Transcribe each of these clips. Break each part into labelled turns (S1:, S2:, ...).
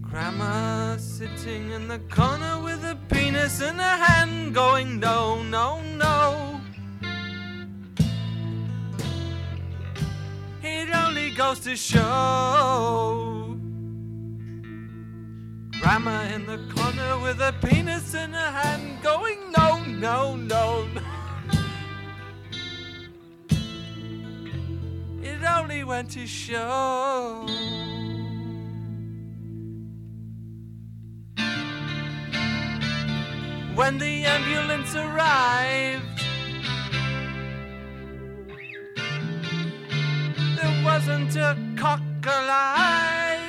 S1: Grandma sitting in the corner with a penis in her hand, going no, no, no. It only goes to show. Grandma in the corner with a penis in her hand, going no, no, no, no. It only went to show. when the ambulance arrived. There wasn't a cock alive.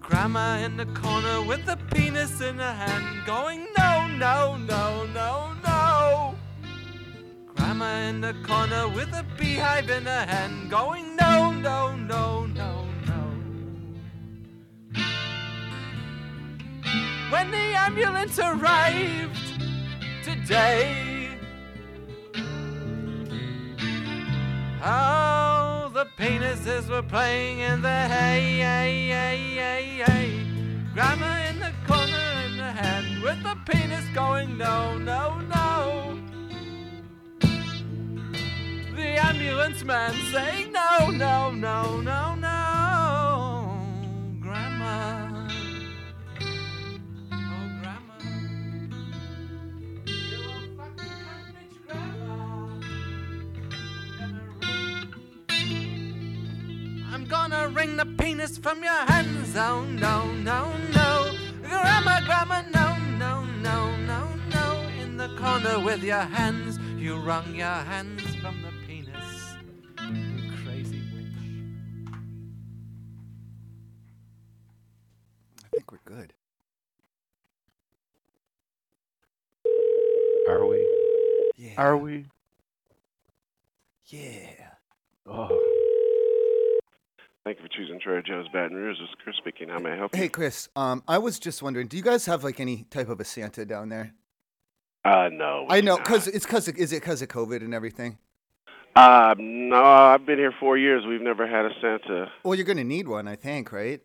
S1: Grandma in the corner with a penis in her hand, going no, no, no, no, no. Grandma in the corner with a beehive in her hand, going no, no, no, no, no. when the ambulance arrived today. Oh, the penises were playing in the hay, hay, hay, hay, hay. Grandma in the corner in the hand with the penis going no, no, no. The ambulance man saying no, no, no, no, no. Grandma. Oh, Grandma. You old fucking cunt bitch, Grandma. Gonna ring- I'm gonna wring the penis from your hands. Oh, no, no, no. Grandma, Grandma, no, no, no, no, no. In the corner with your hands, you wrung your hands from the penis. You crazy witch.
S2: I think we're good.
S3: Are we?
S2: Yeah.
S3: Are we?
S2: Yeah.
S3: Oh,
S4: Thank you for choosing Trader Joe's Baton Rouge. This is Chris speaking. How may I help you?
S2: Hey, Chris. Um, I was just wondering, do you guys have like any type of a Santa down there?
S4: Uh, no. we
S2: I
S4: do
S2: know,
S4: not.
S2: cause it's cause of, is it cause of COVID and everything?
S4: Uh, no, I've been here four years. We've never had a Santa.
S2: Well, you're gonna need one, I think, right?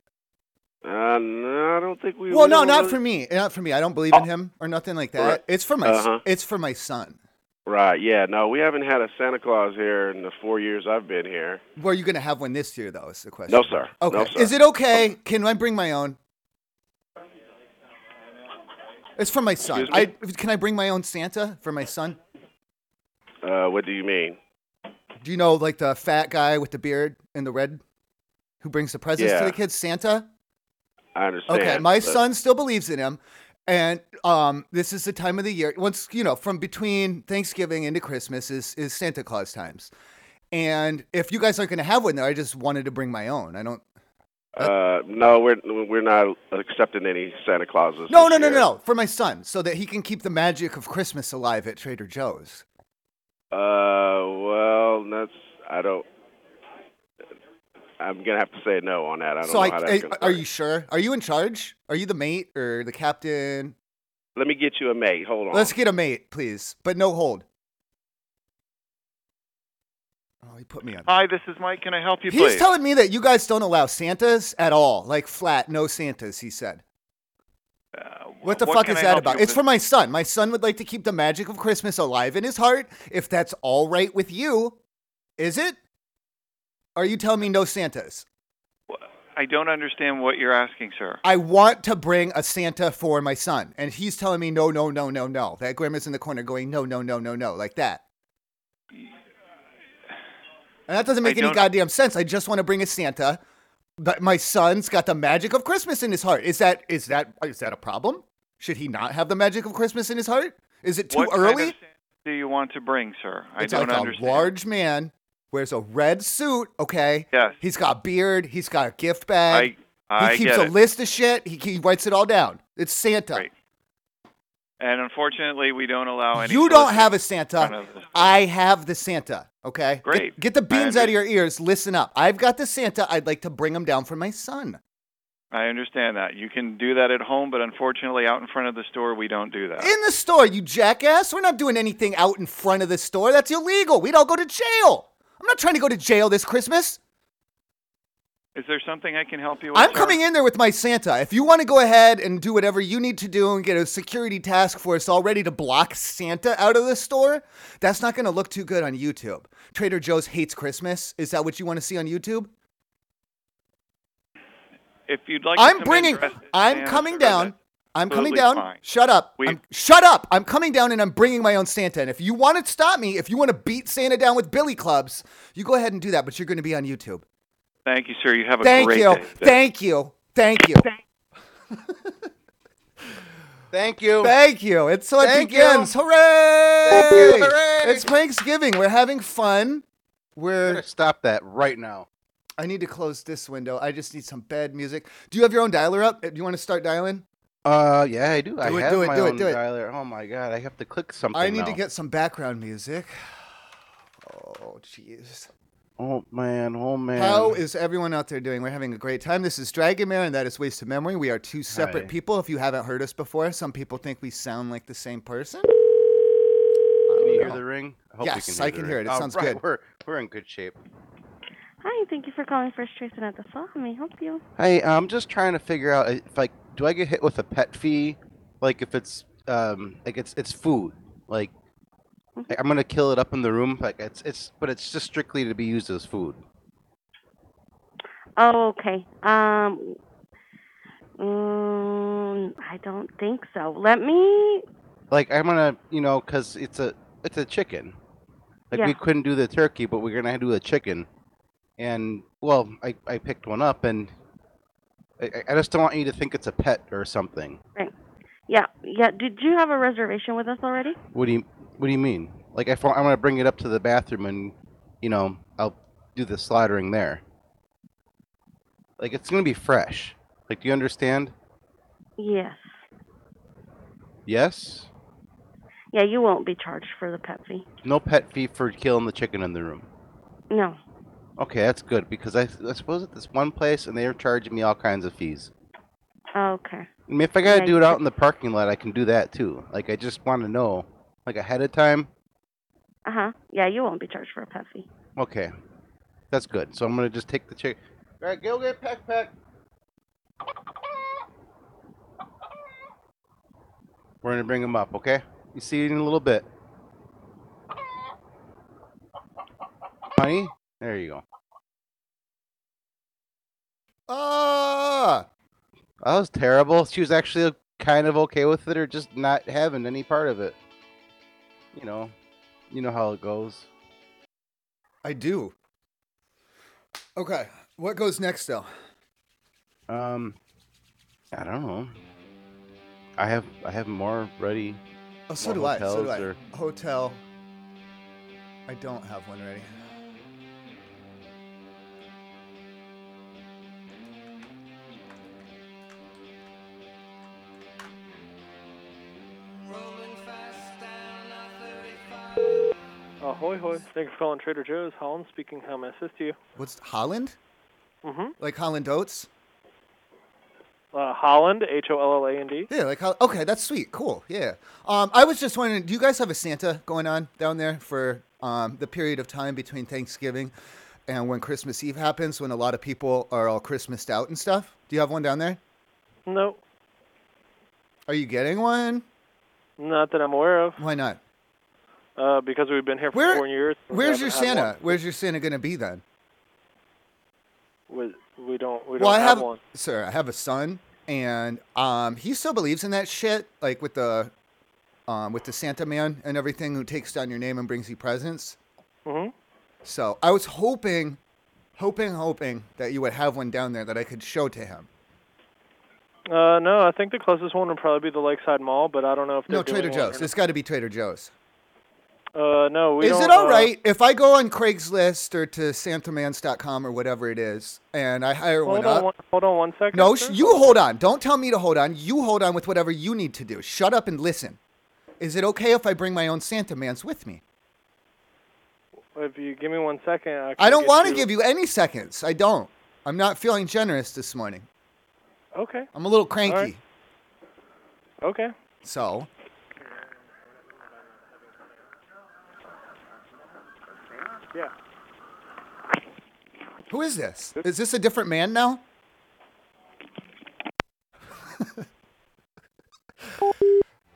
S4: Uh, no, I don't think we.
S2: Well,
S4: we
S2: no,
S4: don't
S2: not
S4: really-
S2: for me. Not for me. I don't believe in him or nothing like that.
S4: Right.
S2: It's for my. s
S4: Uh-huh.
S2: It's for my son.
S4: Right. Yeah. No, we haven't had a Santa Claus here in the four years I've been here.
S2: Were you gonna have one this year, though? Is the question.
S4: No, sir.
S2: Okay.
S4: No, sir.
S2: Is it okay? Can I bring my own? It's for my son. I
S4: Excuse
S2: can I bring my own Santa for my son?
S4: Uh, what do you mean?
S2: Do you know like the fat guy with the beard and the red, who brings the presents to
S4: Yeah.
S2: the kids? Santa.
S4: I understand.
S2: Okay, my
S4: but-
S2: son still believes in him, and um, this is the time of the year. Once you know, from between Thanksgiving into Christmas is is Santa Claus times, and if you guys aren't going to have one there, I just wanted to bring my own. I don't.
S4: Uh, no, we're we're not accepting any Santa Clauses.
S2: No, no,
S4: this
S2: no, no,
S4: year.
S2: no, for my son, so that he can keep the magic of Christmas alive at Trader Joe's.
S4: Uh, well, that's I don't. I'm gonna have to say no on that. I don't
S2: So,
S4: know
S2: I,
S4: how
S2: I-
S4: that's gonna
S2: are
S4: work.
S2: you sure? Are you in charge? Are you the mate or the captain?
S4: Let me get you a mate. Hold on.
S2: Let's get a mate, please, but no hold. Oh, he put me on.
S3: hi. This is Mike. Can I help you,
S2: He's
S3: please?
S2: telling me that you guys don't allow Santas at all, like flat, no Santas. He said.
S3: Uh,
S2: What the fuck
S3: can
S2: is
S3: I
S2: that
S3: help
S2: about?
S3: you
S2: It's
S3: with?
S2: for my son. My son would like to keep the magic of Christmas alive in his heart. If that's all right with you, is it? Are you telling me no Santas?
S3: I don't understand what you're asking, sir.
S2: I want to bring a Santa for my son, and he's telling me no, no, no, no, no. That grandma's in the corner going no, no, no, no, no, like that. And that doesn't
S3: I
S2: make any
S3: don't-
S2: goddamn sense. I just want to bring a Santa. But my son's got the magic of Christmas in his heart. Is that is that is that a problem? Should he not have the magic of Christmas in his heart? Is it too
S3: what
S2: early?
S3: Kind of Santa do you want to bring, sir? I
S2: it's
S3: don't
S2: like
S3: understand.
S2: a large man wears a red suit. Okay.
S3: Yes.
S2: He's got beard. He's got a gift
S3: I
S2: bag.
S3: I
S2: he keeps
S3: get
S2: a
S3: it.
S2: list of shit. He, he writes it all down. It's Santa.
S3: Right. And unfortunately, we don't allow any.
S2: You don't
S3: solicit-
S2: have a
S3: front
S2: Santa.
S3: of us.
S2: I have the Santa. Okay. Get-
S3: Great.
S2: Get, the
S3: I
S2: beans out of your ears. Listen up. I've got the Santa. I'd like to bring him down for my son.
S3: I understand that. You can do that at home, but unfortunately, out in front of the store, we don't do that.
S2: In the store, you jackass. We're not doing anything out in front of the store. That's illegal. We'd all go to jail. I'm not trying to go to jail this Christmas.
S5: Is there something I can help you with?
S2: I'm
S5: sir?
S2: coming in there with my Santa. If you want to go ahead and do whatever you need to do and get a security task force all ready to block Santa out of the store, that's not going to look too good on YouTube. Trader Joe's hates Christmas. Is that what you want to see on YouTube?
S5: If you'd like, to
S2: I'm
S5: come in
S2: bringing.
S5: dressed as
S2: I'm
S5: Santa,
S2: coming
S5: sir,
S2: down.
S5: that's
S2: I'm coming
S5: absolutely
S2: down.
S5: fine.
S2: Shut up.
S5: We-
S2: I'm, shut up. I'm coming down and I'm bringing my own Santa. And if you want to stop me, if you want to beat Santa down with billy clubs, you go ahead and do that, but you're going to be on YouTube.
S5: Thank you, sir. You have a
S2: Thank
S5: great
S2: you.
S5: day.
S2: Thank you. Thank you.
S6: Thank you.
S2: Thank you. It's so it
S6: Thank you.
S2: begins. Hooray!
S6: you. Hooray.
S2: It's Thanksgiving. We're having fun. We're.
S6: Stop that right now.
S2: I need to close this window. I just need some bad music. Do you have your own dialer up? Do you want to start dialing?
S6: Uh, yeah, I do. I
S2: Do it,
S6: have
S2: do it,
S6: my
S2: do it,
S6: own
S2: do it.
S6: dialer. Oh my god, I have to click something.
S2: I need to
S6: now.
S2: get some background music. Oh, jeez.
S6: Oh man, oh man.
S2: How is everyone out there doing? We're having a great time. This is Dragomir, and that is Waste of Memory. We are two separate
S6: Hi.
S2: people. If you haven't heard us before, some people think we sound like the same person.
S6: Can you hear
S2: know.
S6: the ring? I hope you
S2: Yes, I
S6: the
S2: can
S6: ring.
S2: hear it. It
S6: All
S2: sounds
S6: right,
S2: good.
S6: We're we're in good shape.
S7: Hi, thank you for calling First Choice Another Fall. How may I help you?
S6: Hey, I'm just trying to figure out if like do I get hit with a pet fee? Like if it's um like it's it's food. Like
S2: Hmm.
S7: Mhm.
S6: I'm gonna kill it up in the room. Like it's it's but it's just strictly to be used as food.
S7: Oh, okay. Um, mm, I don't think so. Let me.
S6: Like I'm gonna you know because it's a it's a chicken. Like
S7: Yeah.
S6: we couldn't do the turkey, but we're gonna do the chicken. And well, I I picked one up and. I, I- I just don't want you to think it's a pet or something.
S7: Yeah, yeah. Did you have a reservation with us already?
S6: What do you What do you mean? Like if I, I'm gonna bring it up to the bathroom and you know I'll do the slaughtering there. Like it's gonna be fresh. Like do you understand?
S7: Yes.
S6: Yes.
S7: Yeah, you won't be charged for the pet fee.
S6: No pet fee for killing the chicken in the room.
S7: No.
S6: Okay, that's good because I, I suppose at this one place and they are charging me all kinds of fees.
S7: Okay.
S6: I mean, if I gotta
S7: Right.
S6: do it out in the parking lot, I can do that too. Like I just want to know, like ahead of time.
S7: Uh huh. Yeah, you won't be charged for a pet fee.
S6: Okay, that's good. So I'm gonna just take the chicken. All right, go get peck peck. We're gonna bring him up, okay? You see it in a little bit. Honey, there you go.
S2: Ah!
S6: That was terrible. She was actually kind of okay with it, or just not having any part of it. You know, you know how it goes.
S2: I do. Okay. What goes next, though?
S6: Um, I don't know. I have I have more ready.
S2: Oh, so
S6: More
S2: do I. So do I.
S6: hotels
S2: Hotel. I don't have one ready.
S8: Ahoy, Oh, hoy. Thanks for calling Trader Joe's. Holland speaking. How may I assist you?
S2: What's Holland?
S8: Mm-hmm.
S2: Like Holland Oats?
S8: Uh, Holland, H O L L A N D.
S2: Yeah, like how? Okay, that's sweet. Cool. Yeah. Um, I was just wondering, do you guys have a Santa going on down there for um, the period of time between Thanksgiving and when Christmas Eve happens, when a lot of people are all Christmased out and stuff? Do you have one down there?
S8: No,
S2: Are you getting one?
S8: not that I'm aware of.
S2: Why not?
S8: Uh, because we've been here for
S2: Where-
S8: four years. we
S2: Where's your
S8: haven't had
S2: Santa? Where's your Santa gonna be then?
S8: one. We, we don't. We
S2: well,
S8: don't
S2: I have,
S8: one.
S2: sir. I have a son, and um, he still believes in that shit, like with the, um, with the Santa man and everything who takes down your name and brings you presents.
S8: Mhm.
S2: So I was hoping, hoping, hoping that you would have one down there that I could show to him.
S8: Uh, no, I think the closest one would probably be the Lakeside Mall, but I don't know if they're
S2: no, Trader
S8: doing one or
S2: Joe's. It's got to be Trader Joe's.
S8: not. Uh, no, we
S2: is
S8: don't.
S2: it all
S8: uh,
S2: right if I go on Craigslist or to santamans.com or whatever it is, and I hire
S8: Hold
S2: one
S8: on,
S2: up?
S8: one, hold on one second.
S2: No, sh-
S8: sir.
S2: you hold on. Don't tell me to hold on. You hold on with whatever you need to do. Shut up and listen. Is it okay if I bring my own Santa Mans with me?
S8: If you give me one second, I,
S2: I don't want
S8: want
S2: to give you any seconds. I don't. I'm not feeling generous this morning.
S8: Okay.
S2: I'm a little cranky.
S8: right. Okay.
S2: So,
S8: Yeah.
S2: Who is this? Is this a different man now?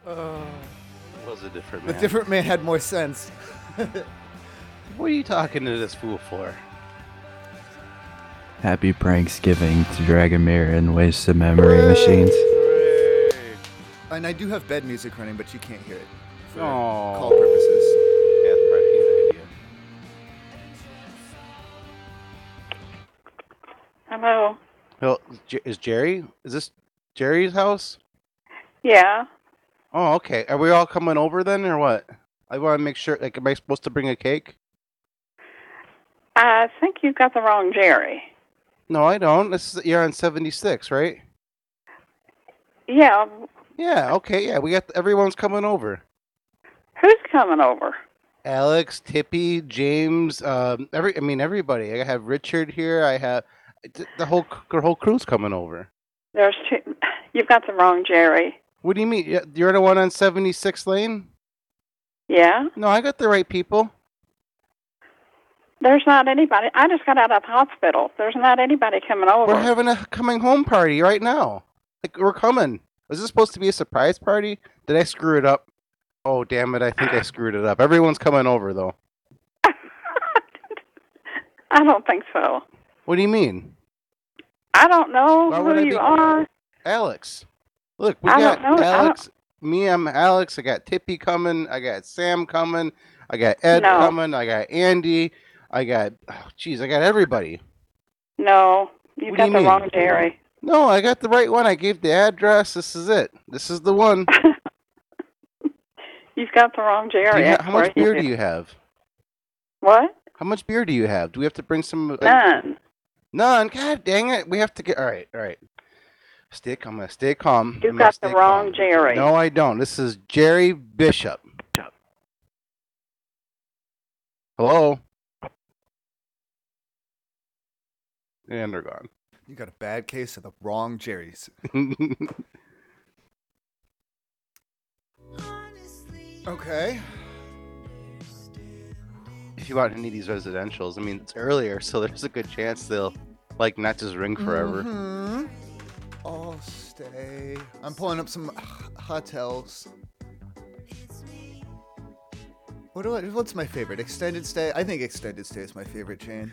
S6: It was a different
S2: The
S6: man.
S2: different man had more sense.
S6: What are you talking to this fool for?
S9: Happy Pranksgiving to Dragomir and Wasted Memory Machines.
S2: And I do have bed music running, but you can't hear it for
S6: Aw.
S2: call purposes.
S6: Yeah, that's probably a good idea.
S10: Hello.
S6: Well, is Jer- is Jerry? Is this Jerry's house?
S10: Yeah.
S6: Oh, okay. Are we all coming over then, or what? I want to make sure. Like, am I supposed to bring a cake?
S10: I think you got the wrong Jerry.
S6: No, I don't. This is you're on seventy six, right?
S10: Yeah.
S6: Yeah. Okay. Yeah, we got everyone's coming over.
S10: Who's coming over?
S6: Alex, Tippy, James, um, every. I mean, everybody. I have Richard here. I have th- the whole c- the whole crew's coming over.
S10: There's two. You've got the wrong Jerry.
S6: What do you mean? Yeah, You're the one on seventy six lane?
S10: Yeah.
S6: No, I got the right people.
S10: There's not anybody. I just got out of the hospital. There's not anybody coming over.
S6: We're having a coming home party right now. Like we're coming. Was this supposed to be a surprise party? Did I screw it up? Oh damn it! I think I screwed it up. Everyone's coming over though.
S10: I don't think so.
S6: What do you mean,
S10: I don't know
S6: Why would
S10: who
S6: I
S10: you
S6: be-
S10: are.
S6: Alex? Look, we
S10: I
S6: got
S10: don't know. I don't-
S6: Alex. Me, I'm Alex. I got Tippy coming. I got Sam coming. I got Ed
S10: No.
S6: coming. I got Andy. I got. oh, Jeez, I got everybody.
S10: No.
S6: What
S10: You've
S6: do
S10: got
S6: you
S10: the
S6: mean?
S10: wrong Jerry.
S6: No, I got the right one. I gave the address. This is it. This is the one. Do
S10: You've got the wrong
S6: you
S10: Jerry.
S6: ha- how much
S10: That's where
S6: beer do you have?
S10: What?
S6: How much beer do you have? Do we have to bring some? like,
S10: None.
S6: None. God dang it. We have to get. All right. All right. Stay calm. I'm gonna stay calm. I'm
S10: You've
S6: gonna
S10: got the
S6: stay
S10: wrong
S6: calm.
S10: Jerry.
S6: No, I don't. This is Jerry Bishop. Hello. And they're gone.
S2: You got a bad case of the wrong Jerry's. Okay.
S6: if you want any of these residentials, I mean, it's earlier, so there's a good chance they'll like not just ring forever.
S2: hmm I'll stay. I'm pulling up some h- hotels. What do I, what's my favorite? Extended stay? I think extended stay is my favorite chain.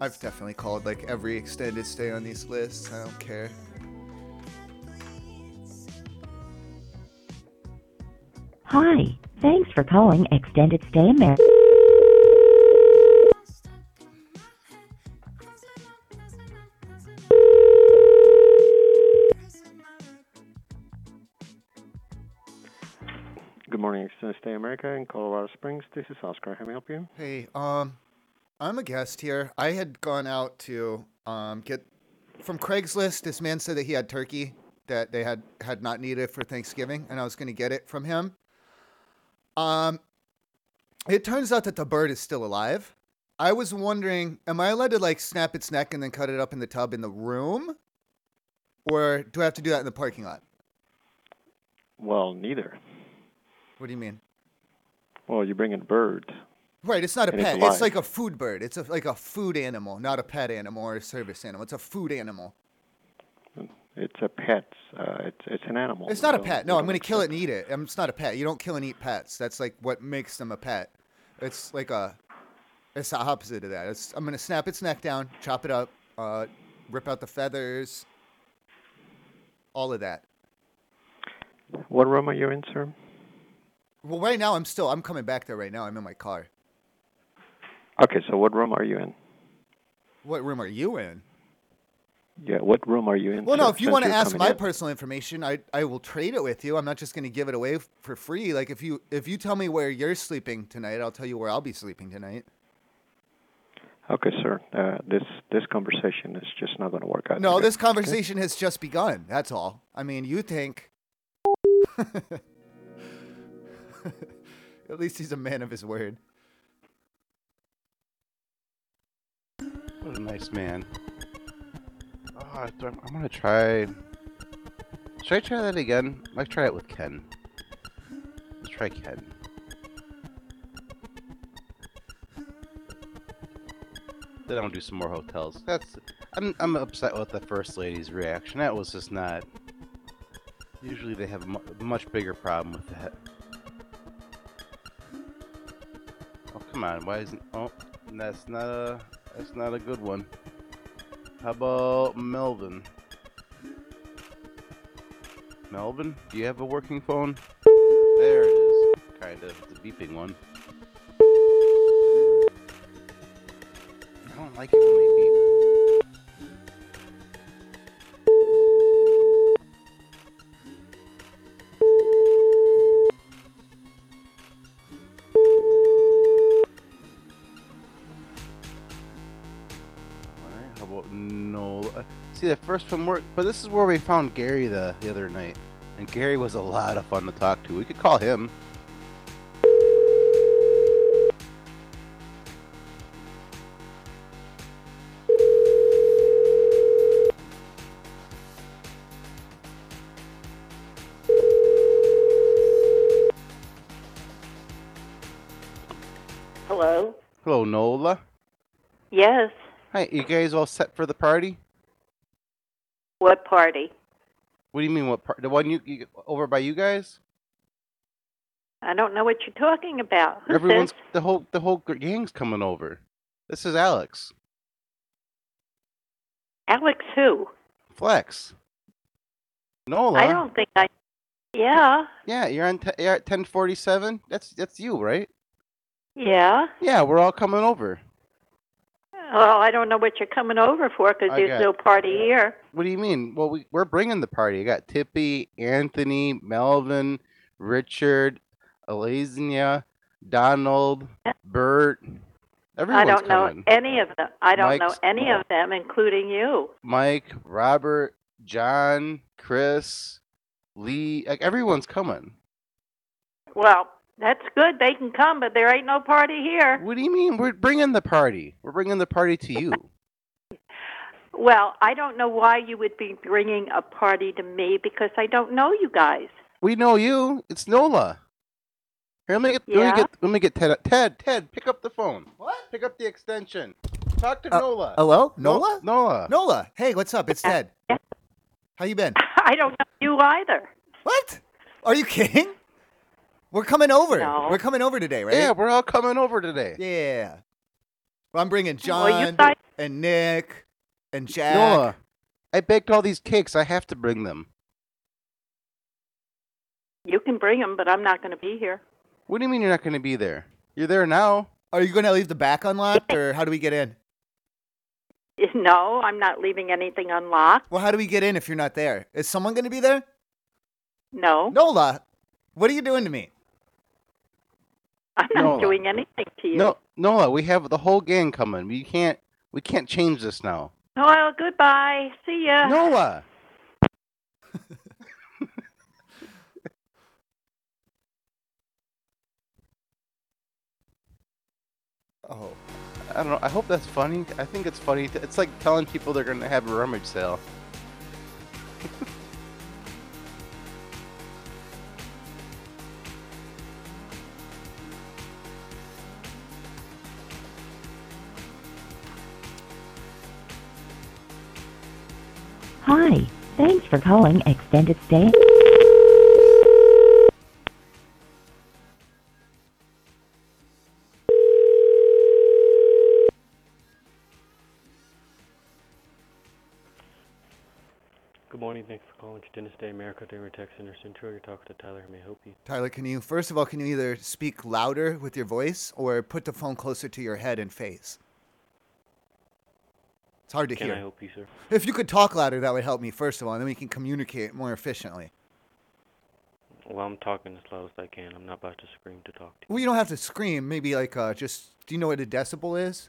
S2: I've definitely called like every extended stay on these lists. I don't care.
S7: Hi, thanks for calling Extended Stay America.
S11: Good morning, Extended Stay America in Colorado Springs. This is Oscar. How may I help you?
S2: Hey, um, I'm a guest here. I had gone out to um get from Craigslist. This man said that he had turkey that they had had not needed for Thanksgiving, and I was going to get it from him. Um, it turns out that the bird is still alive. I was wondering, am I allowed to like snap its neck and then cut it up in the tub in the room, or do I have to do that in the parking lot?
S11: Well, neither.
S2: What do you mean?
S11: Well, you bring in a bird.
S2: Right, it's not a
S11: And it's
S2: pet.
S11: alive.
S2: It's like a food bird. It's a, like a food animal, not a pet animal or a service animal. It's a food animal.
S11: It's a pet. Uh, it's it's an animal.
S2: It's not a
S11: so
S2: pet.
S11: you
S2: No, I'm
S11: don't
S2: going to kill it
S11: expect-
S2: and eat it. Um, It's not a pet. You don't kill and eat pets. That's like what makes them a pet. It's like a, it's the opposite of that. It's, I'm going to snap its neck down, chop it up, uh, rip out the feathers, all of that.
S11: What room are you in, sir?
S2: Well, right now I'm still, I'm coming back there right now. I'm in my car.
S11: Okay, so what room are you in?
S2: What room are you in?
S11: Yeah, what room are you in?
S2: Well, no,
S11: sir,
S2: if you
S11: since
S2: want to
S11: you're
S2: ask
S11: coming
S2: my
S11: in?
S2: personal information, I, I will trade it with you. I'm not just going to give it away f- for free. Like if you, if you tell me where you're sleeping tonight, I'll tell you where I'll be sleeping tonight.
S11: Okay, sir. Uh, this this conversation is just not going to work out.
S2: No,
S11: Okay.
S2: this conversation has just begun. That's all. I mean, you think. At least he's a man of his word.
S6: What a nice man. Ah, do I- I'm gonna try. Should I try that again? Let's try it with Ken. Let's try Ken. Then I'll do some more hotels. That's I'm I'm upset with the first lady's reaction. That was just not. Usually they have a mu- much bigger problem with that. Oh come on! Why isn't oh that's not a that's not a good one. How about Melvin? Melvin, do you have a working phone? There it is. Kind of the beeping one. I don't like it when they beep. Alright, how about Nola? See, the first one worked, but this is where we found Gary the, the other night. And Gary was a lot of fun to talk to. We could call him.
S12: Hello.
S6: Hello, Nola.
S12: Yes.
S6: Hi, you guys all set for the party?
S12: What party?
S6: What do you mean, what part? The one you, you over by you guys?
S12: I don't know what you're talking about. Who's
S6: Everyone's the whole the whole gr- gang's coming over. This is Alex
S12: this? Alex who?
S6: Flex. Nola.
S12: I don't think I. Yeah.
S6: Yeah, you're on. Te- you're at ten forty seven. That's that's you, right?
S12: Yeah.
S6: Yeah, we're all coming over.
S12: Well, I don't know what you're coming over for because
S6: I
S12: there's
S6: got-
S12: no party here.
S6: What do you mean? Well, we, we're bringing the party. I got Tippy, Anthony, Melvin, Richard, Elaznia, Donald, Bert. Everyone's
S12: I don't know
S6: coming.
S12: any of them. I don't
S6: Mike's-
S12: know any of them, including you.
S6: Mike, Robert, John, Chris, Lee. Like everyone's coming.
S12: Well, that's good. They can come, but there ain't no party here.
S6: What do you mean? We're bringing the party. We're bringing the party to you.
S12: Well, I don't know why you would be bringing a party to me because I don't know you guys.
S6: We know you. It's Nola. Here, let me get, let
S12: Yeah?
S6: me get, let me get Ted. Ted, Ted, pick up the phone. What? Pick up the extension. Talk to
S2: Uh,
S6: Nola.
S2: Hello,
S6: No-
S2: Nola.
S6: Nola.
S2: Nola, hey, what's up? It's Ted. How you been?
S12: I don't know you either.
S2: What? Are you kidding? We're coming over.
S12: No.
S2: We're coming over today, right?
S6: Yeah, we're all coming over today.
S2: Yeah. Well, I'm bringing John
S12: Well, you guys-
S2: and Nick and Jack.
S6: Nola, I baked all these cakes. I have to bring them.
S12: You can bring them, but I'm not going to be here.
S6: What do you mean you're not going to be there? You're there now.
S2: Are you going to leave the back unlocked, or how do we get in?
S12: No, I'm not leaving anything unlocked.
S2: Well, how do we get in if you're not there? Is someone going to be there?
S12: No,
S2: Nola, what are you doing to me?
S12: I'm not
S6: Nola.
S12: doing anything to you.
S6: No, Nola, we have the whole gang coming. We can't. We can't change this now.
S12: Well, goodbye. See ya.
S13: Ah.
S6: Nola.
S2: Oh,
S6: I don't know. I hope that's funny. I think it's funny. t- It's like telling people they're going to have a rummage sale.
S7: Hi. Thanks for calling Extended Stay.
S11: Good morning. Thanks for calling Extended Stay America Delivery Tech Center Central. You're talking to Tyler. How May I help you?
S2: Tyler, can you first of all can you either speak louder with your voice or put the phone closer to your head and face? It's hard to
S11: Can
S2: hear.
S11: I help you, sir?
S2: If you could talk louder, that would help me first of all, and then we can communicate more efficiently.
S11: Well, I'm talking as loud as I can. I'm not about to scream to talk to
S2: Well, you don't have to scream. Maybe like uh, just do you know what a decibel is?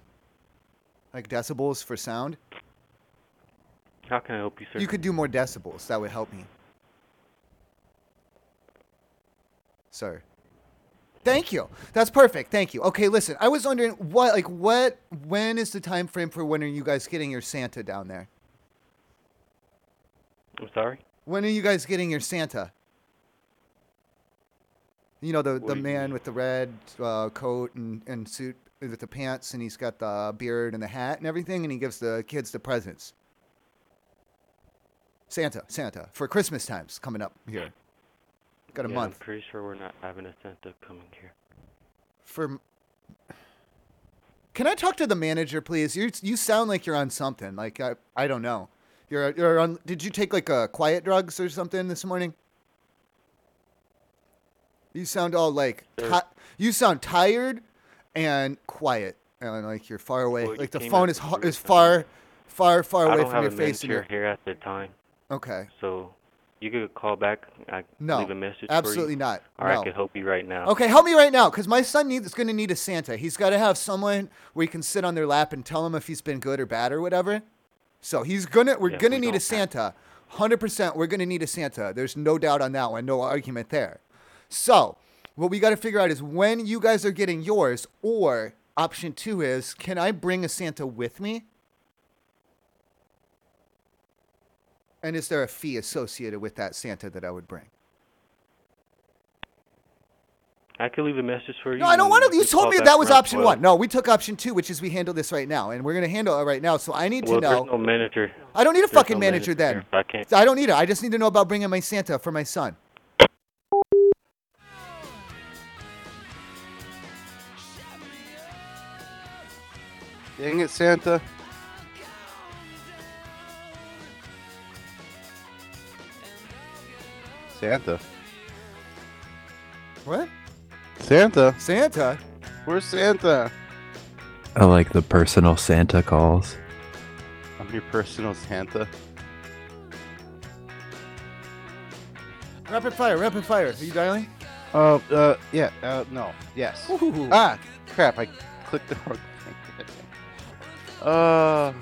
S2: Like decibels for sound.
S11: you. How can I help you, sir?
S2: You could do more decibels. That would help me. Sir. Thank you. That's perfect. Thank you. Okay, listen. I was wondering what like what when is the time frame for when are you guys getting your Santa down there?
S11: I'm sorry?
S2: When are you guys getting your Santa? You know the,
S11: What
S2: the
S11: do you
S2: man with the red uh, coat and, and suit with the pants and he's got the beard and the hat and everything, and he gives the kids the presents. Santa, Santa, for Christmas times coming up here. Got a
S9: yeah,
S2: month
S9: I'm pretty sure we're not having a Santa coming here.
S2: for. Can I talk to the manager, please? You you sound like you're on something. Like I I don't know. You're you're on. Did you take like a quiet drugs or something this morning? You sound all like
S13: Sir.
S2: ti- you sound tired and quiet and like you're far away.
S9: Well, you
S2: like the
S9: came
S2: phone
S9: at
S2: is
S9: the
S2: ho-
S9: worst
S2: is far far far
S9: I
S2: away
S9: don't have
S2: from your
S9: a
S2: face. and
S9: manager
S2: your-
S9: here at the time.
S2: Okay.
S9: So you could call back. I
S2: No,
S9: leave a message. for
S2: absolutely
S9: you,
S2: not.
S9: Or
S2: No.
S9: I could help you right now.
S2: Okay, help me right now, because my son needs, is going to need a Santa. He's got to have someone where he can sit on their lap and tell him if he's been good or bad or whatever. So he's gonna, we're
S13: Yeah,
S2: gonna
S13: we
S2: need
S13: don't
S2: a
S13: have-
S2: Santa, hundred percent. We're gonna need a Santa. There's no doubt on that one. No argument there. So what we got to figure out is when you guys are getting yours, or option two is, can I bring a Santa with me? And is there a fee associated with that Santa that I would bring?
S9: I could leave a message for you.
S2: No, I don't
S9: and
S2: want to. You
S9: could
S2: told
S9: call
S2: me
S9: back
S2: that was
S9: around
S2: option
S9: 12.
S2: one. No, we took option two, which is we handle this right now, and we're gonna handle it right now. So I need
S9: Well,
S2: to know.
S9: there's no manager.
S2: I don't need a
S9: There's
S2: fucking
S9: no
S2: manager then.
S9: here. I can't.
S2: I don't need it. I just need to know about bringing my Santa for my son.
S6: Dang it, Santa. Santa.
S2: What?
S6: Santa.
S2: Santa.
S6: Where's Santa?
S14: I like the personal Santa calls.
S6: I'm your personal Santa.
S2: Rapid fire, rapid fire. Are you dialing?
S6: Oh, uh, yeah, uh, no, yes.
S2: Ooh.
S6: Ah, crap! I clicked the wrong thing. uh,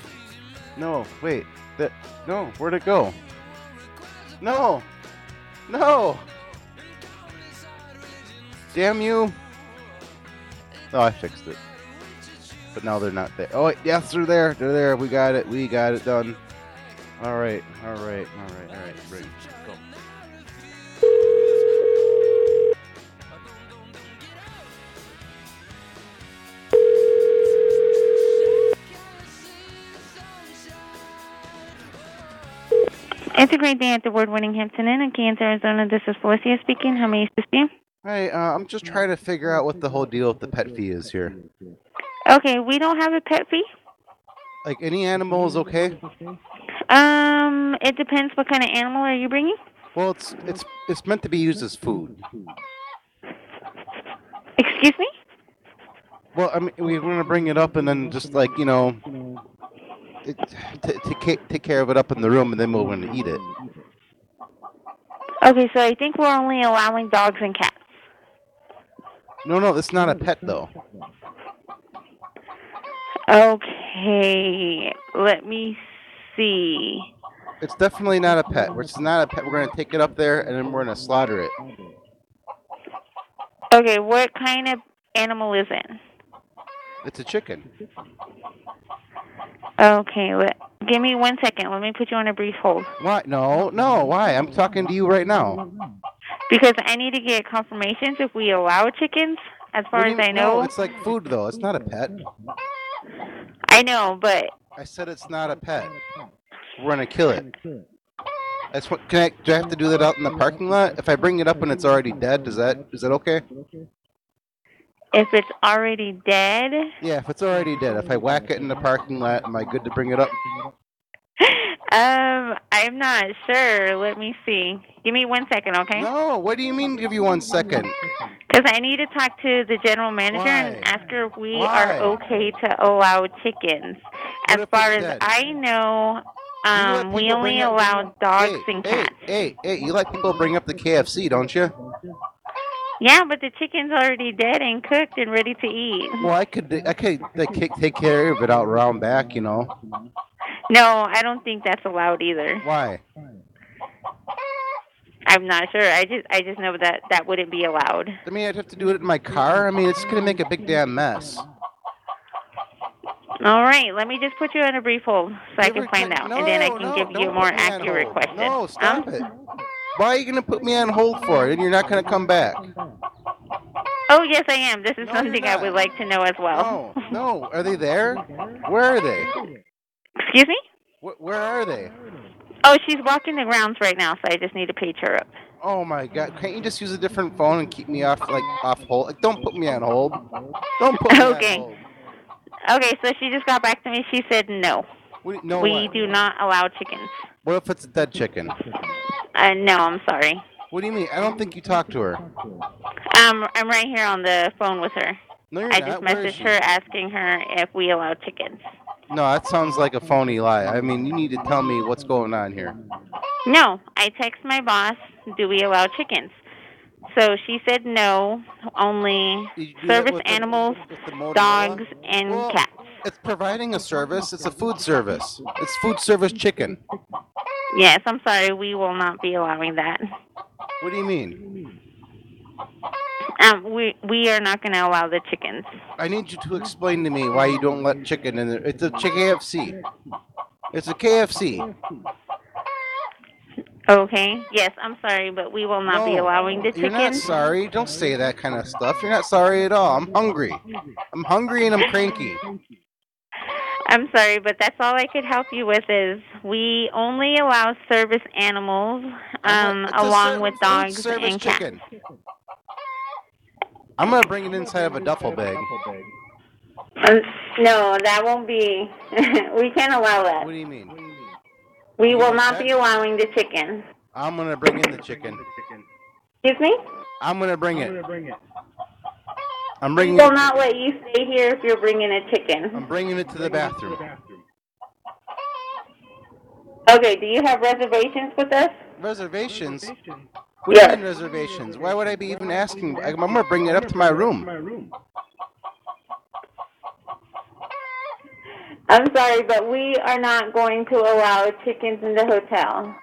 S6: no, wait. That no, where'd it go? No, no. Damn you! Oh, I fixed it. But now they're not there. Oh, wait, yes, they're there. They're there. We got it. We got it done. All right. All right. All right. All right. Great. Go.
S7: It's a great day at the award-winning Hampton Inn in Kansas, Arizona. This is Felicia speaking. How may I assist you?
S6: Hey, uh, I'm just trying to figure out what the whole deal with the pet fee is here.
S7: Okay, we don't have a pet fee.
S6: Like, any animal is okay.
S7: Um, it depends what kind of animal are you bringing.
S6: Well, it's it's it's meant to be used as food.
S7: Excuse me.
S6: Well, I mean, we want to bring it up and then just like you know, it, t- t- ca- take care of it up in the room, and then we'll want to eat it.
S7: Okay, so I think we're only allowing dogs and cats.
S6: No, no, it's not a pet though.
S7: Okay, let me see.
S6: It's definitely not a pet. We're just not a pet. We're gonna take it up there and then we're gonna slaughter it.
S7: Okay, what kind of animal is it?
S6: It's a chicken.
S7: Okay, let, give me one second. Let me put you on a brief hold
S6: Why? No, no. Why? I'm talking to you right now.
S7: because I need to get confirmations if we allow chickens. As
S6: What
S7: far
S6: do
S7: as
S6: you-
S7: I know,
S6: no, it's like food though. It's not a pet.
S7: I know, but
S6: I said it's not a pet. We're gonna kill it. That's what. Can I, do I have to do that out in the parking lot? If I bring it up and it's already dead, does that is that okay?
S7: if it's already dead,
S6: Yeah, if it's already dead, if I whack it in the parking lot, am I good to bring it up?
S7: um, I'm not sure. Let me see. Give me one second, okay?
S6: No, what do you mean? Give you one second.
S7: Because I need to talk to the general manager and
S6: Why?
S7: ask her if we
S6: Why?
S7: are okay to allow chickens. As far as
S6: dead?
S7: I know,
S6: let
S7: um, we
S6: people
S7: only
S6: bring up-
S7: allow dogs and
S6: Hey,
S7: cats.
S6: hey, hey! You let people bring up the KFC, don't you?
S7: Yeah, but the chicken's already dead and cooked and ready to eat.
S6: Well, I could, I could, I could take care of it out around back, you know.
S7: No, I don't think that's allowed either.
S6: Why?
S7: I'm not sure. I just I just know that that wouldn't be allowed.
S6: I mean, I'd have to do it in my car. I mean, it's gonna make a big damn mess.
S7: All right, let me just put you on a brief hold so I can find out, and then I can give you a more accurate Um, question.
S6: No, stop it. Why are you gonna put me on hold for it? And you're not gonna come back?
S7: Oh, yes, I am. This is something I would like to know as well.
S6: No, are they there? Where are they?
S7: Excuse me?
S6: Wh- where are they?
S7: Oh, she's walking the grounds right now, so I just need to page her up.
S6: Oh my god! Can't you just use a different phone and keep me off like off hold? Like, don't put me on hold. Don't put me
S7: Okay.
S6: on hold.
S7: Okay, so she just got back to me. She said no.
S6: We, no
S7: we
S6: what?
S7: do not allow chickens.
S6: What if it's a dead chicken?
S7: Uh, no, I'm sorry.
S6: What do you mean? I don't think you talked to her.
S7: Um, I'm right here on the phone with her.
S6: No, you're
S7: I
S6: not.
S7: just
S6: Where is
S7: messaged
S6: she?
S7: her asking her if we allow chickens.
S6: No, that sounds like a phony lie. I mean, you need to tell me what's going on here.
S7: No, I text my boss, do we allow chickens? So she said no, only
S6: do that
S7: service
S6: with the-
S7: animals,
S6: Motorola?
S7: dogs, and
S6: Well,
S7: cats.
S6: It's providing a service. It's a food service. It's food service chicken.
S7: Yes, I'm sorry, we will not be allowing that.
S6: What do you mean?
S7: Um, we we are not going to allow the chickens.
S6: I need you to explain to me why you don't let chicken in there. It's a chick KFC. It's a KFC.
S7: Okay. Yes, I'm sorry, but we will not be
S6: No,
S7: allowing the
S6: You're not
S7: chickens.
S6: sorry. Don't say that kind of stuff. You're not sorry at all. I'm hungry. I'm hungry and I'm cranky.
S7: Mm, I'm sorry, but that's all I could help you with is we only allow service animals um,
S6: It's a
S7: along
S6: ser-
S7: with
S6: food
S7: dogs
S6: service
S7: and cats.
S6: chicken. I'm gonna bring it inside of a duffel bag.
S7: Um, no, that won't be. we can't allow that.
S6: What do you mean?
S7: We
S6: You
S7: will
S6: want
S7: not
S6: that?
S7: be allowing the chicken.
S6: I'm gonna bring in the chicken.
S7: Excuse me?
S6: I'm gonna bring it. I'm
S7: We
S6: bringing
S7: will
S6: it.
S7: not let you stay here if you're bringing a chicken.
S6: I'm bringing it to the bathroom.
S7: Okay, do you have reservations with us?
S6: Reservations? What do you mean reservations? Why would I be even asking? I'm gonna bring it up to my room.
S7: I'm sorry, but we are not going to allow chickens in the hotel.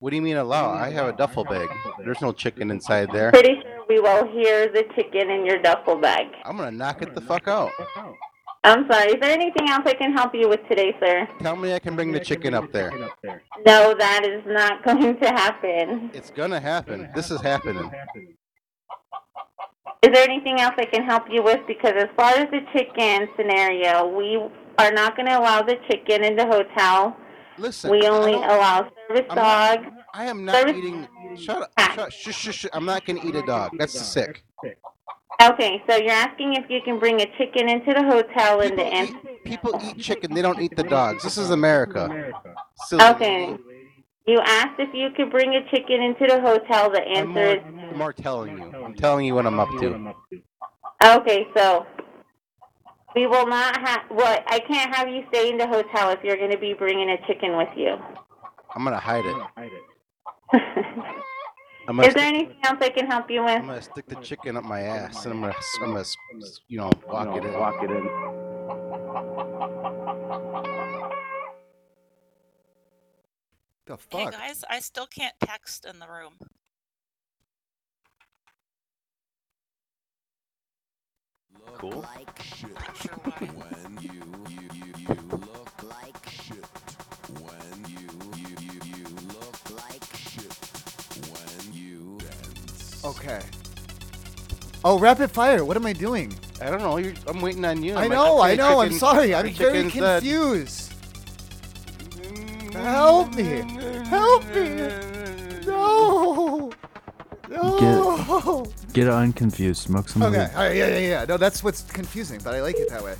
S6: What do you mean allow? I have a duffel bag. There's no chicken inside there.
S7: Pretty sure we will hear the chicken in your duffel bag.
S6: I'm gonna knock it the fuck out.
S7: I'm sorry. Is there anything else I can help you with today, sir?
S6: Tell me I can bring the chicken up there.
S7: No, that is not going to happen.
S6: It's gonna happen. This is happening.
S7: Is there anything else I can help you with? Because as far as the chicken scenario, we are not going to allow the chicken in the hotel.
S6: Listen,
S7: we
S6: I
S7: only
S6: don't-
S7: allow service
S6: I'm
S7: dog.
S6: not- I am not
S7: Service- Ah.
S6: eating. Shut up. Shut, shh, shh, shh. I'm not gonna eat a dog. That's sick.
S7: Okay, so you're asking if you can bring a chicken into the hotel and the answer.
S6: People eat chicken. They don't eat the dogs. This is America. Silly.
S7: Okay. You asked if you could bring a chicken into the hotel. The
S6: I'm
S7: answer
S6: more,
S7: is
S6: I'm more telling you. I'm telling you what I'm up to.
S7: Okay, so we will not have. Well, I can't have you stay in the hotel if you're going to be bringing a chicken with you.
S6: I'm gonna hide it. I'm gonna
S7: Is
S6: stick,
S7: there anything else I can help you with?
S6: I'm gonna stick the chicken up my ass, and I'm gonna, s- I'm gonna, s- you know, walk it in.
S15: Walk it in.
S2: The fuck?
S13: Hey guys, I still can't text in the room.
S3: Cool.
S2: Okay. Oh, rapid fire. What am I doing?
S6: I don't know. You're, I'm waiting on you.
S2: I
S6: I'm like,
S2: know.
S6: okay,
S2: I know. I'm
S6: chicken-
S2: sorry. I'm very
S6: chicken's dead.
S2: confused. Help me. Help me. No. No.
S14: Get, get unconfused. Smoke some
S2: Okay.
S14: weed.
S2: All right. Yeah. Yeah. Yeah. No, that's what's confusing, but I like it that way.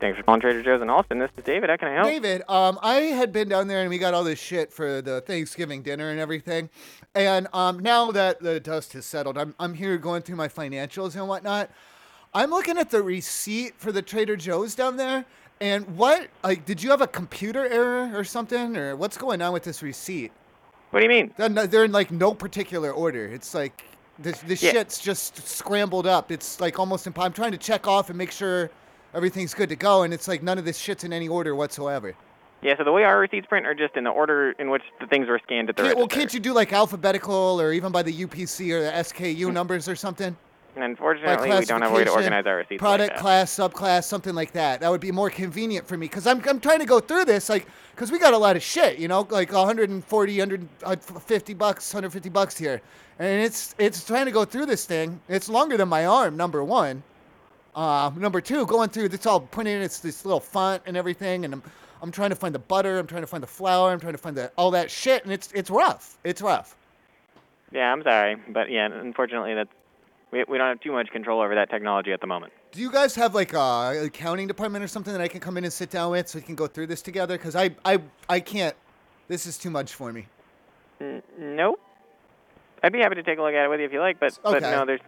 S16: Thanks for calling Trader Joe's in Austin. This is David. How can I help?
S2: David, um, I had been down there and we got all this shit for the Thanksgiving dinner and everything. And um, now that the dust has settled, I'm, I'm here going through my financials and whatnot. I'm looking at the receipt for the Trader Joe's down there. And what, like, did you have a computer error or something? Or what's going on with this receipt?
S16: What do you mean?
S2: They're, no- they're in, like, no particular order. It's like this, this shit's just scrambled up. It's, like, almost impossible. I'm trying to check off and make sure everything's good to go. And it's like none of this shit's in any order whatsoever.
S16: Yeah, so the way our receipts print are just in the order in which the things were scanned at the
S2: Can't- well,
S16: register.
S2: can't you do like alphabetical or even by the UPC or the SKU numbers or something?
S17: And
S2: by
S17: unfortunately, we don't have a way to
S2: classification,
S17: organize our receipts.
S2: Product
S17: like that.
S2: class, subclass, something like that. That would be more convenient for me because I'm, I'm trying to go through this like because we got a lot of shit, you know, like 140, 150 uh, bucks, 150 bucks here, and it's it's trying to go through this thing. It's longer than my arm. Number one. Uh, number two, going through it's all printed. It's this little font and everything, and I'm I'm trying to find the butter. I'm trying to find the flour. I'm trying to find the all that shit, and it's it's rough. It's rough.
S17: Yeah, I'm sorry, but yeah, unfortunately, that's we we don't have too much control over that technology at the moment.
S2: Do you guys have like a accounting department or something that I can come in and sit down with so we can go through this together? Because I, I, I can't. This is too much for me.
S17: N- nope. I'd be happy to take a look at it with you if you like, but but
S2: Okay.
S17: no, there's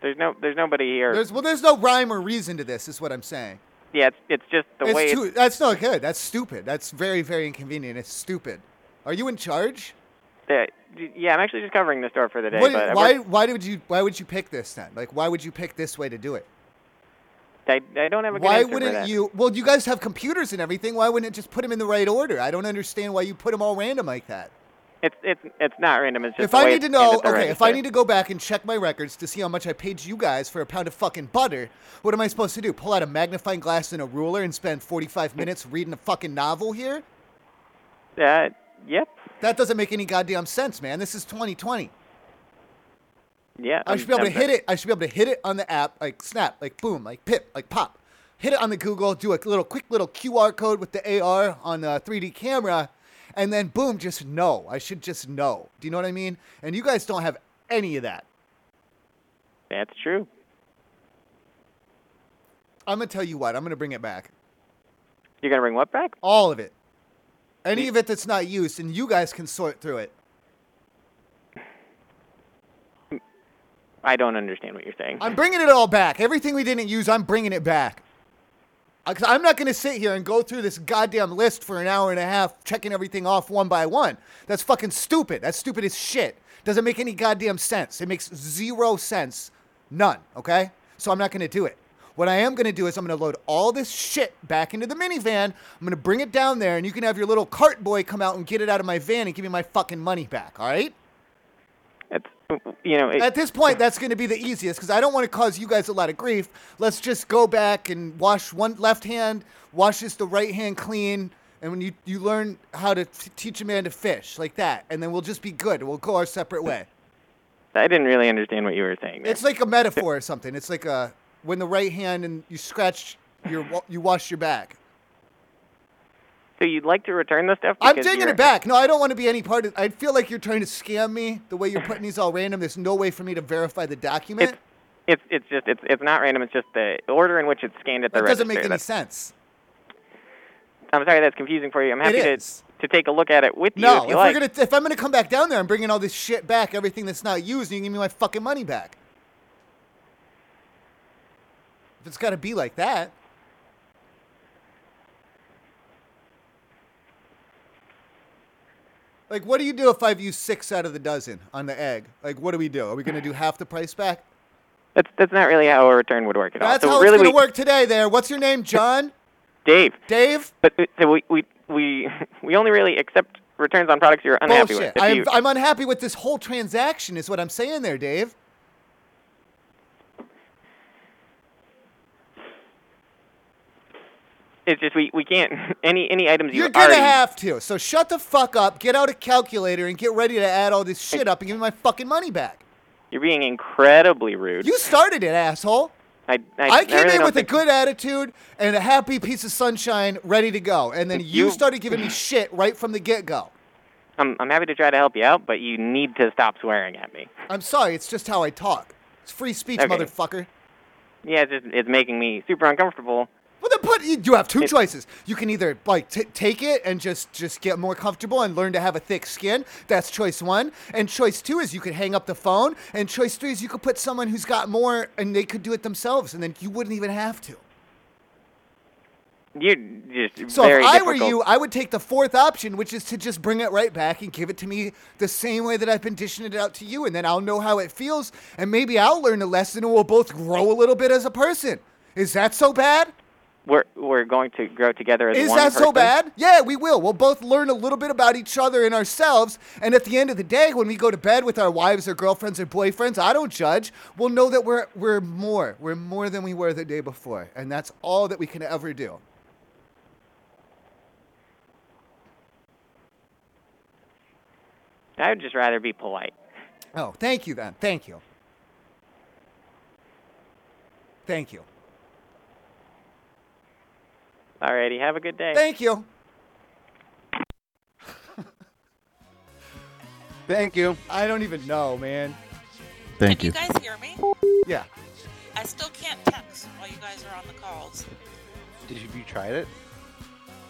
S17: there's no there's nobody here.
S2: There's well, there's no rhyme or reason to this. Is what I'm saying.
S17: yeah, it's it's just the
S2: it's
S17: way it's-
S2: too, that's not good. That's stupid. That's very very inconvenient. It's stupid. Are you in charge?
S17: Yeah, yeah, I'm actually just covering the store for the day.
S2: What-
S17: but I
S2: why
S17: work-
S2: why would you why would you pick this then? Like why would you pick this way to do it?
S17: I, I don't have a good
S2: Why
S17: answer for
S2: wouldn't
S17: that.
S2: you? Well, you guys have computers and everything. Why wouldn't it just put them in the right order? I don't understand why you put them all random like that.
S17: It's it's it's not random. It's just
S2: if
S17: the
S2: I
S17: way
S2: need to
S17: it's
S2: know,
S17: handed at the
S2: okay, if I
S17: register.
S2: need to go back and check my records to see how much I paid you guys for a pound of fucking butter, what am I supposed to do? Pull out a magnifying glass and a ruler and spend 45 minutes reading a fucking novel here?
S17: Uh, yep.
S2: That doesn't make any goddamn sense, man. This is 2020.
S17: yeah,
S2: I should be able to hit it. I should be able to hit it on the app, like snap, like boom, like pip, like pop. Hit it on the Google, do a little quick little QR code with the AR on the 3D camera, and then boom, just know. I should just know. Do you know what I mean? And you guys don't have any of that.
S17: That's true.
S2: I'm gonna tell you what. I'm gonna bring it back.
S17: You're gonna bring what back?
S2: All of it. Any of it that's not used, and you guys can sort through it.
S17: I don't understand what you're saying.
S2: I'm bringing it all back. Everything we didn't use, I'm bringing it back. I- 'cause I'm not going to sit here and go through this goddamn list for an hour and a half, checking everything off one by one. That's fucking stupid. That's stupid as shit. Doesn't make any goddamn sense. It makes zero sense. None, okay? So I'm not going to do it. What I am going to do is I'm going to load all this shit back into the minivan. I'm going to bring it down there, and you can have your little cart boy come out and get it out of my van and give me my fucking money back, all right?
S17: you know, it,
S2: At this point, that's going to be the easiest because I don't want to cause you guys a lot of grief. Let's just go back and wash one left hand, washes the right hand clean, and when you you learn how to t- teach a man to fish like that, and then we'll just be good. We'll go our separate way.
S17: I didn't really understand what you were saying. There.
S2: It's like a metaphor or something. It's like a when the right hand and you scratch your wa- you wash your back.
S17: so you'd like to return the stuff?
S2: I'm
S17: because
S2: taking
S17: you're-
S2: it back. No, I don't want to be any part of. I feel like you're trying to scam me. The way you're putting these all random. There's no way for me to verify the document.
S17: It's it's just it's it's not random. It's just the order in which it's scanned at the
S2: That
S17: register.
S2: doesn't make any
S17: That's-
S2: sense.
S17: I'm sorry, that's confusing for you. I'm
S2: It
S17: happy to
S2: is.
S17: to take a look at it with you
S2: No,
S17: if
S2: if,
S17: you like.
S2: we're gonna, if I'm gonna come back down there, I'm bringing all this shit back, everything that's not used, and you give me my fucking money back. If it's gotta be like that, like, what do you do if I've used six out of the dozen on the egg? Like, what do we do? Are we gonna do half the price back?
S17: That's that's not really how a return would work at all.
S2: That's
S17: so
S2: how
S17: really
S2: it's gonna
S17: we,
S2: work today. There. What's your name, John?
S17: Dave.
S2: Dave.
S17: But uh, so we we we we only really accept returns on products you're unhappy
S2: Bullshit.
S17: with. If
S2: I'm,
S17: you-
S2: I'm unhappy with this whole transaction. Is what I'm saying there, Dave.
S17: it's just we, we can't any any items
S2: You're
S17: you've
S2: gonna
S17: already
S2: have to. So shut the fuck up, get out a calculator, and get ready to add all this shit up and give me my fucking money back.
S17: you're being incredibly rude.
S2: You started it, asshole.
S17: I I,
S2: I came
S17: really
S2: in
S17: don't
S2: with a
S17: think,
S2: good attitude and a happy piece of sunshine, ready to go, and then you,
S17: You-
S2: started giving me shit right from the get go.
S17: I'm I'm happy to try to help you out, but you need to stop swearing at me.
S2: I'm sorry, it's just how I talk. It's free speech,
S17: Okay.
S2: motherfucker.
S17: Yeah, it's just it's making me super uncomfortable.
S2: Well, then put you you have two choices. You can either like t- take it and just just get more comfortable and learn to have a thick skin. That's choice one. And choice two is you could hang up the phone. And choice three is you could put someone who's got more and they could do it themselves, and then you wouldn't even have to.
S17: You're just
S2: So
S17: very
S2: if I were
S17: difficult.
S2: you, I would take the fourth option, which is to just bring it right back and give it to me the same way that I've been dishing it out to you, and then I'll know how it feels, and maybe I'll learn a lesson, and we'll both grow a little bit as a person. Is that so bad?
S17: we're we're going to grow together as
S2: Is
S17: one
S2: that so
S17: person.
S2: bad? Yeah, we will. We'll both learn a little bit about each other and ourselves. And at the end of the day, when we go to bed with our wives or girlfriends or boyfriends, I don't judge. We'll know that we're we're more. We're more than we were the day before. And that's all that we can ever do.
S17: I would just rather be polite.
S2: Oh, thank you then. Thank you. Thank you.
S17: Alrighty, have a good day.
S2: Thank you.
S6: Thank you.
S2: I don't even know, man.
S14: Thank
S18: You
S14: you.
S18: guys hear me?
S2: Yeah.
S18: I still can't text while you guys are on the calls.
S6: Did you, you tried it?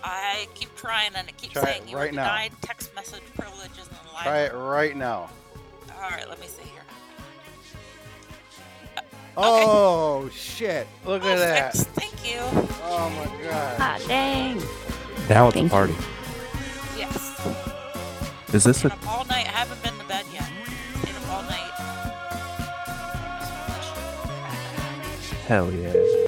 S18: I keep trying and it keeps
S6: Try it
S18: saying you were
S6: right now.
S18: denied text message privileges and the
S6: Try it right now.
S18: All right, let me see here.
S2: Oh shit!
S6: Look at that.
S18: Thank you. Oh
S6: my god.
S18: Hot dang.
S14: Now it's a party.
S18: Yes.
S14: Is this a
S18: All night. I haven't been to bed yet. Stayed up all night.
S14: hell yeah?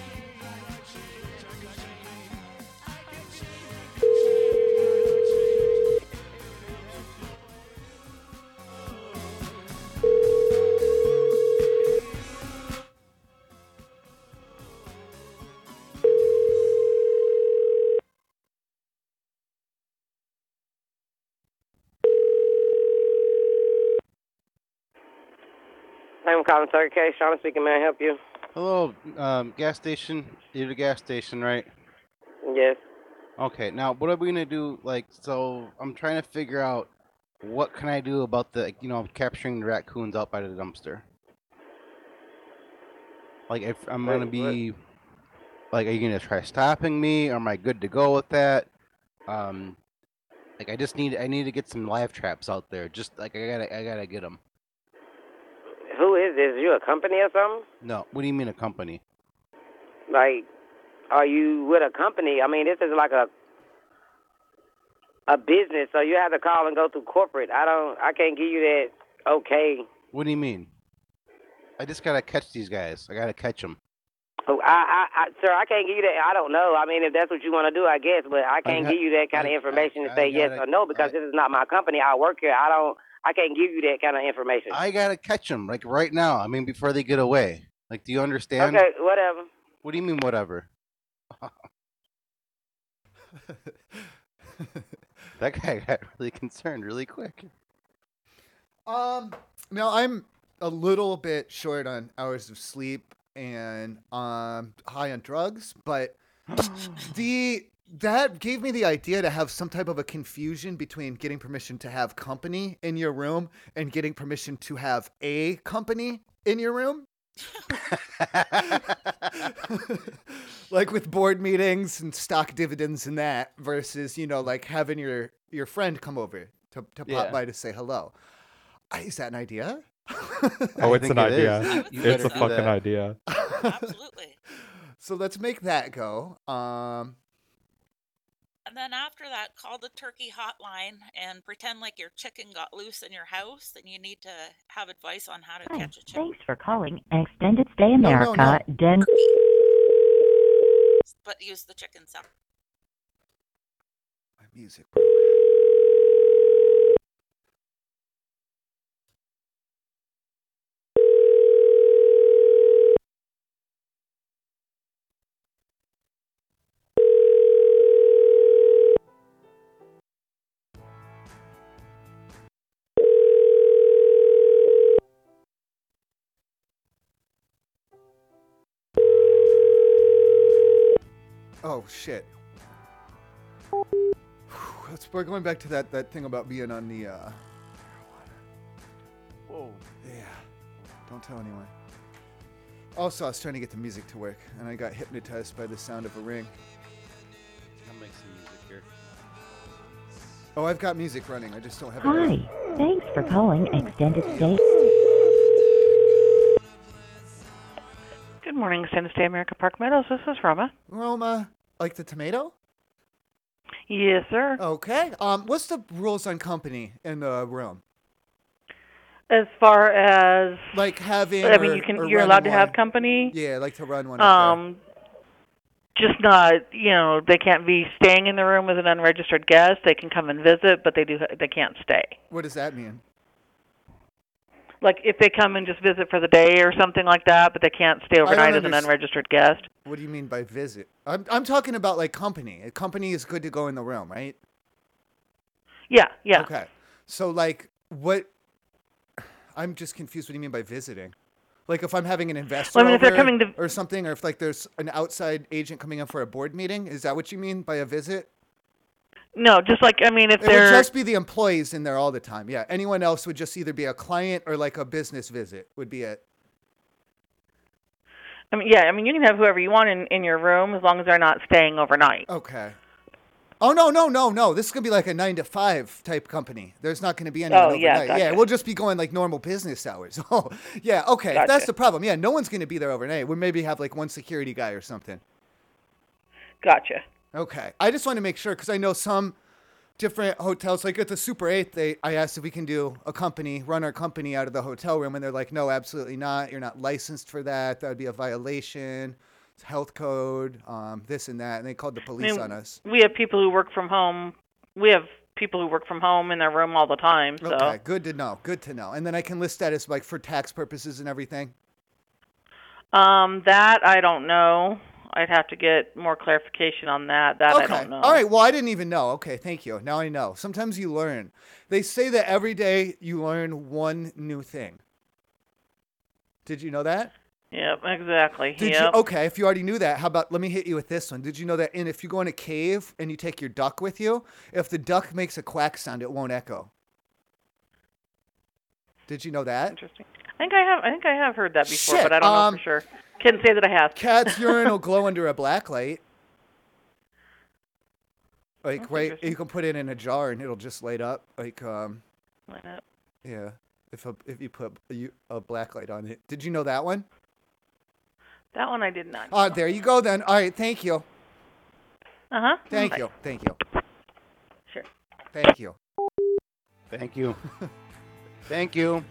S19: I'm calling Sir K. Sean speaking. May I help you?
S6: Hello, um, gas station. You're the gas station, right?
S19: Yes.
S6: Okay. Now, what are we gonna do? Like, so I'm trying to figure out what can I do about the, you know, capturing the raccoons out by the dumpster. Like, if I'm gonna be, like, are you gonna try stopping me? Or am I good to go with that? Um, like, I just need, I need to get some live traps out there. Just like, I gotta, I gotta get them.
S19: Who is this? You a company or something?
S6: No, what do you mean a company?
S19: Like, are you with a company? I mean, this is like a a business, so you have to call and go through corporate. I don't. I can't give you that. Okay.
S6: What do you mean? I just gotta catch these guys. I gotta catch them.
S19: Oh, I, I, I, sir, I can't give you that. I don't know. I mean, if that's what you want to do, I guess, but I can't
S6: got-
S19: give you that kind of information to say yes
S6: gotta-
S19: or no because this is not my company. I work here. I don't. I can't give you that kind of information.
S6: I gotta catch them like right now. I mean, before they get away. Like, do you understand?
S19: okay, whatever.
S6: What do you mean, whatever? that guy got really concerned really quick.
S2: Um, now I'm a little bit short on hours of sleep and um high on drugs, but the that gave me the idea to have some type of a confusion between getting permission to have company in your room and getting permission to have a company in your room. like with board meetings and stock dividends and that versus, you know, like having your your friend come over to, to pop
S6: Yeah.
S2: by to say hello. I- Is that an idea?
S11: Oh,
S6: I
S11: it's
S6: think it is.
S11: an idea.
S6: You
S11: It's
S6: better
S11: a
S6: do
S11: fucking
S6: that.
S11: idea.
S2: Absolutely. so let's make that go. Um,
S18: And then after that, call the turkey hotline and pretend like your chicken got loose in your house and you need to have advice on how to catch a chicken.
S12: Thanks for calling Extended Stay
S18: No, no,
S12: America.
S18: no.
S12: Den-
S18: But use the chicken sound.
S2: my music. Oh shit. Whew, that's- We're going back to that, that thing about being on the. Uh,
S6: Whoa.
S2: yeah. Don't tell anyone. Also, I was trying to get the music to work, and I got hypnotized by the sound of a ring.
S6: I'll make some music here.
S2: Oh, I've got music running. I just don't have. it
S12: Hi.
S2: running.
S12: Thanks for calling Extended Stay.
S10: Good morning, Extended Stay America Park Meadows. This is Rama.
S2: Roma, like the tomato?
S10: Yes, sir.
S2: Okay. Um, what's the rules on company in the room?
S10: As far as
S2: Like having.
S10: I mean,
S2: or-
S10: you can
S2: or
S10: you're
S2: running
S10: allowed to have
S2: one-
S10: company.
S2: Yeah, like to run one. up there.
S10: Um, just not, you know, they can't be staying in the room as an unregistered guest. They can come and visit, but they do they can't stay.
S2: What does that mean?
S10: Like if they come and just visit for the day or something like that, but they can't stay
S2: I don't
S10: overnight as an
S2: underst-
S10: unregistered guest.
S2: What do you mean by visit? I'm I'm talking about like company. A company is good to go in the room, right?
S10: Yeah, yeah.
S2: Okay. So like what I'm just confused what do you mean by visiting? Like if I'm having an investor
S10: Well, I mean, if they're
S2: over
S10: coming to-
S2: or something, or if like there's an outside agent coming in for a board meeting, is that what you mean by a visit?
S10: No, just like I mean, if
S2: it
S10: they're
S2: would just be the employees in there all the time. Yeah. Anyone else would just either be a client or like a business visit would be it.
S10: I mean, yeah, I mean, you can have whoever you want in in your room as long as they're not staying overnight.
S2: Okay. Oh no no no no! This is gonna be like a nine to five type company. There's not gonna be anyone
S10: Oh,
S2: overnight.
S10: yeah,
S2: yeah,
S10: gotcha.
S2: we'll just be going like normal business hours. Oh yeah, okay. That's
S10: Gotcha.
S2: the problem. Yeah, no one's gonna be there overnight. We maybe have like one security guy or something.
S10: Gotcha.
S2: Okay. I just want to make sure because I know some different hotels, like at the Super 8, they I asked if we can do a company, run our company out of the hotel room, and they're like, no, absolutely not. You're not licensed for that. That would be a violation. It's health code, um, this and that. And they called the
S10: I
S2: police
S10: mean,
S2: on us.
S10: We have people who work from home. We have people who work from home in their room all the time. So
S2: Okay, good to know. Good to know. And then I can list that as like for tax purposes and everything.
S10: um, that I don't know. I'd have to get more clarification on that. That
S2: okay.
S10: I don't know.
S2: All right. Well, I didn't even know. Okay. Thank you. Now I know. Sometimes you learn. They say that every day you learn one new thing. Did you know that?
S10: Yep. Exactly.
S2: Did
S10: yep.
S2: you okay? If you already knew that, how about let me hit you with this one? Did you know that? And if you go in a cave and you take your duck with you, if the duck makes a quack sound, it won't echo. Did you know that?
S10: Interesting. I think I have. I think I have heard that before,
S2: Shit,
S10: but I don't
S2: um,
S10: know for sure. Can say that I have.
S2: Cat's urine will glow under a black light. Like right, you can put it in a jar and it'll just light up. Like um,
S10: Light up.
S2: Yeah, if a, if you put a, you- a black light on it. Did you know that one?
S10: That one I did not.
S2: Uh, there you go then. All right, thank you.
S10: Uh huh.
S2: Thank you. Thank you.
S10: Sure.
S2: Thank you.
S6: Thank you. Thank you.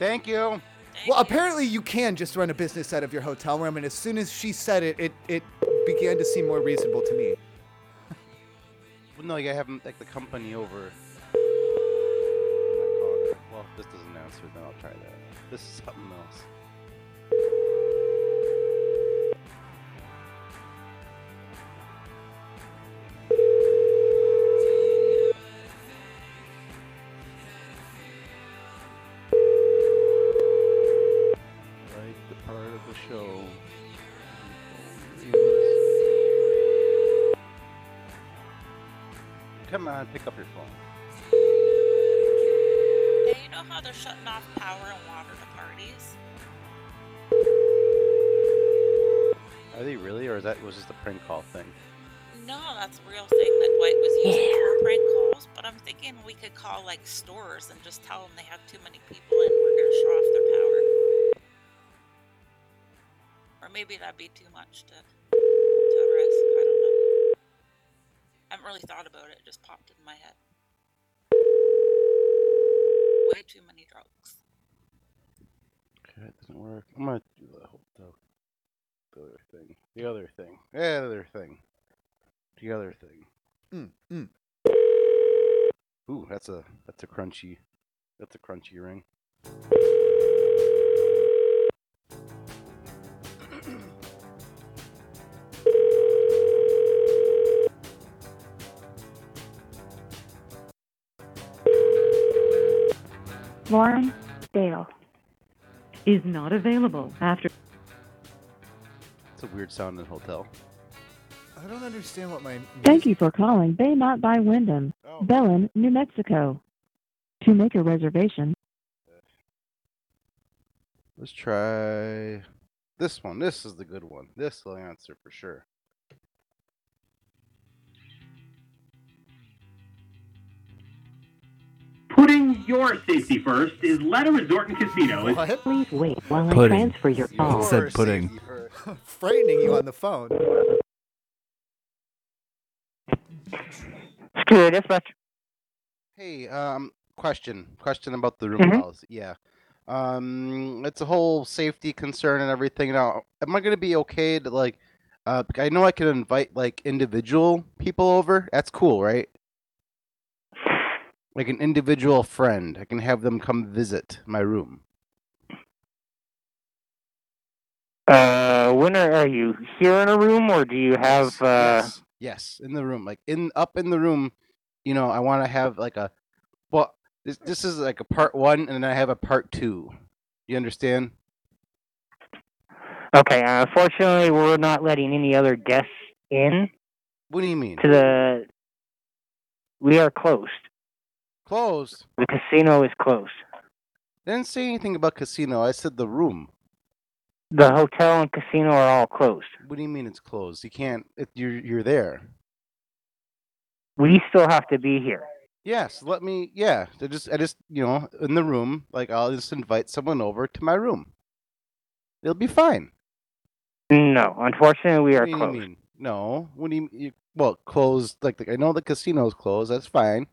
S6: Thank you.
S2: Well, apparently you can just run a business out of your hotel room, and as soon as she said it, it, it began to seem more reasonable to me.
S6: Well, no, you gotta have 'em, like the company over. Well, this doesn't answer. Then I'll try that. This is something else. Like the part of the show. Come on, pick up your phone.
S18: Hey, you know how they're shutting off power and water to parties?
S6: Are they really, or is that was just a prank call thing?
S18: No, that's a real thing that Dwight was using for prank calls. But I'm thinking we could call like stores and just tell them they have too many people and we're gonna shut off their power. Or maybe that'd be too much to to risk. I don't know. I haven't really thought about it. It just popped in my head. Way too many drugs.
S6: Okay, it doesn't work. I'm gonna do the whole the, the other thing. The other thing. The other thing. The other thing.
S2: Mm, mm.
S6: Ooh, that's a that's a crunchy that's a crunchy ring.
S11: Lauren Dale is not available after.
S6: It's a weird sound in a hotel.
S2: I don't understand what my
S11: Thank you for calling Baymont by Wyndham,
S2: Oh.
S11: Belen, New Mexico. To make a reservation,
S6: Let's try this one. This is the good one. This will answer for sure.
S20: Putting your safety first is Letta Resort and Casino.
S11: please wait while I
S3: Pudding.
S11: transfer your
S3: It
S11: call.
S3: said pudding.
S2: frightening you on the phone.
S11: Screw dispatch.
S6: Hey, um, question, question about the room
S11: Mhm.
S6: policy. Yeah, um, it's a whole safety concern and everything. Now, am I gonna be okay to like? Uh, I know I could invite like individual people over. That's cool, right? Like an individual friend. I can have them come visit my room.
S21: Uh, when are, are you here in a room, or do you have? Uh,
S6: Yes, in the room, like in up in the room. You know, I want to have like a. Well, this this is like a part one, and then I have a part two. You understand?
S21: Okay. Uh, unfortunately, we're not letting any other guests in.
S6: What do you mean?
S21: To the. We are closed.
S6: Closed.
S21: The casino is closed.
S6: Didn't say anything about casino. I said the room.
S21: The hotel and casino are all closed.
S6: What do you mean it's closed? You can't. It, you're you're there.
S21: We still have to be here.
S6: Yes, let me. Yeah, I just, I just, you know, in the room, like I'll just invite someone over to my room. It'll be fine.
S21: No, unfortunately, we are
S6: What do you
S21: closed.
S6: mean? No, what do you, you well closed? Like the, I know the casino's closed. That's fine.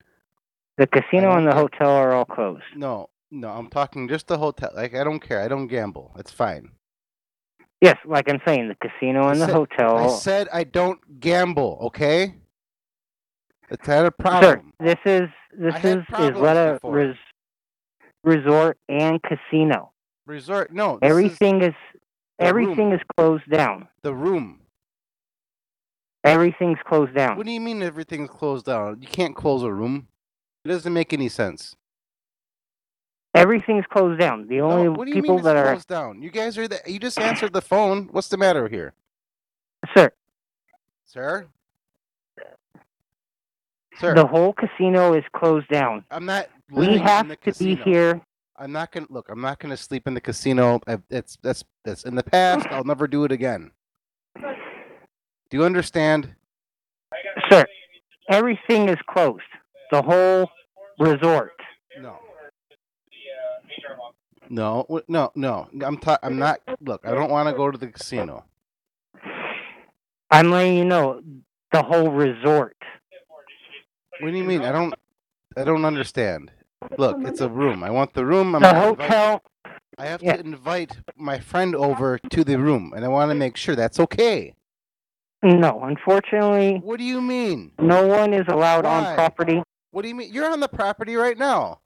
S21: The casino and the hotel are all closed.
S6: No, no, I'm talking just the hotel. Like I don't care. I don't gamble. That's fine.
S21: Yes, like I'm saying, the casino and
S6: I
S21: the
S6: said-
S21: hotel.
S6: I said I don't gamble. Okay. It's not a problem.
S21: Sir, this is this
S6: I had
S21: is is
S6: problems
S21: what a
S6: before.
S21: res, resort and casino.
S6: Resort. No. Oh, this is-
S21: Everything is,
S6: the
S21: everything
S6: room.
S21: is closed down.
S6: The room.
S21: Everything's closed down.
S6: What do you mean everything's closed down? You can't close a room. It doesn't make any sense.
S21: Everything's closed down. The only
S6: what do you
S21: people
S6: mean
S21: that
S6: it's
S21: are
S6: closed down? You guys are the, you just answered the phone. What's the matter here,
S21: sir,
S6: sir? Sir,
S21: the whole casino is closed down.
S6: I'm not.
S21: We
S6: living
S21: have
S6: in the
S21: to be
S6: casino.
S21: here.
S6: I'm not gonna look. I'm not gonna sleep in the casino. I, it's that's that's in the past. I'll never do it again. Do you understand?
S21: Sir, everything is closed. The whole resort.
S6: No. No, w- no, no. I'm ta- I'm not. Look, I don't want to go to the casino.
S21: I'm letting you know the whole resort.
S6: What do you mean? I don't. I don't understand. Look, it's a room. I want the room. I'm
S21: The
S6: gonna invite-
S21: hotel.
S6: I have
S21: Yeah.
S6: to invite my friend over to the room, and I want to make sure that's okay.
S21: No, unfortunately.
S6: What do you mean?
S21: No one is allowed on
S6: Why?
S21: property.
S6: What do you mean? You're on the property right now.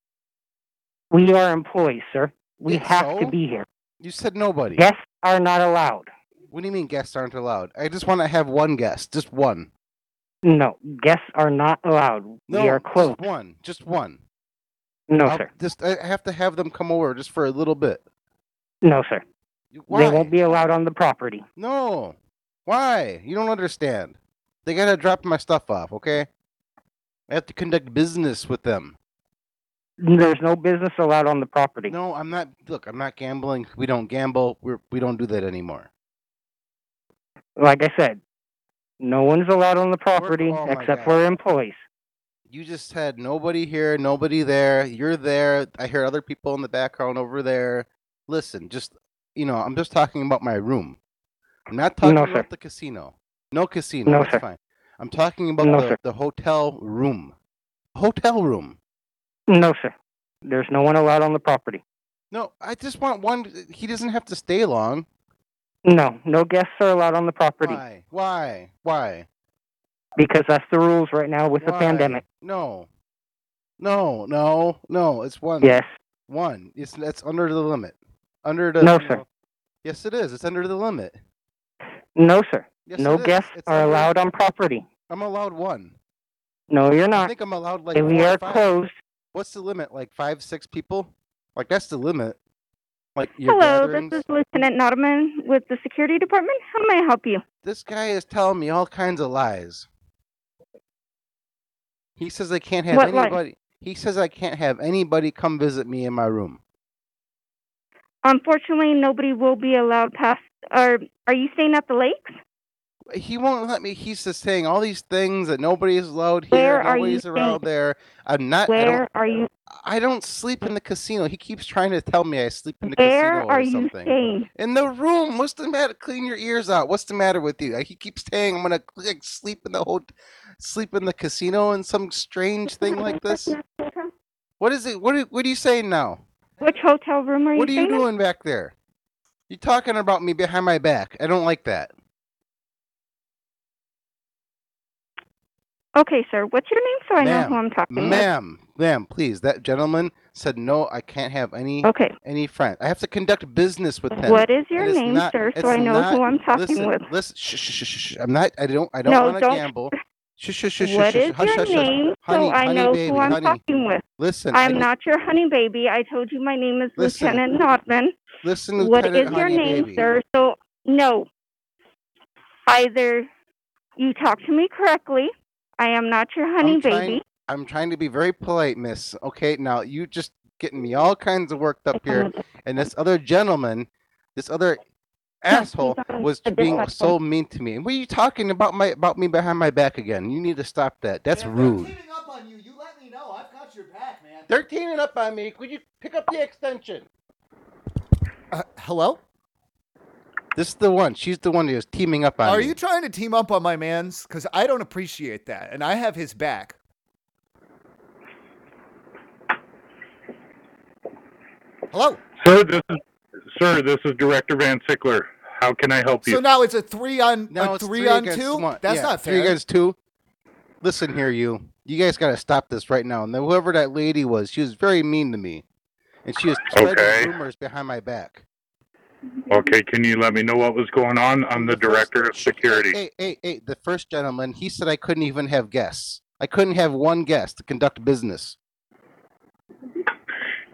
S21: We are employees, sir. We
S6: Yeah,
S21: have to
S6: so?
S21: be here.
S6: You said nobody.
S21: Guests are not allowed.
S6: What do you mean guests aren't allowed? I just want to have one guest, just one.
S21: No, guests are not allowed.
S6: No,
S21: we are closed.
S6: just one, just one.
S21: No,
S6: I'll
S21: sir.
S6: Just I have to have them come over just for a little bit.
S21: No, sir.
S6: Why?
S21: They won't be allowed on the property.
S6: No. Why? You don't understand. They gotta drop my stuff off, okay? I have to conduct business with them.
S21: There's no business allowed on the property.
S6: No, I'm not. Look, I'm not gambling. We don't gamble. We're, we don't do that anymore.
S21: Like I said, no one's allowed on the property
S6: oh my God.
S21: except for employees.
S6: You just had nobody here, nobody there. You're there. I hear other people in the background over there. Listen, just you know, I'm just talking about my room. I'm not talking
S21: No, sir.
S6: about the casino. No casino.
S21: No,
S6: that's
S21: sir.
S6: fine. I'm talking about
S21: No,
S6: the,
S21: sir.
S6: the hotel room. Hotel room.
S21: No, sir. There's no one allowed on the property.
S6: No, I just want one. He doesn't have to stay long.
S21: No, no guests are allowed on the property
S6: Why? Why? Why?
S21: because that's the rules right now with the
S6: Why?
S21: pandemic.
S6: No. No, no, no. It's one.
S21: Yes.
S6: One. It's that's under the limit. Under the
S21: No, sir.
S6: Yes, it is. It's under the limit.
S21: No, sir.
S6: Yes,
S21: no
S6: it is.
S21: guests
S6: It's
S21: are
S6: under-
S21: allowed on property.
S6: I'm allowed one.
S21: No, you're
S6: I
S21: not.
S6: think I'm allowed like.
S21: And we
S6: four or
S21: are
S6: five.
S21: closed.
S6: What's the limit? Like five, six people? Like that's the limit. Like your
S22: Hello,
S6: gatherings.
S22: this is Lieutenant Nottaman with the security department. How may I help you?
S6: This guy is telling me all kinds of lies. He says I can't have
S22: What lies?
S6: anybody. He says I can't have anybody come visit me in my room.
S22: Unfortunately, nobody will be allowed past. Are Are you staying at the lakes?
S6: He won't let me. He's just saying all these things that nobody's allowed here,
S22: Where are you
S6: nobody's around
S22: staying?
S6: there. I'm not. I
S22: Where
S6: don't,
S22: are you?
S6: I don't sleep in the casino. He keeps trying to tell me I sleep in the
S22: Where
S6: casino
S22: are
S6: or
S22: you
S6: something.
S22: staying?
S6: In the room. What's the matter? Clean your ears out. What's the matter with you? Like, He keeps saying I'm gonna like, sleep in the whole, sleep in the casino and some strange thing like this. What is it? What are, what are you saying now?
S22: Which hotel room are
S6: What are
S22: you
S6: you
S22: staying? at?
S6: doing back there? You talking about me behind my back? I don't like that.
S7: Okay, sir. What's your name so I know who I'm talking with?
S6: Ma'am, ma'am, please. That gentleman said no. I can't have any
S7: Okay.
S6: any friends. I have to conduct business with him.
S7: What is your
S6: And it's
S7: name,
S6: not-
S7: sir, so
S6: it's
S7: I know who
S6: not-
S7: I'm talking
S6: listen,
S7: with?
S6: Listen, shh, shh, shh, shh, shh. I'm not. I don't. I don't
S7: No,
S6: want to
S7: don't-
S6: gamble. Shh, shh, shh, shh, shh,
S7: What
S6: shh,
S7: is
S6: hush,
S7: your
S6: hush, hush.
S7: name
S6: Honey,
S7: so I
S6: honey,
S7: know
S6: baby,
S7: who I'm
S6: honey.
S7: talking with?
S6: Listen,
S7: I'm
S6: I-
S7: not your honey baby. I told you my name is
S6: Listen.
S7: Lieutenant Nodman.
S6: Listen,
S7: what is
S6: Lieutenant
S7: your
S6: Honey
S7: name,
S6: Baby.
S7: sir? So no. Either you talk to me correctly. I am not your honey
S6: I'm trying-
S7: baby.
S6: I'm trying to be very polite, miss. Okay, now you just getting me all kinds of worked up here. And this other gentleman, this other asshole was being so mean to me. And what are you talking about my about me behind my back again? You need to stop that. That's rude. They're teaming up on me. Could you pick up the extension?
S2: Uh, Hello?
S6: This is the one. She's the one who's teaming up on
S2: Are
S6: me.
S2: you trying to team up on my man's? Because I don't appreciate that, and I have his back. Hello.
S23: Sir, this is sir. This is Director Van Sickler. How can I help you?
S2: So now it's a three on
S6: Now
S2: a
S6: it's
S2: three, on
S6: against
S2: two.
S6: one.
S2: That's
S6: Yeah,
S2: not
S6: Three
S2: fair.
S6: against two. Listen here, you. You guys got to stop this right now. And then whoever that lady was, she was very mean to me, and she was spreading
S23: Okay.
S6: rumors behind my back.
S23: okay, can you let me know what was going on? I'm the director of security.
S6: Hey, hey, hey! The first gentleman, he said I couldn't even have guests. I couldn't have one guest to conduct business.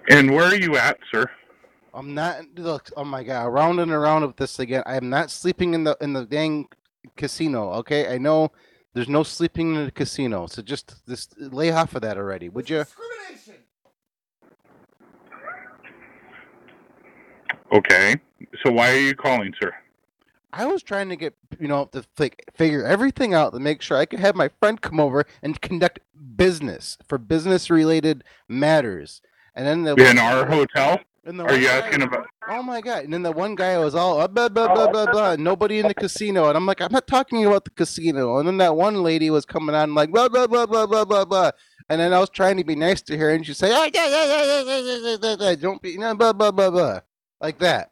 S23: And where are you at, sir?
S6: I'm not. Look, oh my god, around and around with this again. I am not sleeping in the in the dang casino. Okay, I know there's no sleeping in the casino, so just just lay off of that already, would you?
S23: Okay. So why are you calling, sir?
S6: I was trying to get you know to like figure everything out to make sure I could have my friend come over and conduct business for business related matters. And then the
S23: In our hotel?
S6: In the
S23: Are you
S6: one guy-
S23: asking about?
S6: Oh my god! And then the one guy was all uh, blah blah blah blah blah. and Nobody in the casino, and I'm like, I'm not talking about the casino. And then that one lady was coming on like blah blah blah blah blah blah blah. And then I was trying to be nice to her, and she said, "Ah, yeah yeah yeah yeah yeah yeah yeah, yeah yeah, don't be no blah blah blah blah," like that.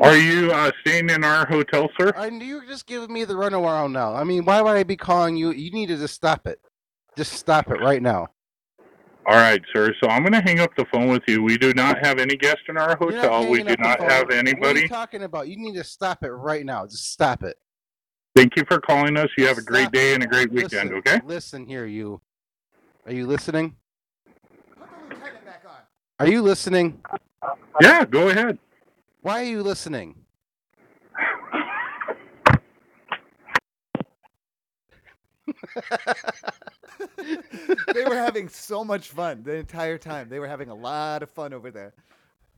S23: Are you uh, staying in our hotel, sir?
S6: And you're just giving me the runaround now. I mean, why would I be calling you? You need to just stop it. Just stop it right now.
S23: All right, sir. So I'm going to hang up the phone with you. We do not have any guests in our
S6: You're
S23: hotel. We
S6: hanging
S23: do
S6: up the
S23: not
S6: phone.
S23: have
S6: What are
S23: anybody.
S6: you talking about? You need to stop it right now. Just stop it.
S23: Thank you for calling us. You have a great day and a great
S6: Listen,
S23: weekend, okay?
S6: Listen here, you. Are you listening? Are you listening?
S23: Yeah, go ahead.
S6: Why are you listening?
S2: they were having so much fun the entire time. They were having a lot of fun over there.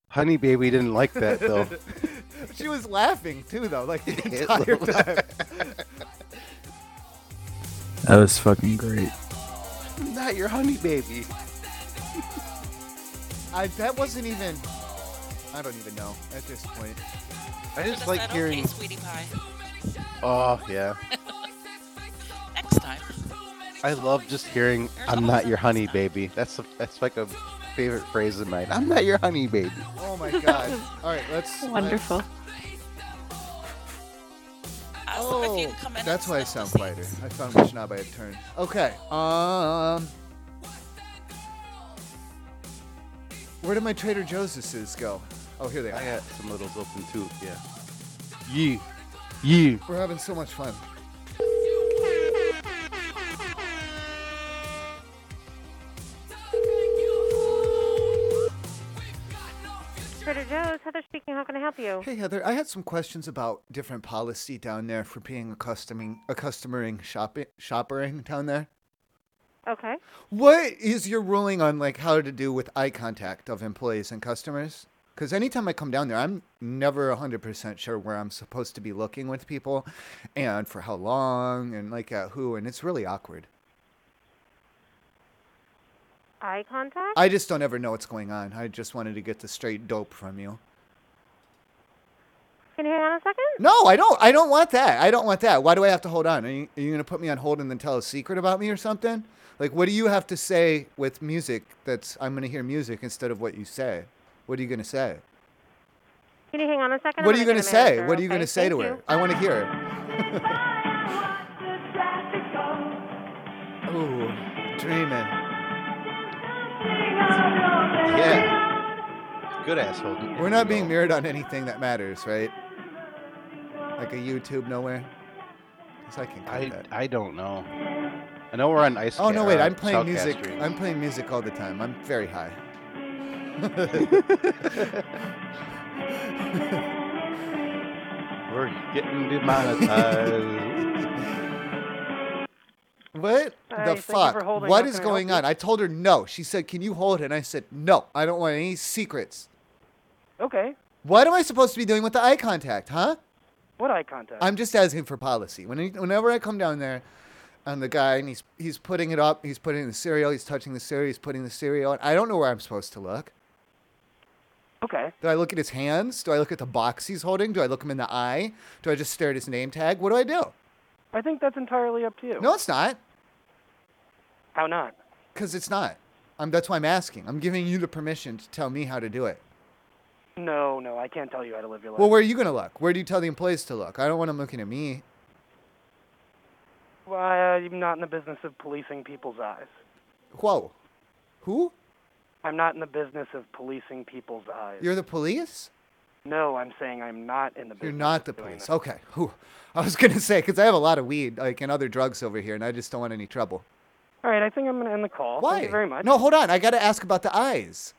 S6: Honey baby didn't like that though.
S2: she was laughing too, though, like the
S6: Yeah,
S2: entire
S6: little-
S2: time.
S9: That was fucking great.
S6: I'm not your honey baby.
S2: I, that wasn't even. I don't even know at this point.
S6: I
S18: But is
S6: just like
S18: that
S6: hearing.
S18: okay, sweetie pie.
S6: Oh yeah.
S18: Next time.
S6: I love just hearing "I'm not your honey baby." That's a, that's like a favorite phrase of mine. I'm not your honey baby.
S2: Oh my god! All right, let's.
S18: Wonderful.
S2: Oh, that's why I sound quieter. I found which knob I had turned. Okay. Um. Where did my Trader Joseph's go? Oh, here they are.
S6: I got some littles open too. Yeah. You, you.
S2: We're having so much fun.
S11: Trader Joe's, Heather speaking. How can I help you?
S2: Hey Heather, I had some questions about different policy down there for being a customing, a customering shopping, shoppering down there.
S11: Okay.
S2: What is your ruling on like how to do with eye contact of employees and customers? Because anytime I come down there, I'm never 100% sure where I'm supposed to be looking with people and for how long and like at who, and it's really awkward.
S11: Eye contact?
S2: I just don't ever know what's going on. I just wanted to get the straight dope from you.
S11: Can you hang on a second?
S2: No, I don't. I don't want that. I don't want that. Why do I have to hold on? Are you, are you going to put me on hold and then tell a secret about me or something? Like, what do you have to say with music that's I'm going to hear music instead of what you say? What are you going to say?
S11: Can you hang on a second?
S2: what
S11: I'm
S2: are you going to
S11: gonna get a
S2: say?
S11: manager,
S2: What are you
S11: okay?
S2: going to say
S11: Thank
S2: to her?
S11: you.
S2: I want to hear it. Ooh, dreaming.
S6: Yeah. Good asshole. dude.
S2: We're not being mirrored on anything that matters, right? Like a YouTube nowhere. 'Cause I can cut
S6: I,
S2: that.
S6: I don't know. I know we're on ice.
S2: Oh no,
S6: Ca-
S2: wait!
S6: uh,
S2: I'm playing
S6: Southcast
S2: music.
S6: Street.
S2: I'm playing music all the time. I'm very high.
S6: We're getting demonetized.
S2: What
S6: Hi,
S2: the
S6: thank you for
S2: fuck?
S6: holding.
S2: What
S6: How
S2: is
S6: can I help
S2: going
S6: you?
S2: on? I told her no. She said, "Can you hold it?" And I said, "No. I don't want any secrets."
S24: Okay.
S2: What am I supposed to be doing with the eye contact, huh?
S24: What eye contact?
S2: I'm just asking for policy. When he, whenever I come down there, and the guy and he's he's putting it up, he's putting the cereal, he's touching the cereal, he's putting the cereal, and I don't know where I'm supposed to look.
S24: Okay.
S2: Do I look at his hands? Do I look at the box he's holding? Do I look him in the eye? Do I just stare at his name tag? What do I do?
S24: I think that's entirely up to you.
S2: No, it's not.
S24: How not?
S2: Because it's not. I'm, that's why I'm asking. I'm giving you the permission to tell me how to do it.
S24: No, no, I can't tell you how to live your life.
S2: Well, where are you going to look? Where do you tell the employees to look? I don't want them looking at me.
S24: Well, I'm not in the business of policing people's eyes.
S2: Whoa. Who?
S24: I'm not in the business of policing people's eyes.
S2: You're the police?
S24: No, I'm saying I'm not in the
S2: You're
S24: business.
S2: not the police. Okay. Whew. I was going to say, because I have a lot of weed like, and other drugs over here, and I just don't want any trouble.
S24: All right, I think I'm going to end the call.
S2: Why?
S24: Thank you very much.
S2: No, hold on. I got to ask about the eyes.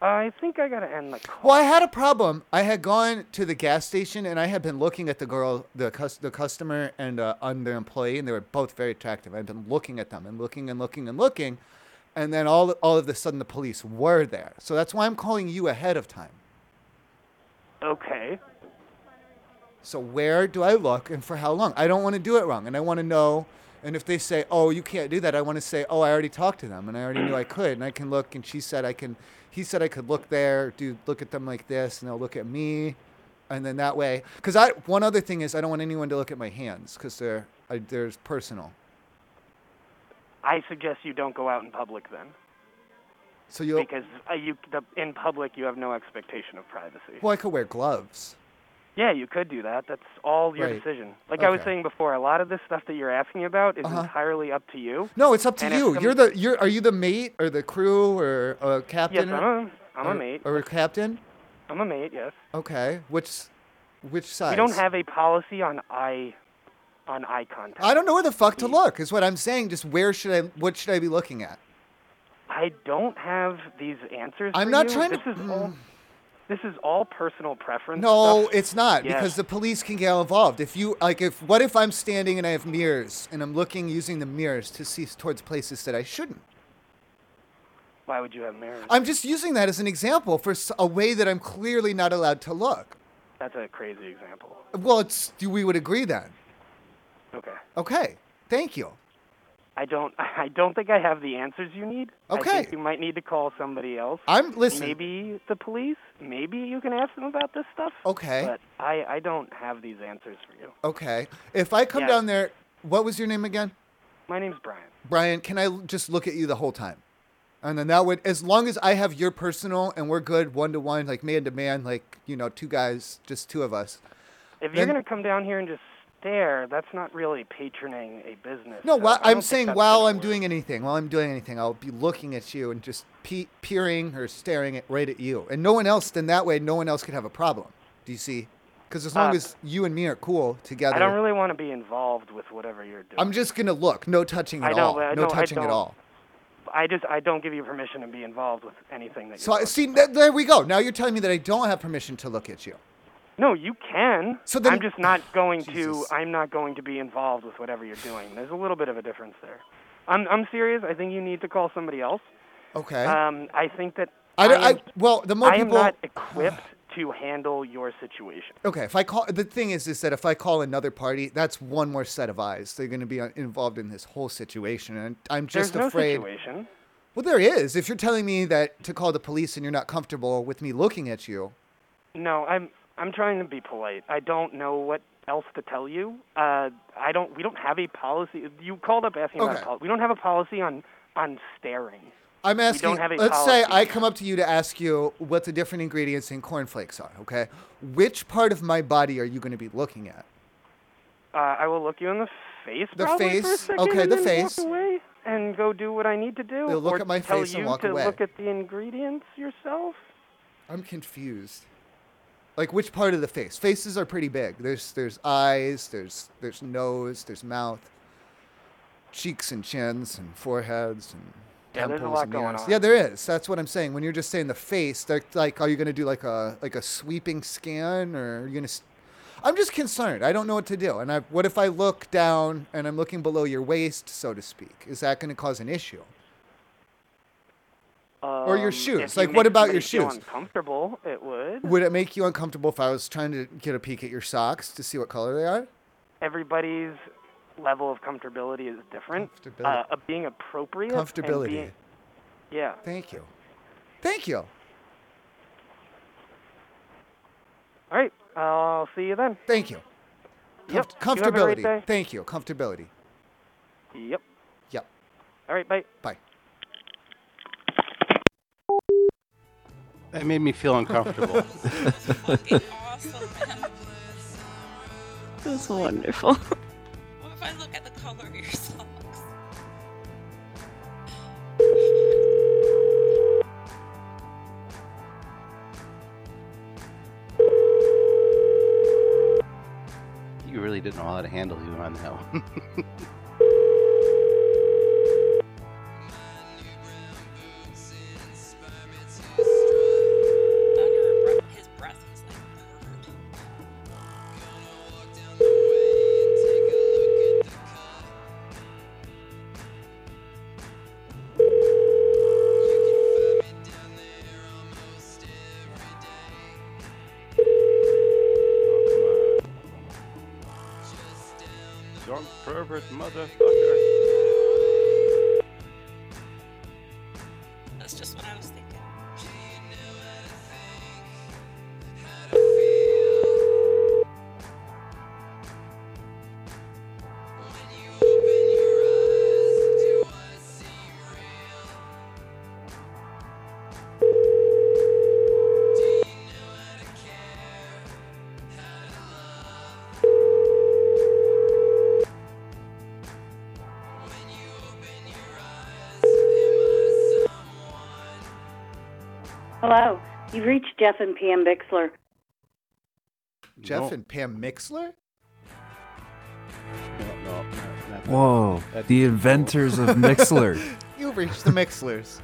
S24: I think I got to end the call.
S2: Well, I had a problem. I had gone to the gas station and I had been looking at the girl, the cus- the customer, and uh, and their employee, and they were both very attractive. I'd been looking at them and looking and looking and looking, and then all all of a sudden the police were there. So that's why I'm calling you ahead of time.
S24: Okay.
S2: So where do I look and for how long? I don't want to do it wrong, and I want to know. And if they say, "Oh, you can't do that," I want to say, "Oh, I already talked to them, and I already knew I could, and I can look." And she said, "I can." He said, "I could look there, do look at them like this, and they'll look at me." And then that way, because I one other thing is I don't want anyone to look at my hands because they're I, they're personal.
S24: I suggest you don't go out in public then.
S2: So you'll
S24: Because uh, you, the, in public, you have no expectation of privacy.
S2: well, I could wear gloves.
S24: Yeah, you could do that. That's all your
S2: Right.
S24: decision. Like I was
S2: Okay. Uh-huh.
S24: saying before, a lot of this stuff that you're asking about is entirely up to you.
S2: No, it's up to
S24: And if
S2: you.
S24: some-
S2: You're the you're are you the mate or the crew or a captain?
S24: Yes,
S2: or,
S24: I'm a- I'm a
S2: or-
S24: mate.
S2: or a captain.
S24: I'm a mate, yes.
S2: Okay, which which size?
S24: We don't have a policy on eye on eye contact.
S2: I don't know where the fuck to look. Is what I'm saying. Just where should I? What should I be looking at?
S24: I don't have these answers.
S2: I'm
S24: for
S2: not
S24: you.
S2: trying to- Mm.
S24: this Is all, this is all personal preference.
S2: No,
S24: stuff.
S2: it's not
S24: Yes.
S2: because the police can get involved. If you like, if what if I'm standing and I have mirrors and I'm looking using the mirrors to see towards places that I shouldn't.
S24: Why would you have mirrors?
S2: I'm just using that as an example for s- a way that I'm clearly not allowed to look.
S24: That's a crazy example.
S2: Well, it's we would agree then.
S24: Okay.
S2: Okay, thank you.
S24: I don't. I don't think I have the answers you need. I
S2: Okay.
S24: think you might need to call somebody else.
S2: I'm listening.
S24: Maybe the police. Maybe you can ask them about this stuff.
S2: Okay.
S24: But I, I don't have these answers for you.
S2: Okay, if I come
S24: Yeah.
S2: down there, what was your name again?
S24: My name's Brian.
S2: Brian, can I l- just look at you the whole time? And then that would, as long as I have your personal and we're good one to one, like man to man, like, you know, two guys, just two of us.
S24: If you're
S2: Then-
S24: gonna come down here and just stare, that's not really patroning a business.
S2: No,
S24: so
S2: while,
S24: I don't
S2: I'm
S24: think
S2: saying
S24: that's
S2: while
S24: gonna
S2: I'm doing anything, while I'm doing anything, I'll be looking at you and just pe- peering or staring at, right at you. And no one else, then that way, no one else could have a problem. Do you see? Because as long
S24: Uh,
S2: as you and me are cool together,
S24: I don't really want to be involved with whatever you're doing.
S2: am just going to look. No touching
S24: I
S2: at
S24: know,
S2: all.
S24: but I
S2: no
S24: don't- I
S2: touching at
S24: don't-
S2: all.
S24: I just I don't give you permission to be involved with anything that
S2: So
S24: you're
S2: I, see, th- there we go. Now you're telling me that I don't have permission to look at you.
S24: No, you can.
S2: So then-
S24: I'm just not going to
S2: Jesus.
S24: I'm not going to be involved with whatever you're doing. There's a little bit of a difference there. I'm I'm serious. I think you need to call somebody else.
S2: Okay.
S24: Um I think that
S2: I, don't,
S24: I am,
S2: I well, the more
S24: I am
S2: people.
S24: not equipped to handle your situation.
S2: Okay, if I call the thing is is that if I call another party, that's one more set of eyes. They're going to be uh, involved in this whole situation, and I'm just
S24: There's no
S2: afraid.
S24: situation.
S2: Well, there is. If you're telling me that to call the police and you're not comfortable with me looking at you,
S24: No, I'm I'm trying to be polite. I don't know what else to tell you. Uh, I don't. We don't have a policy. You called up asking about
S2: Okay.
S24: a policy. We don't have a policy on on staring.
S2: I'm
S24: We don't
S2: asking.
S24: have a
S2: let's say
S24: policy.
S2: I come up to you to ask you what the different ingredients in cornflakes are. Okay, which part of my body are you going to be looking at?
S24: Uh, I will look you in the face.
S2: The
S24: probably For a
S2: face?
S24: second
S2: Okay,
S24: and
S2: the
S24: then
S2: face.
S24: Walk away and and go do what I need to do,
S2: They'll look
S24: or
S2: at my
S24: tell
S2: face
S24: you
S2: and walk
S24: to
S2: away.
S24: look at the ingredients yourself?
S2: I'm confused. Like which part of the face? Faces are pretty big. There's there's eyes, there's there's nose, there's mouth, cheeks and chins and foreheads and
S24: Yeah, there's a
S2: temples
S24: lot
S2: and the
S24: going
S2: eyes.
S24: on.
S2: Yeah, there is. That's what I'm saying. When you're just saying the face, they're like, are you gonna do like a like a sweeping scan or are you gonna? s I'm just concerned. I don't know what to do. And I what if I look down and I'm looking below your waist, so to speak? Is that gonna cause an issue? or your
S24: Um,
S2: shoes.
S24: if you
S2: like,
S24: make
S2: what about your
S24: somebody feel
S2: shoes?
S24: Uncomfortable, it would.
S2: Would it make you uncomfortable if I was trying to get a peek at your socks to see what color they are?
S24: Everybody's level of comfortability is different.
S2: Comfortability.
S24: Uh, of being appropriate. and
S2: Comfortability.
S24: being- yeah.
S2: Thank you. Thank you.
S24: All right. I'll see you then.
S2: Thank you.
S24: Yep.
S2: Comf-
S24: You have a great
S2: comfortability.
S24: day.
S2: Thank you. Comfortability.
S24: Yep.
S2: Yep.
S24: All right. Bye.
S2: Bye.
S6: That made me feel uncomfortable.
S5: That's wonderful.
S13: What if I look at the color of your socks?
S6: you really didn't know how to handle you on that one.
S3: Drunk pervert motherfucker.
S13: That's just what I was thinking.
S12: Hello. You've reached Jeff and PM Bixler.
S2: Jeff
S6: No.
S2: and Pam Mixler?
S6: No, no, not- not that.
S14: Whoa,
S6: That's
S14: the
S6: cool.
S14: inventors of Mixler.
S2: You've reached the Mixlers.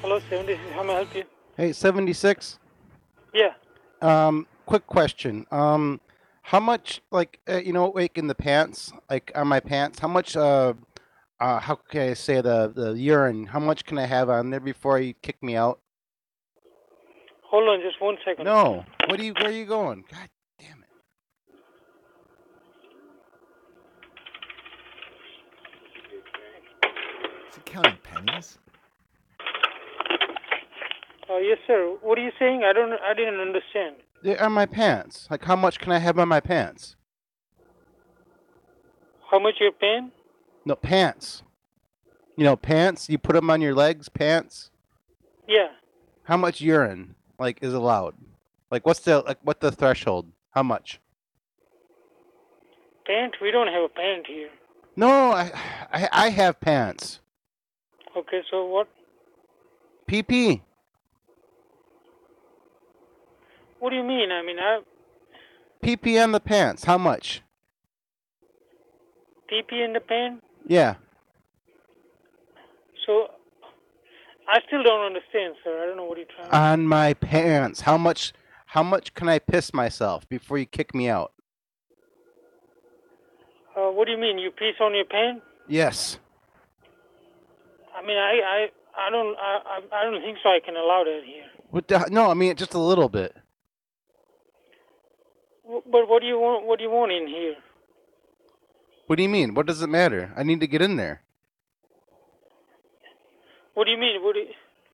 S25: Hello, 70. How may I help you?
S6: hey, 76?
S25: Yeah.
S6: Um, quick question. Um, how much, like, uh, you know, like in the pants, like on my pants, how much, uh, uh, how can I say the, the urine, how much can I have on there before you kick me out?
S25: Hold on just one second.
S6: No. What are you, where are you going? God
S2: Is it counting pennies?
S25: Uh, yes, sir. What are you saying? I don't. I didn't understand.
S6: They're on my pants. Like, how much can I have on my pants?
S25: How much you're paying?
S6: No, pants. You know, pants, you put them on your legs, pants.
S25: Yeah.
S6: How much urine, like, is allowed? Like, what's the, like, what the threshold? How much?
S25: Pant? We don't have a pant here.
S6: No, I, I, I have pants.
S25: Okay. So what?
S6: PP.
S25: What do you mean? I mean, I
S6: PP on the pants. How much?
S25: TP in the pan.
S6: Yeah.
S25: So I still don't understand, sir. I don't know what you're trying.
S6: On my pants. How much? How much can I piss myself before you kick me out?
S25: Uh, what do you mean? You piece on your pan?
S6: Yes.
S25: I mean, I, I, I don't. I, I, I don't think so. I can allow that here.
S6: What the, no, I mean just a little bit.
S25: Wh- But what do you want? What do you want in here?
S6: What do you mean? What does it matter? I need to get in there.
S25: What do you mean? What do? You,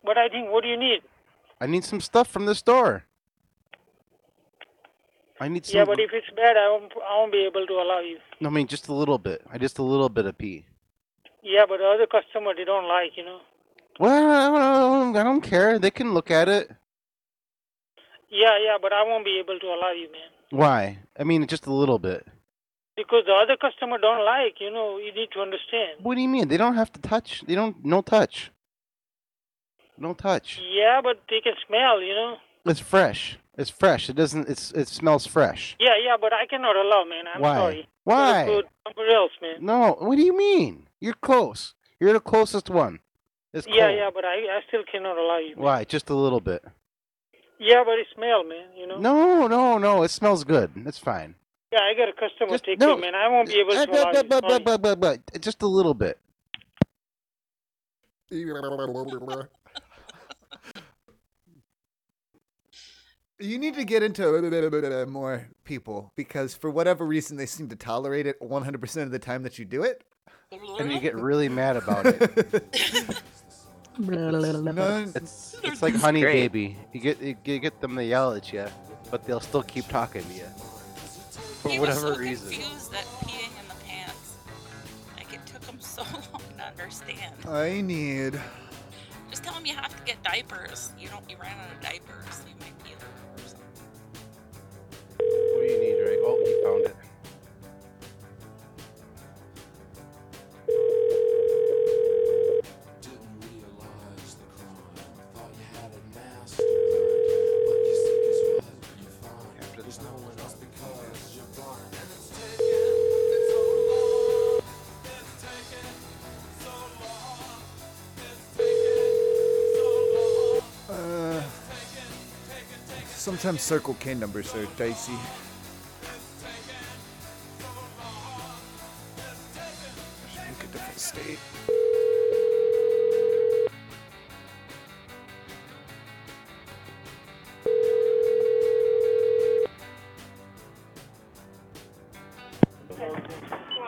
S25: but I think. What do you need?
S6: I need some stuff from the store. I need some.
S25: Yeah, but if it's bad, I won't. I won't be able to allow you.
S6: no, I mean just a little bit. I just a little bit of pee.
S25: Yeah, but the other customer they don't like, you know.
S6: Well, I don't, I don't care. They can look at it.
S25: Yeah, yeah, but I won't be able to allow you, man.
S6: Why? I mean, just a little bit.
S25: Because the other customer don't like, you know, you need to understand.
S6: What do you mean? They don't have to touch. They don't. No touch. No touch.
S25: Yeah, but they can smell, you know.
S6: It's fresh. It's fresh. It doesn't. It's. It smells fresh.
S25: Yeah, yeah, but I cannot allow, man. I'm
S6: Why?
S25: sorry.
S6: Why?
S25: Go to somebody else, man.
S6: No. What do you mean? You're close. You're the closest one. It's
S25: yeah,
S6: cold.
S25: yeah, but I, I still cannot allow you.
S6: Why? Just a little bit.
S25: Yeah, but it smell, man, you know.
S6: No, no, no. It smells good. It's fine.
S25: Yeah, I got a customer take
S6: no.
S25: it, man. I won't be able to
S6: Uh,
S25: allow
S6: but,
S25: you.
S6: but,
S25: Sorry.
S6: but, but, but, but, just a little bit.
S2: You need to get into more people because for whatever reason they seem to tolerate it 100% of the time that you do it.
S6: And you get really mad about it. it's, it's like Honey
S2: Great.
S6: Baby. You get you get get them to yell at you, but they'll still keep talking to you for
S13: He was
S6: whatever
S13: so
S6: reason.
S13: confused at peeing in the pants. Like it took him so long to understand.
S2: I need.
S13: Just tell him you have to get diapers. You don't. You ran out of diapers. You might need them or something.
S6: What do you need, Drake? Oh, he found it.
S2: Uh, sometimes Circle K numbers are dicey. Should pick a different state.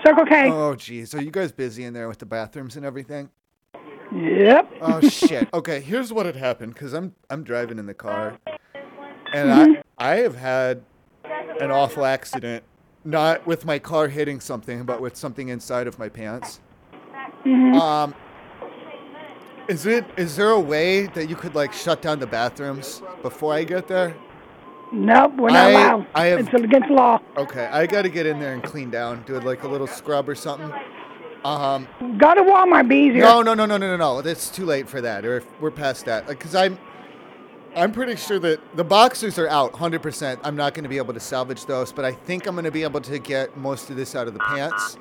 S5: Circle K.
S2: Oh, geez. Are you guys busy in there with the bathrooms and everything?
S5: Yep.
S2: Oh shit. Okay, here's what had happened because I'm I'm driving in the car, and
S5: Mm-hmm.
S2: I I have had an awful accident, not with my car hitting something, but with something inside of my pants.
S5: Mm-hmm.
S2: Um, is it is there a way that you could like shut down the bathrooms before I get there?
S5: Nope, we're not
S2: I-
S5: allowed.
S2: I have-
S5: it's against the law.
S2: Okay, I got to get in there and clean down, do like a little scrub or something. Um,
S5: Go to Walmart, be easier.
S2: No, no, no, no, no, no, no. It's too late for that. Or if we're past that. Because I'm, I'm pretty sure that the boxers are out 100%. I'm not going to be able to salvage those, but I think I'm going to be able to get most of this out of the pants.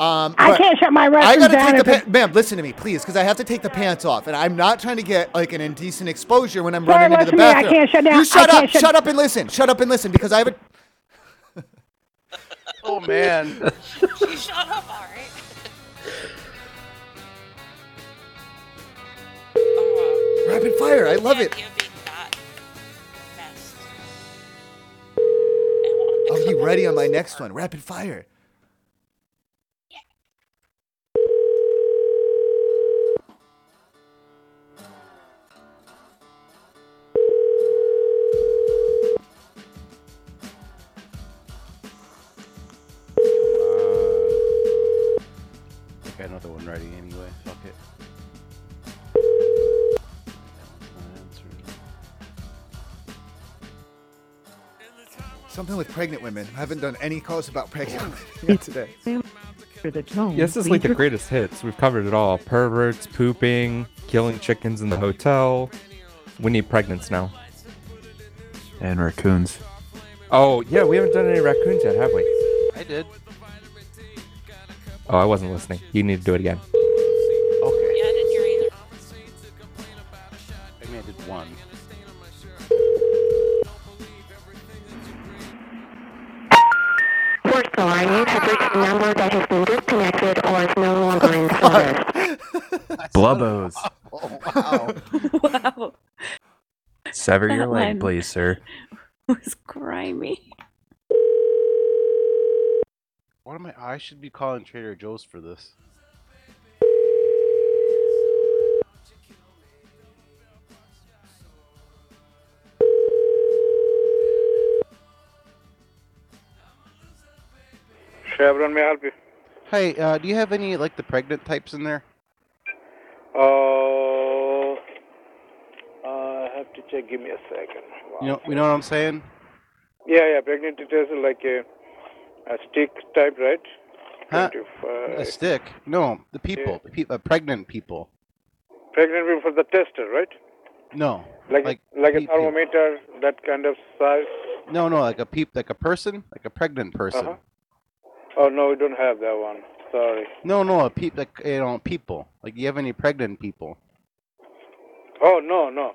S2: Um,
S5: I
S2: but
S5: can't shut my
S2: I
S5: restrooms
S2: gotta
S5: down
S2: take the
S5: if it-
S2: pa- ma'am. Listen to me, please, because I have to take the pants off, and I'm not trying to get like an indecent exposure when I'm
S5: Sorry,
S2: running into the
S5: listen to me, I
S2: bathroom.
S5: can't shut down.
S2: You
S5: I
S2: shut
S5: can't
S2: up.
S5: shut-
S2: Shut up and listen. Shut up and listen, because I have a
S6: Oh man.
S13: You shut up, all right.
S2: rapid fire. I love it. I'll be ready on my next one. Rapid fire.
S6: Uh, I got another one ready anyway. Fuck it.
S2: Something with pregnant women. I haven't done any calls about pregnant women yet today.
S26: For the tone.
S14: Yes, this is like the
S26: please
S14: greatest hits. We've covered it all: perverts, pooping, killing chickens in the hotel. We need pregnants now. And raccoons.
S9: Oh, yeah, we haven't done any raccoons yet, have we?
S6: I did.
S14: Oh, I wasn't listening. You need to do it again.
S6: Okay.
S13: Yeah, I didn't hear either.
S6: I mean, I did one.
S8: We're sorry, you have reached a number that has been disconnected or is no longer in service.
S14: Blubbos.
S5: Oh,
S10: wow.
S14: Sever your
S10: That
S14: leg,
S10: one
S14: please, sir.
S10: was grimy.
S6: What am I? I should be calling Trader Joe's for this.
S11: Chevron, may I help you?
S6: Hey, uh, do you have any like the pregnant types in there?
S15: Oh, uh, I have to check. Give me a second.
S6: You know, you know what I'm saying?
S15: Yeah, yeah. Pregnant test is like a, a stick type, right?
S6: Huh?
S15: Twenty-five.
S6: A stick? No, the people, the pe- uh, pregnant people.
S15: Pregnant people for the tester, right?
S6: No,
S15: Like
S6: Like
S15: like a
S6: peep, peep.
S15: thermometer, that kind of size.
S6: no, no, like a peep, like a person, like a pregnant person.
S15: Uh-huh. Oh no, we don't have that one. Sorry.
S6: No, no, a peep, like you know, people. Like, do you have any pregnant people?
S15: Oh no, no,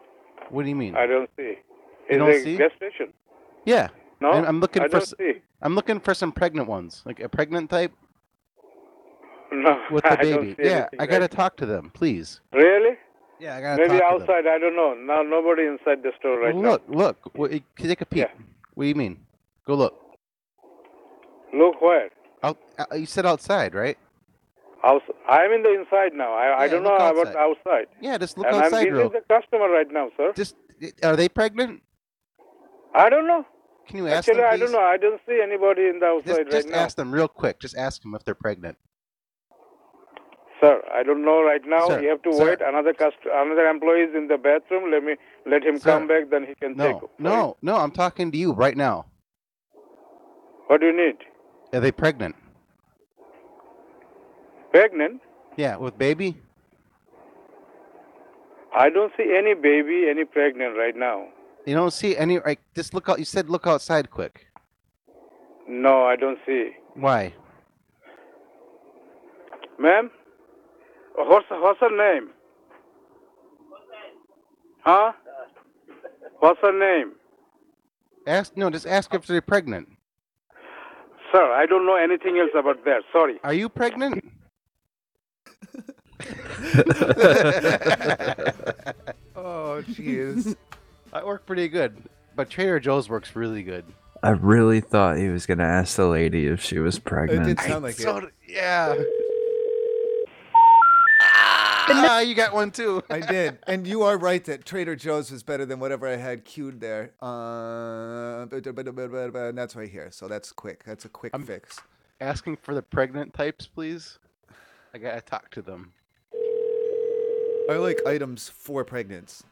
S6: What do you mean?
S15: I don't see.
S6: You
S15: Is
S6: don't
S15: it
S6: see?
S15: gas station?
S6: yeah.
S15: No,
S6: I'm, I'm looking
S15: I
S6: for.
S15: don't
S6: s-
S15: see.
S6: I'm looking for some pregnant ones, like a pregnant type
S15: No,
S6: with the
S15: I don't
S6: baby.
S15: see
S6: Yeah,
S15: anything
S6: I gotta
S15: like-
S6: talk to them, please.
S15: Really?
S6: Yeah, I gotta
S15: Maybe
S6: talk to them.
S15: outside. I don't know. Now nobody inside the store right
S6: look, look, what, it- take a peek. What do you mean? Go look.
S15: now. Look where.
S6: Out, uh, you said outside, right?
S15: House. I'm in the inside now. I, I
S6: Yeah,
S15: don't know
S6: look
S15: about
S6: outside.
S15: outside.
S6: Yeah, just look
S15: and
S6: outside
S15: I'm
S6: real-
S15: busy with the customer right now, sir.
S6: Just Are they pregnant?
S15: I don't know.
S6: Can you ask
S15: Actually,
S6: them?
S15: I don't
S6: please?
S15: know. I don't see anybody in the
S6: Just,
S15: outside
S6: just
S15: right
S6: ask them real quick. Just ask them if they're pregnant.
S15: now, sir. I don't know right now.
S6: Sir,
S15: you have to
S6: sir.
S15: wait. Another cust- another employee is in the bathroom. Let me let him
S6: Sir.
S15: come back. Then he can take.
S6: No, no, no. I'm talking to you right now.
S15: What do you need?
S6: Are they pregnant?
S15: Pregnant?
S6: Yeah, with baby.
S15: I don't see any baby, any pregnant right now.
S6: You don't see any. Like, just look out. You said look outside quick.
S15: No, I don't see.
S6: Why?
S15: Ma'am, what's what's her name? Huh? What's her name?
S6: Ask no. Just ask if they're pregnant.
S15: Sir, I don't know anything else about that. Sorry.
S6: Are you pregnant? oh, jeez. I work pretty good, but Trader Joe's works really good.
S9: I really thought he was gonna ask the lady if she was pregnant.
S6: So d- yeah. Ah, you got one too.
S2: I did, and you are right that Trader Joe's was better than whatever I had queued there. Uh, but- but- but- but- but- and that's right here. So that's quick. That's a quick fix.
S6: Asking for the pregnant types, please. I gotta talk to them.
S2: I like items for pregnants.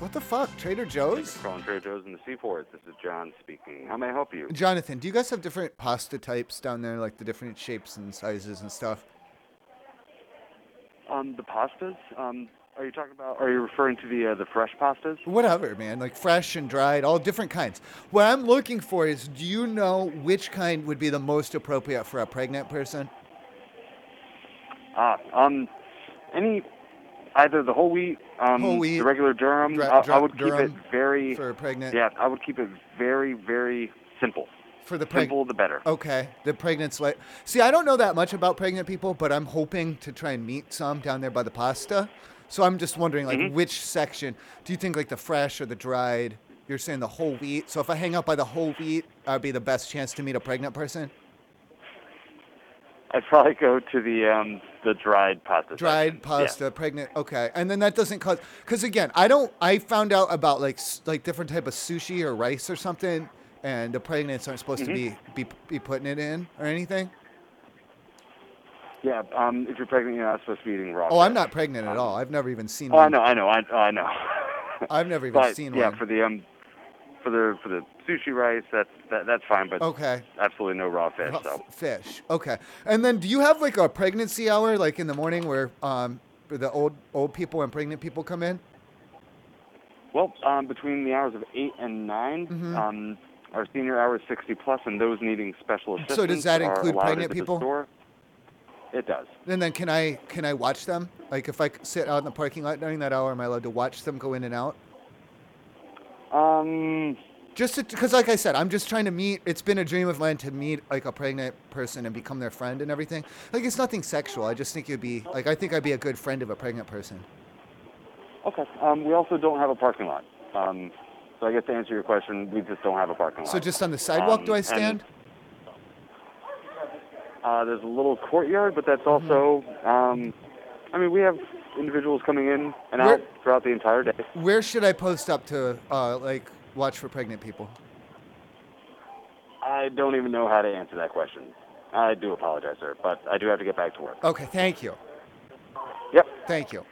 S2: What the fuck, Trader Joe's?
S27: Calling Trader Joe's in the Seaport. This is John speaking. How may I help you?
S2: Jonathan, do you guys have different pasta types down there, like the different shapes and sizes and stuff?
S27: Um, the pastas. Um, are you talking about? Are you referring to the uh, the fresh pastas?
S2: Whatever, man. Like fresh and dried, all different kinds. What I'm looking for is do you know which kind would be the most appropriate for a pregnant person?
S27: Ah, um, any, either the whole wheat, um,
S2: Whole wheat,
S27: the regular Durham.
S2: dra-
S27: I, I
S2: dra-
S27: would keep it
S2: Durham
S27: very
S2: for pregnant.
S27: Yeah, I would keep it very, very simple.
S2: For the preg-
S27: simple, the better.
S2: Okay, the pregnant's like. See, I don't know that much about pregnant people, but I'm hoping to try and meet some down there by the pasta. So I'm just wondering, like,
S27: Mhm.
S2: which section do you think, like, the fresh or the dried? You're saying the whole wheat. So if I hang out by the whole wheat, I'd be the best chance to meet a pregnant person.
S27: I'd probably go to the um the dried pasta.
S2: dried pasta pregnant okay and then that doesn't cause because again i don't i found out about like s- like different type of sushi or rice or something and the pregnants aren't supposed
S27: Mhm.
S2: to be, be be putting it in or anything
S27: Yeah. Um, if you're pregnant, you're not supposed to be eating raw.
S2: oh i'm
S27: fish.
S2: not pregnant at all i've never even seen
S27: Oh, I
S2: one.
S27: know, I know, I, I know.
S2: i've never even
S27: but
S2: seen
S27: yeah,
S2: one
S27: for the um, for the for the sushi rice, that's that, that's fine, but
S2: Okay.
S27: absolutely no raw fish.
S2: Raw
S27: so
S2: fish okay and then do you have like a pregnancy hour like in the morning where um the old old people and pregnant people come in
S27: Well, um, between the hours of eight and 9
S2: Mhm.
S27: um, our senior hour is sixty plus, and those needing special assistance.
S2: So does that
S27: are
S2: include
S27: allowed
S2: pregnant
S27: into the
S2: people?
S27: store. It does.
S2: And then can I can I watch them? Like if I c- sit out in the parking lot during that hour, am I allowed to watch them go in and out?
S27: Um.
S2: Just because, like I said, I'm just trying to meet. It's been a dream of mine to meet like a pregnant person and become their friend and everything. Like it's nothing sexual. I just think you'd be like I think I'd be a good friend of a pregnant person.
S27: Okay. Um, we also don't have a parking lot. Um, so I guess to answer your question, we just don't have a parking lot.
S2: So just on the sidewalk,
S27: Um,
S2: do I
S27: and-
S2: stand?
S27: Uh, there's a little courtyard, but that's also um,
S3: I mean, we have individuals coming in and
S2: Where-
S3: out throughout the entire day.
S2: Where should I post up to uh, like watch for pregnant people?
S3: I don't even know how to answer that question. I do apologize, sir, but I do have to get back to work.
S2: Okay, thank you.
S3: Yep.
S2: Thank you.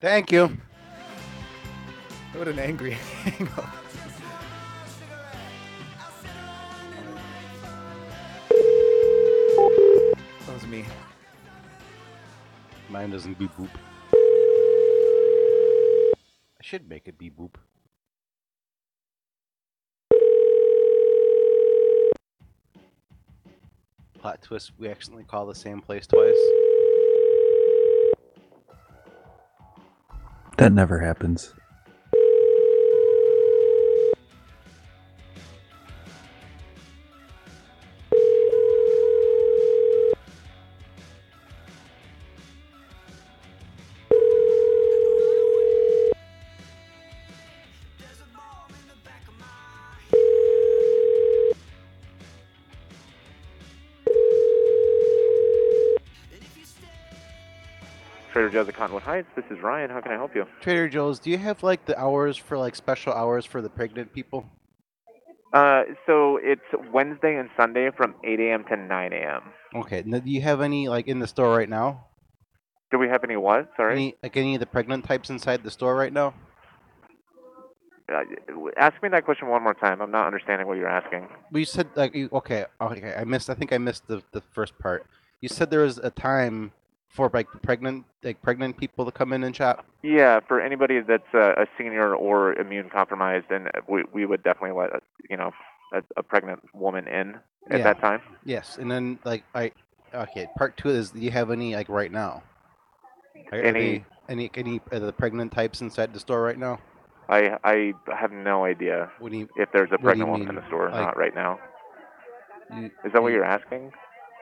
S6: Thank you.
S2: What an angry angle. That was me.
S6: Mine doesn't beep boop. I should make it beep boop. Plot twist, we accidentally call the same place twice.
S7: That never happens.
S16: Trader Joe's at Conwood Heights. This is Ryan. How can I help you?
S6: Trader Joe's, do you have like the hours for like special hours for the pregnant people?
S16: Uh, so it's Wednesday and Sunday from 8 a.m. to 9 a.m.
S6: Okay, now do you have any like in the store right now?
S16: Do we have any what? Sorry.
S6: Any like any of the pregnant types inside the store right now?
S16: Uh, ask me that question one more time. I'm not understanding what you're asking.
S6: We said like you- okay, okay. I missed. I think I missed the, the first part. You said there was a time for like pregnant like pregnant people to come in and shop.
S16: Yeah, for anybody that's uh, a senior or immune compromised, and we we would definitely let uh, you know a, a pregnant woman in at
S6: Yeah.
S16: that time.
S6: Yes, and then like I okay. Part two is do you have any like right now? Are- are
S16: Any-
S6: they- any any of the pregnant types inside the store right now?
S16: I I have no idea if
S6: what
S16: there's a
S6: do you
S16: pregnant woman in
S6: mean?
S16: the store or
S6: Like-
S16: not right now.
S6: You-
S16: Is that what
S6: you-
S16: you're asking?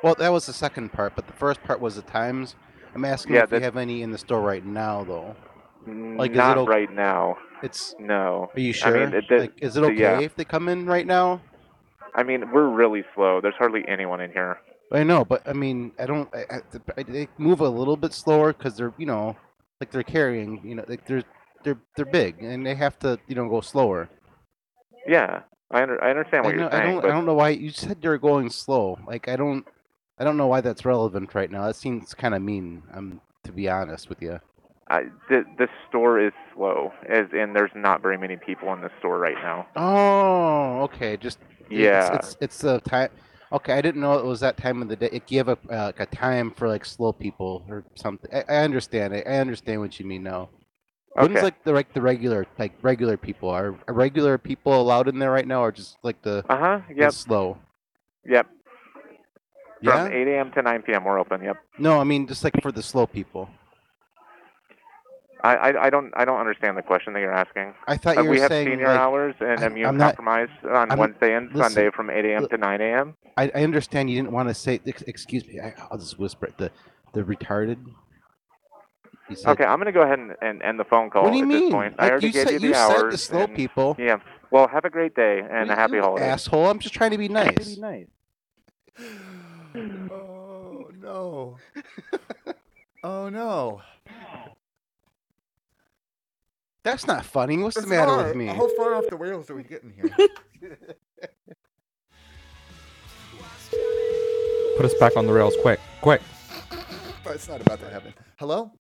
S6: Well, that was the second part, but the first part was the times. I'm asking
S16: Yeah,
S6: if you
S16: that-
S6: have any in the store right now though. Like, is it
S16: not
S6: o-
S16: right now.
S6: It's
S16: no.
S6: Are you
S16: I
S6: sure?
S16: mean, it, that-
S6: like, is it okay
S16: Yeah.
S6: if they come in right now?
S16: I mean, we're really slow. There's hardly anyone in here.
S6: I know, but I mean, I don't. I, I, the- I- they move a little bit slower because they're, you know, like they're carrying, you know, like they're they're they're big and they have to, you know, go slower.
S16: Yeah, I under, I understand what
S6: I, know,
S16: you're
S6: I
S16: saying.
S6: don't.
S16: but
S6: I don't know why you said they're going slow. Like I don't. I don't know why that's relevant right now. That seems kind of mean. Um, to be honest with you.
S16: I, the the store is slow, as in there's not very many people in the store right now.
S6: Oh, okay. Just it's-
S16: Yeah.
S6: It's it's the time. Okay, I didn't know it was that time of the day. Like you have a uh, like a time for like slow people or something. I, I understand it. I understand what you mean now. When's
S16: Okay.
S6: like the like the regular like regular people are are regular people allowed in there right now or just like the
S16: Uh huh.
S6: the
S16: Yep.
S6: slow?
S16: Yep.
S6: Yeah.
S16: From 8 a.m. to 9 p.m. We're open. Yep.
S6: No, I mean just like for the slow people.
S16: I, I, I don't I don't understand the question that you're asking.
S6: I thought
S16: Uh,
S6: you
S16: we
S6: were
S16: have
S6: saying,
S16: senior
S6: like-
S16: hours and
S6: I-
S16: immune
S6: I'm not-
S16: compromised on
S6: I'm-
S16: Wednesday and
S6: listen,
S16: Sunday from 8 a.m. to 9 a.m.
S6: I, I understand you didn't want to say. ex- Excuse me. I, I'll just whisper it. The the retarded. You said-
S16: Okay, I'm gonna go ahead and, and end the phone call
S6: What do you
S16: at
S6: mean?
S16: this point. I
S6: Like,
S16: already
S6: you
S16: gave
S6: said-
S16: you the
S6: you said the
S16: hours.
S6: slow
S16: and-
S6: people.
S16: Yeah. Well, have a great day and a happy holiday.
S6: asshole. I'm just trying to be nice.
S16: nice.
S2: Oh no. oh no.
S6: That's not funny. What's the matter with me?
S2: How far off the rails are we getting here?
S14: Put us back on the rails quick, quick.
S2: Oh, it's not about to happen. Hello?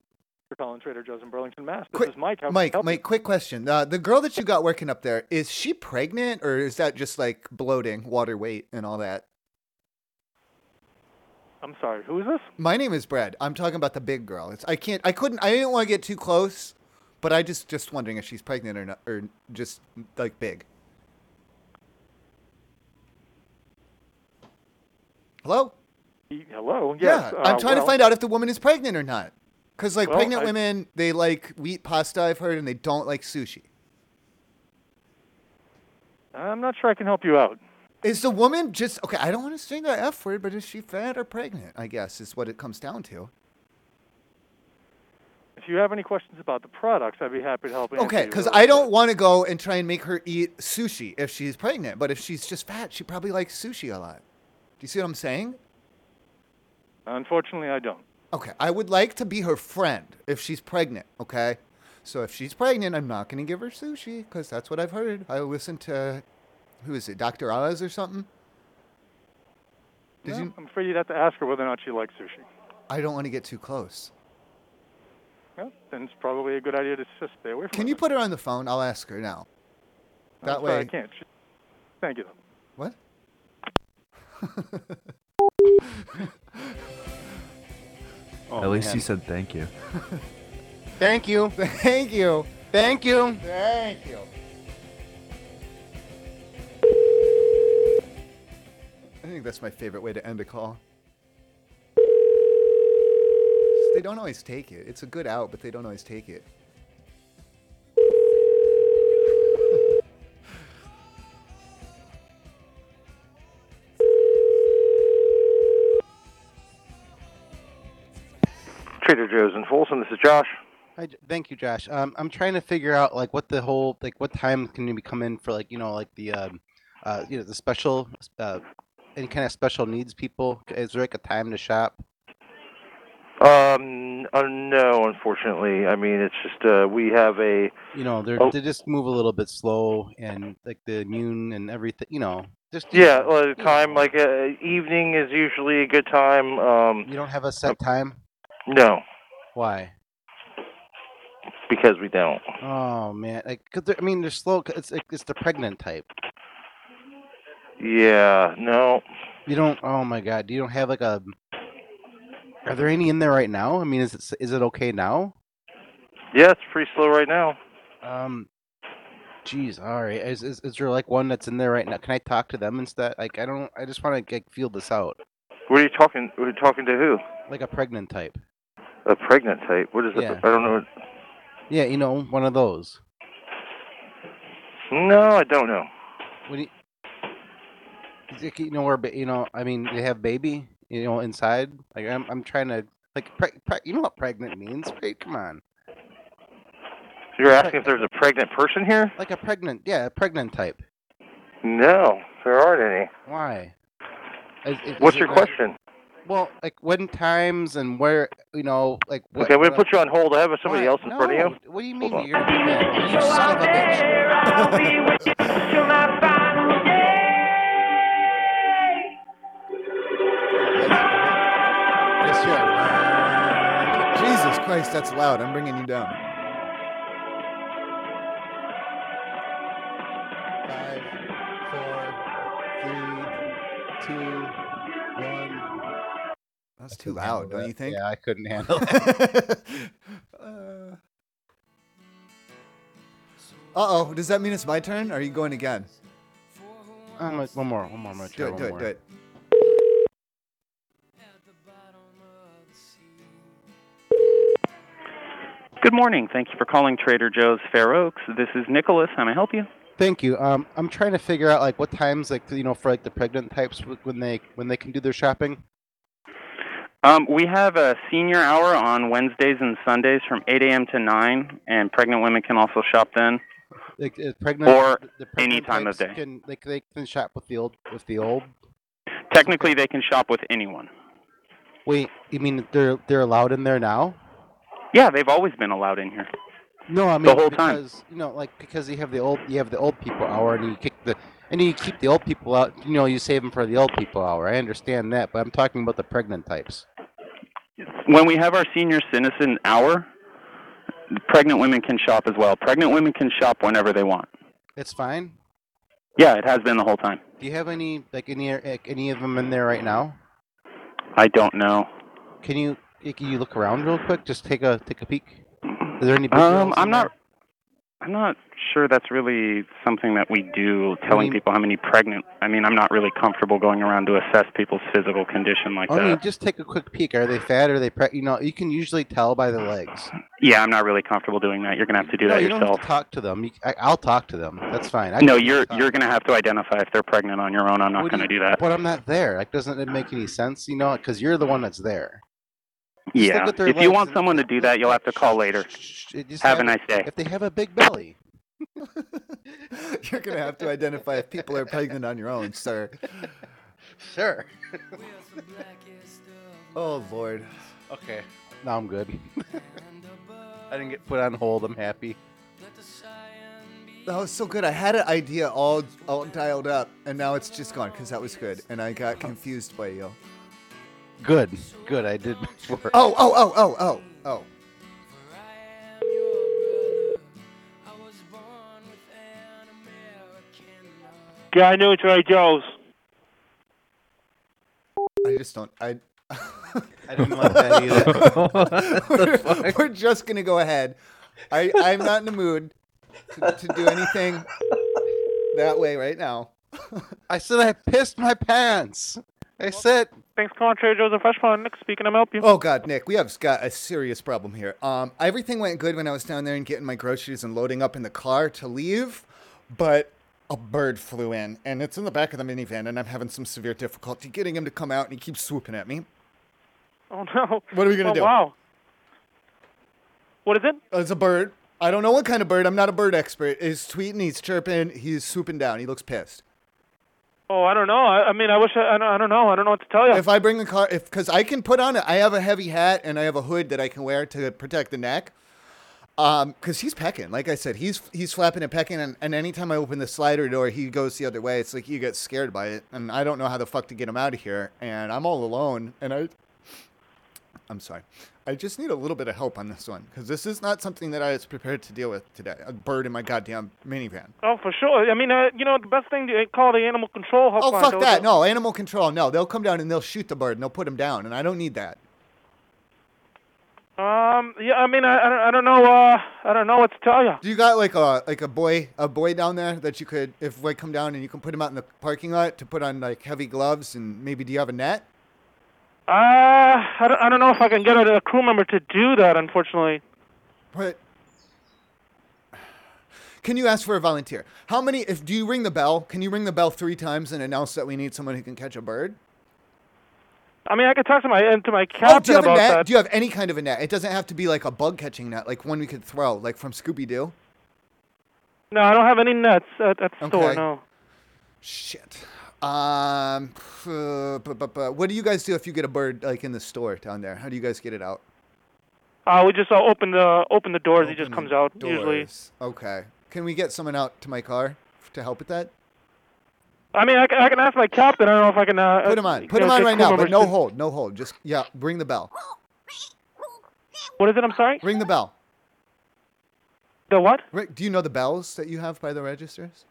S19: You're calling Trader Joe's in Burlington, Mass. This
S2: Quick,
S19: is Mike. How can I
S2: Mike,
S19: help
S2: Mike, quick question. Uh, the girl that you got working up there, is she pregnant or is that just like bloating, water weight, and all that?
S19: I'm sorry. Who is this?
S2: My name is Brad. I'm talking about the big girl. It's, I can't, I couldn't, I didn't want to get too close, but I just, just wondering if she's pregnant or not, or just like big. Hello?
S19: Y- Hello. Yes.
S2: yeah,
S19: uh,
S2: I'm trying
S19: well,
S2: to find out if the woman is pregnant or not. Because like
S19: Well,
S2: pregnant
S19: I-
S2: women, they like wheat pasta. I've heard, and they don't like sushi.
S19: I'm not sure I can help you out.
S2: Is the woman just okay? I don't want to say that f word, but is she fat or pregnant? I guess is what it comes down to.
S19: If you have any questions about the products, I'd be happy to help. answer
S2: Okay,
S19: you
S2: because
S19: those.
S2: I don't want to go and try and make her eat sushi if she's pregnant. But if she's just fat, she probably likes sushi a lot. Do you see what I'm saying?
S19: Unfortunately, I don't.
S2: Okay, I would like to be her friend if she's pregnant, okay? So if she's pregnant, I'm not going to give her sushi because that's what I've heard. I listened to, who is it, Dr. Oz or something? Did
S19: Well,
S2: you?
S19: I'm afraid you'd have to ask her whether or not she likes sushi.
S2: I don't want to get too close.
S19: Well, then it's probably a good idea to just stay away from
S2: Can you put her on the phone? I'll ask her now.
S19: her.
S2: That
S19: I'm sorry,
S2: way.
S19: I can't. She- Thank you, though.
S2: What?
S7: At least you said thank you.
S6: Thank you.
S2: Thank you.
S6: Thank you.
S2: Thank you. I think that's my favorite way to end a call. They don't always take it. It's a good out, but they don't always take it.
S28: Trader Joe's in Folsom. This is Josh.
S6: Hi, J- thank you, Josh. Um, I'm trying to figure out like what the whole like what time can you be come in for like you know like the um, uh, you know the special uh, any kind of special needs people. Is there like a time to shop?
S28: Um, uh, no, unfortunately. I mean, it's just uh, we have a.
S6: You know they're
S28: Oh.
S6: they just move a little bit slow and like the immune and everything. You know just
S28: Yeah, well, the time like uh, evening is usually a good time. Um,
S6: you don't have a
S2: Oh.
S6: set time.
S28: no,
S6: Why?
S28: because we don't.
S6: Oh man, like 'cause they're I mean they're slow. 'cause It's like, it's the pregnant type.
S28: Yeah, no.
S6: You don't. Oh my god, you don't have like a. Are there any in there right now? I mean, is it s- is it okay now?
S28: Yeah, it's pretty slow right now.
S6: Um, jeez, all right. Is, is is there like one that's in there right now? Can I talk to them instead? Like, I don't. I just want to like feel this out.
S28: What are you talking? We're talking to who?
S6: Like a pregnant type.
S28: A pregnant type. What is
S6: Yeah.
S28: it? I don't know.
S6: Yeah, you know, one of those.
S28: No, I don't know.
S6: What do you? Is it- You know where? ba- You know, I mean, they have baby. You know, inside. Like, I'm I'm trying to like. Pre- pre- you know what pregnant means, right? Come on.
S28: You're asking if there's a pregnant person here?
S6: Like a pregnant. Yeah, a pregnant type.
S28: No, there aren't
S6: Why? Is- is-
S28: any.
S6: is
S28: What's
S6: it
S28: your
S6: not-
S28: question?
S6: Well, like when times and where, you know, like what.
S28: Okay, I'm gonna
S6: what-
S28: put you on hold. I have somebody
S6: Why?
S28: else in front of you.
S6: No, What do you mean?
S28: Hold on.
S6: You're, yeah, you son of a bitch.
S2: Yes, you are. Jesus Christ, that's loud. I'm bringing you down.
S6: Five, four, three, two, one.
S2: That's too loud, don't you think?
S6: Yeah, I couldn't handle
S2: it. uh oh, does that mean it's my turn? Are you going again?
S6: I'm like, Uh, one more, one more, I'm gonna
S2: do
S6: try
S2: it,
S6: one
S2: do it,
S6: more.
S2: do it.
S29: Good morning. Thank you for calling Trader Joe's Fair Oaks. This is Nicholas. How may I help you?
S6: Thank you. Um, I'm trying to figure out like what times, like you know, for like the pregnant types wh- when they when they can do their shopping.
S29: Um, we have a senior hour on Wednesdays and Sundays from 8 a.m. to 9, and pregnant women can also shop then.
S6: Like is pregnant
S29: Or
S6: the- the
S29: any
S6: pregnant
S29: time of
S6: types
S29: day.
S6: Can like they can shop with the old with the old?
S29: Technically, they can shop with anyone.
S6: Wait, you mean they're they're allowed in there now?
S29: Yeah, they've always been allowed in here.
S6: No, I
S29: The
S6: mean
S29: whole time.
S6: because you know, like because you have the old you have the old people hour, and you kick the and you keep the old people out. You know, you save them for the old people hour. I understand that, but I'm talking about the pregnant types.
S29: When we have our senior citizen hour, pregnant women can shop as well. Pregnant women can shop whenever they want.
S6: It's fine.
S29: Yeah, it has been the whole time.
S6: Do you have any like any like, any of them in there right now?
S29: I don't know.
S6: Can you can you look around real quick? Just take a take a peek. Is there any? big
S29: Um,
S6: girls
S29: I'm
S6: in
S29: not. I'm not sure that's really something that we do. Telling
S6: mean-
S29: people how many pregnant. I mean, I'm not really comfortable going around to assess people's physical condition like
S6: there? I mean,
S29: that.
S6: just take a quick peek. Are they fat? Are they pre? You know, you can usually tell by the legs.
S29: Yeah, I'm not really comfortable doing that. You're gonna have to do
S6: no,
S29: that
S6: you don't
S29: yourself.
S6: have to talk to them. You, I, I'll talk to them. That's fine. I
S29: No,
S6: can-
S29: you're you're gonna have to identify if they're pregnant on your own. I'm not
S6: What do
S29: gonna
S6: you-
S29: do that.
S6: But I'm not there. Like, doesn't it make any sense? You know, because you're the one that's there. just
S29: Yeah.
S6: look at their
S29: If you
S6: legs
S29: want
S6: and-
S29: someone to do that, you'll have to call later.
S6: It just
S29: Have a nice day.
S6: If they have a big belly,
S2: You're gonna have to identify if people are pregnant on your own, sir.
S6: sure.
S2: Oh Lord.
S6: Okay. No, I'm good. I didn't get put on hold. I'm happy.
S2: That was so good. I had an idea all, all dialed up, and now it's just gone because that was good, and I got confused by you.
S6: Good. Good. I did work.
S2: Oh, oh, oh, oh, oh, oh.
S21: Yeah, I knew it's Ray Charles.
S2: I just don't. I.
S6: I didn't like that either. What the
S2: we're,
S6: fuck?
S2: we're just gonna go ahead. I I'm not in the mood to, to do anything that way right now.
S6: I said I pissed my pants. I said.
S21: Thanks, calling Trader Joe's and Fresh Pond. Nick speaking. I'm help you.
S2: Oh God, Nick, we have got a serious problem here. Um, everything went good when I was down there and getting my groceries and loading up in the car to leave, but a bird flew in and it's in the back of the minivan, and I'm having some severe difficulty getting him to come out, and he keeps swooping at me.
S21: Oh no.
S2: What are we gonna
S21: oh,
S2: do? Uh,
S21: Wow. What is it?
S2: It's a bird. I don't know what kind of bird. I'm not a bird expert. He's tweeting. He's chirping. He's swooping down. He looks pissed.
S21: Oh, I don't know. I, I mean, I wish I, I don't- I don't know. I don't know what to tell you.
S2: If I bring a car, if because I can put on it, I have a heavy hat and I have a hood that I can wear to protect the neck. Um, because he's pecking. Like I said, he's he's flapping and pecking, and, and anytime I open the slider door, he goes the other way. It's like you get scared by it, and I don't know how the fuck to get him out of here. And I'm all alone, and I, I'm sorry, I just need a little bit of help on this one because this is not something that I was prepared to deal with today. A bird in my goddamn minivan.
S21: Oh, for sure. I mean, uh, you know, the best thing to call the animal control helpline.
S2: Oh fuck
S21: though,
S2: that!
S21: though.
S2: No, animal control. No, they'll come down and they'll shoot the bird and they'll put him down, and I don't need that.
S21: Um. Yeah. I mean, I, I, don't, I don't know. Uh. I don't know what to tell you.
S2: Do you got like a like a boy a boy down there that you could if I come down and you can put him out in the parking lot to put on like heavy gloves and maybe do you have a net?
S21: Uh. I don't, I don't know if I can get a, a crew member to do that. Unfortunately.
S2: But can you ask for a volunteer? How many? If do you ring the bell? Can you ring the bell three times and announce that we need someone who can catch a bird?
S21: I mean, I could talk to my to my
S2: Oh,
S21: captain
S2: do you have a
S21: about
S2: net?
S21: that.
S2: Do you have any kind of a net? It doesn't have to be like a bug catching net, like one we could throw, like from Scooby Doo.
S21: No, I don't have any nuts at, at the store.
S2: Okay.
S21: No.
S2: Shit. Um, uh, bu- bu- bu- what do you guys do if you get a bird like in the store down there? How do you guys get it out?
S21: Uh, we just uh, open the open the doors. he just comes out usually.
S2: Doors. Okay. Can we get someone out to my car f- to help with that?
S21: I mean, I, can- I can ask my captain. I don't know if I can. Uh,
S2: Put him on. Put
S21: you
S2: him
S21: know,
S2: on
S21: get
S2: right
S21: crew
S2: now, but
S21: members
S2: no
S21: to-
S2: hold, no hold. Just yeah, ring the bell.
S21: What is it? I'm sorry.
S2: Ring the bell.
S21: The what?
S2: do you know the bells that you have by the registers?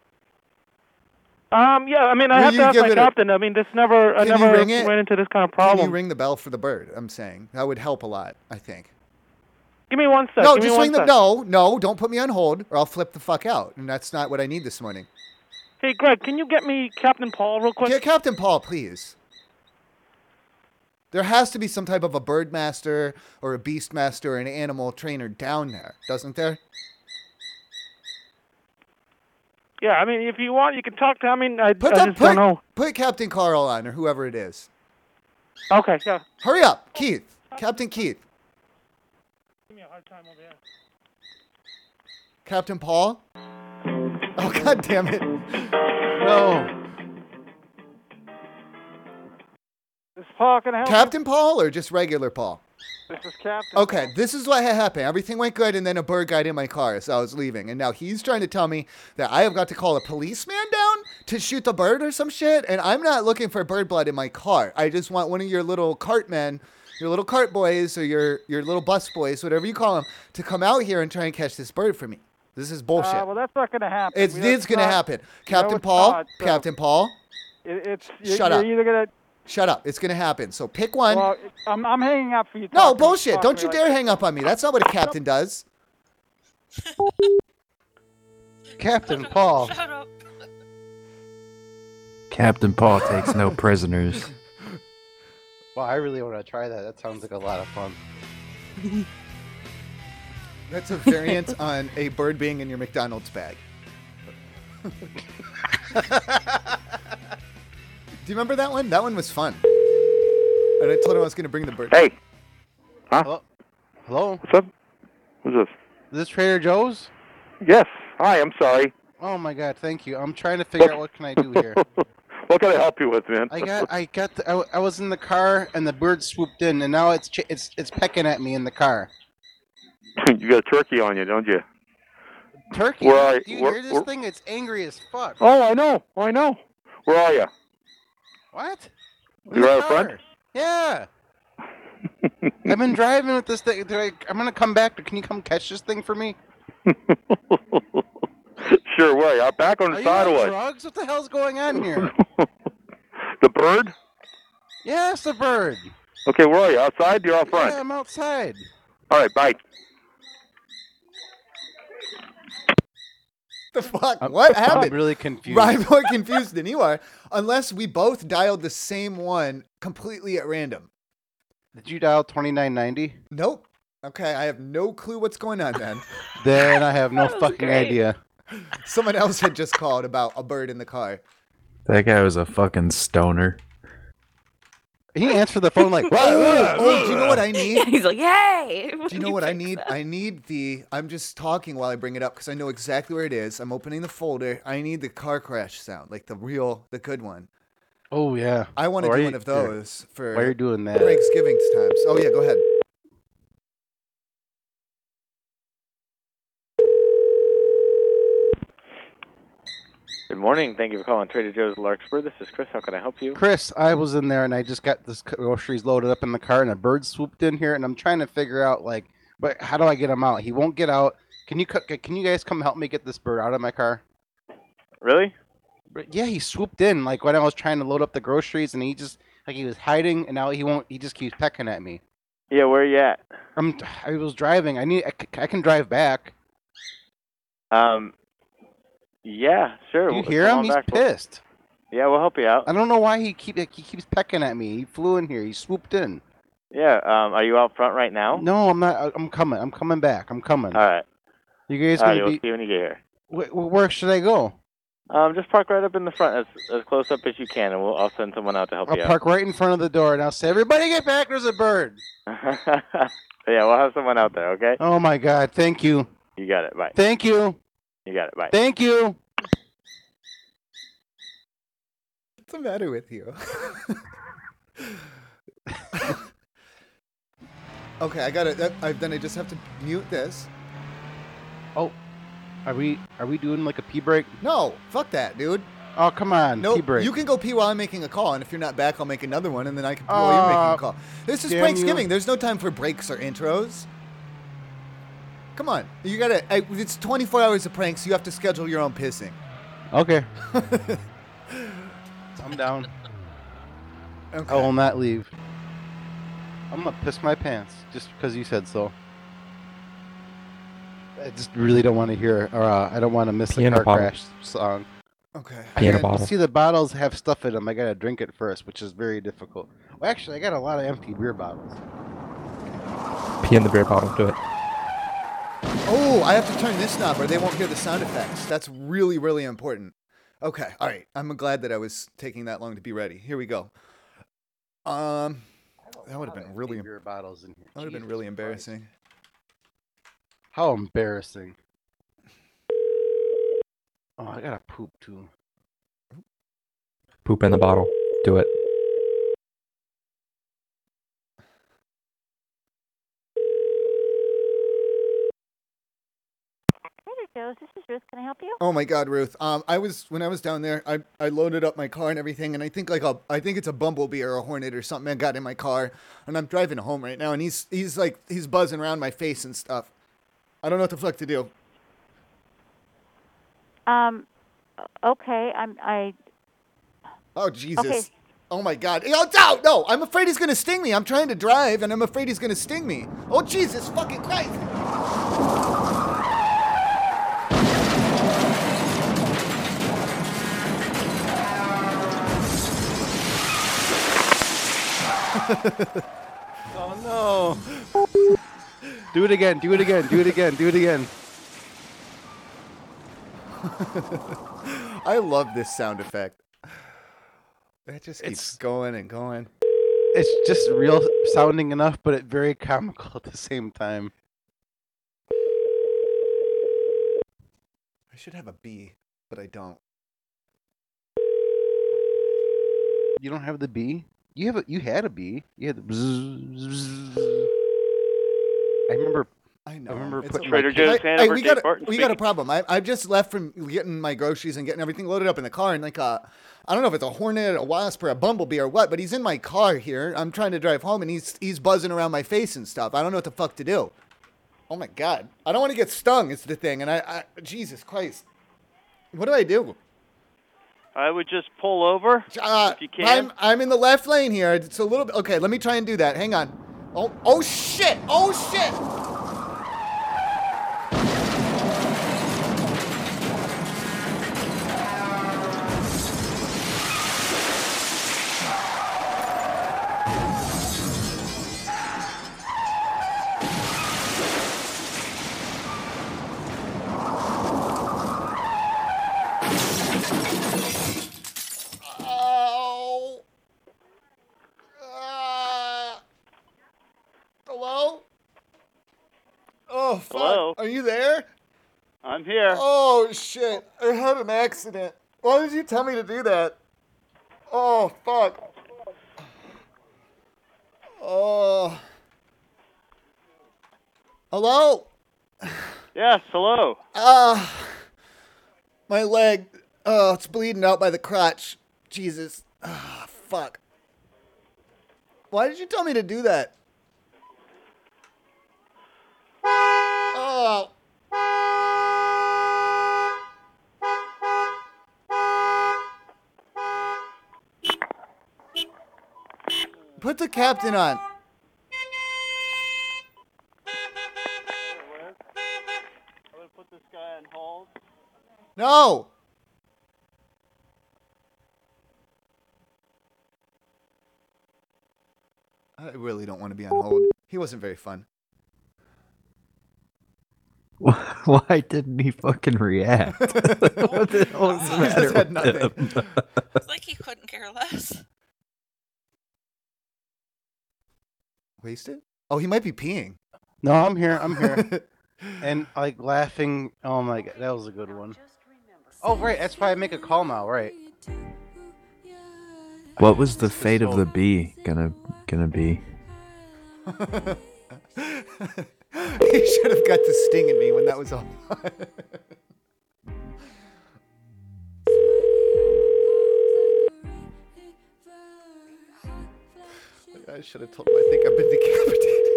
S21: Um. Yeah. I mean, I
S2: Will
S21: have
S2: you
S21: to ask
S2: give
S21: my
S2: it a-
S21: captain. I mean, this never. I
S2: Can you
S21: never
S2: ring it?
S21: ran into this kind of
S2: Can you
S21: problem.
S2: ring the bell for the bird? I'm saying that would help a lot. I think.
S21: Give me one sec.
S2: no,
S21: give me
S2: just
S21: one
S2: ring the
S21: sec.
S2: no, no. Don't put me on hold, or I'll flip the fuck out, and that's not what I need this morning.
S21: Hey, Greg, can you get me Captain Paul real quick?
S2: Yeah, Captain Paul, please. There has to be some type of a bird master or a beast master or an animal trainer down there, doesn't there?
S21: Yeah. I mean, if you want, you can talk to. I mean, I,
S2: Put
S21: I
S2: that-
S21: just
S2: put,
S21: don't know.
S2: put Captain Carl on or whoever it is.
S21: Okay, yeah.
S2: Hurry up, Keith. Captain Keith.
S21: Give me a hard time over here.
S2: Captain Paul? Oh god damn it.
S6: No.
S21: This is Paul. Can I help?
S2: Captain Paul or just regular Paul?
S21: you? This is Captain.
S2: Okay, this is what had happened. Everything went good, and then a bird got in my car as I was leaving, and now he's trying to tell me that I have got to call a policeman down to shoot the bird or some shit. And I'm not looking for bird blood in my car. I just want one of your little cart men, your little cart boys, or your your little bus boys, whatever you call them, to come out here and try and catch this bird for me. This is bullshit.
S21: Uh, well, that's not going to happen.
S2: it's
S21: We-
S2: it's
S21: that's
S2: gonna
S21: not-
S2: happen,
S21: No,
S2: Captain
S21: it's
S2: Paul.
S21: not, so
S2: Captain Paul,
S21: It, it's you're,
S2: shut up.
S21: you're Either gonna...
S2: Shut up. It's gonna happen. So pick one.
S21: Well, I'm, I'm hanging up for you.
S2: no
S21: talking-
S2: bullshit.
S21: talking
S2: Don't you
S21: like
S2: dare
S21: that.
S2: hang up on me. That's not what a captain does.
S6: Captain Paul.
S7: Captain Paul takes no prisoners.
S6: Wow, I really want to try that. That sounds like a lot of fun.
S2: That's a variant on a bird being in your McDonald's bag. Do you remember that one? That one was fun. And I told him I was going to bring the bird.
S6: Hey. Huh? Hello? Hello? What's
S21: up?
S6: Who's this? Is this Trader Joe's? Yes. Hi, I'm sorry. Oh my god, thank you. I'm trying to figure out what can I do here.
S16: What can I help you with, man?
S6: I got, I got, the, I, w- I was in the car and the bird swooped in, and now it's ch- it's it's pecking at me in the car.
S16: you got a turkey on you, don't you?
S6: Turkey,
S16: Where are you?
S6: do you
S16: Where-
S6: hear this
S16: where-
S6: thing? It's angry as fuck.
S16: Oh, I know. I know. Where are you?
S6: What?
S16: You're out front.
S6: Yeah. I've been driving with this thing. They're like, I'm gonna come back, but can you come catch this thing for me?
S16: Sure way. Out back on
S6: Are
S16: the
S6: you on
S16: sideway.
S6: drugs? What the hell's going on here?
S16: The bird?
S6: yes, the bird.
S16: Okay, where are you? Outside? You're out front.
S6: Yeah, I'm outside.
S16: All right, bye.
S2: The fuck? what
S6: I'm
S2: happened?
S6: really confused.
S2: I'm more confused than you are, unless we both dialed the same one completely at random.
S6: Did you dial 2990?
S2: Nope. Okay, I have no clue what's going on then.
S6: Then I have no fucking idea.
S2: Someone else had just called about a bird in the car.
S7: That guy was a fucking stoner.
S6: He answered the phone like,
S2: oh, oh, do you know what I need?
S10: He's like, hey.
S2: Do you know what I need? I need the. I'm just talking while I bring it up because I know exactly where it is. I'm opening the folder. I need the car crash sound, like the real, the good one.
S6: Oh yeah.
S2: I want to
S6: Why
S2: do
S6: are
S2: one
S6: you-
S2: of those for.
S6: Why are you doing that?
S2: Thanksgiving's times. Oh yeah, go ahead.
S16: Good morning. Thank you for calling Trader Joe's Larkspur. This is Chris. How can I help you?
S6: Chris, I was in there and I just got this groceries loaded up in the car and a bird swooped in here and I'm trying to figure out like, but how do I get him out? He won't get out. Can you co- can you guys come help me get this bird out of my car?
S16: Really?
S6: But yeah, he swooped in like when I was trying to load up the groceries and he just like he was hiding and now he won't. He just keeps pecking at me.
S16: Yeah, where are you at?
S6: I'm I was driving. I need I, c- I can drive back.
S16: Um, yeah, sure.
S6: Do you
S16: Well,
S6: hear
S16: come
S6: him?
S16: on
S6: He's
S16: back. We'll-
S6: pissed.
S16: Yeah, we'll help you out.
S6: I don't know why he keep he keeps pecking at me. He flew in here. He swooped in.
S16: Yeah. Um, are you out front right now?
S6: No, I'm not. I- I'm coming. I'm coming back. I'm coming.
S16: All right.
S6: You guys
S16: All
S6: gonna
S16: right, we'll
S6: be?
S16: see when you get here.
S6: Wh- wh- where should I go?
S16: Um, just park right up in the front, as as close up as you can, and we'll I'll send someone out to help
S6: I'll
S16: you
S6: park right in front of the door and I'll say, "Everybody, get back! There's a bird."
S16: out. yeah, we'll have someone out there. Okay.
S6: Oh my God! Thank you.
S16: You got it. Bye.
S6: Thank you.
S16: You got it. Bye.
S6: Thank you.
S2: What's the matter with you? okay, I got it. I, then I just have to mute this.
S6: Oh, are we are we doing like a pee break?
S2: No, fuck that, dude.
S6: Oh come on,
S2: No,
S6: pee break.
S2: you can go pee while I'm making a call, and if you're not back, I'll make another one, and then I can pee while you're making
S6: Aw,
S2: a call. This is
S6: Ah, damn you.
S2: Thanksgiving. There's no time for breaks or intros. Come on, you gotta. I, it's 24 hours of pranks. You have to schedule your own pissing.
S6: Okay. I'm down. I will not leave. I'm gonna piss my pants just because you said so. I just really don't want to hear, or uh, I don't want to miss the
S14: Piano
S6: car
S14: bottle.
S6: crash song.
S2: Okay.
S6: I
S14: Piano
S6: gotta-
S14: bottle.
S6: See, the bottles have stuff in them. I gotta drink it first, which is very difficult. Well, actually, I got a lot of empty beer bottles.
S14: Pee in the beer bottle. Do it.
S2: Oh, I have to turn this knob, or they won't hear the sound effects. That's really, really important. Okay, all right. I'm glad that I was taking that long to be ready. Here we go. Um, that would have been really
S6: beer bottles in here.
S2: That would have been really embarrassing.
S6: How embarrassing! Oh, I gotta poop too.
S14: Poop in the bottle. Do it.
S22: Trader Joe's, this is Ruth. Can I help you?
S2: Oh my God, Ruth. Um, I was when I was down there, I, I loaded up my car and everything, and I think like a I think it's a bumblebee or a hornet or something. I got in my car, and I'm driving home right now, and he's he's like he's buzzing around my face and stuff. I don't know what the fuck to do.
S22: Um, o- okay, I'm I.
S2: Oh Jesus. Oh my God. Oh, no, no, I'm afraid he's gonna sting me. I'm trying to drive, and I'm afraid he's gonna sting me. Oh Jesus fucking Christ!
S6: Oh no! do it again. Do it again. Do it again. Do it again.
S2: I love this sound effect. It just keeps going and going.
S6: It's just real sounding enough, but it very comical at the same time.
S2: I should have a B, but I don't.
S6: You don't have the bee. You have a, you had a bee. You had the. bzzz, bzzz. I remember.
S2: I know.
S6: remember
S2: It's
S6: putting
S2: a-
S6: my
S2: Hey,
S6: kid-
S2: hey, we got a, we got a problem. I, I've just left from getting my groceries and getting everything loaded up in the car, and like a, I don't know if it's a hornet, a wasp, or a bumblebee or what, but he's in my car here. I'm trying to drive home, and he's he's buzzing around my face and stuff. I don't know what the fuck to do. Oh my god, I don't want to get stung. It's the thing, and I, I Jesus Christ, what do I do? Uh,
S24: I would just pull over if you can.
S2: I'm I'm in the left lane here. It's a little bit okay. Let me try and do that. Hang on. Oh oh shit! Oh shit! Oh. Ah. hello? Oh, fuck.
S24: Hello?
S2: Are you there?
S24: I'm here.
S2: Oh, shit. I had an accident. Why did you tell me to do that? Oh, fuck. Oh. Hello?
S24: Yes, hello.
S2: Ah. my leg. Oh, it's bleeding out by the crotch. Jesus. Ah, fuck. Why did you tell me to do that? Oh. Put the captain on. No. I really don't want to be on hold. He wasn't very fun.
S7: Why didn't he fucking react? what the hell is the
S2: He just
S7: matter
S2: said
S7: with
S2: nothing.
S7: him?
S13: It's like he couldn't care less.
S2: Wasted? Oh, he might be peeing.
S6: No, I'm here. I'm here. and like laughing. Oh my god, that was a good one. Oh right, that's why I make a call now. Right.
S7: What was the fate of the bee gonna gonna be?
S2: he should have got the sting in me when that was all. I should have told him I think I've been decapitated.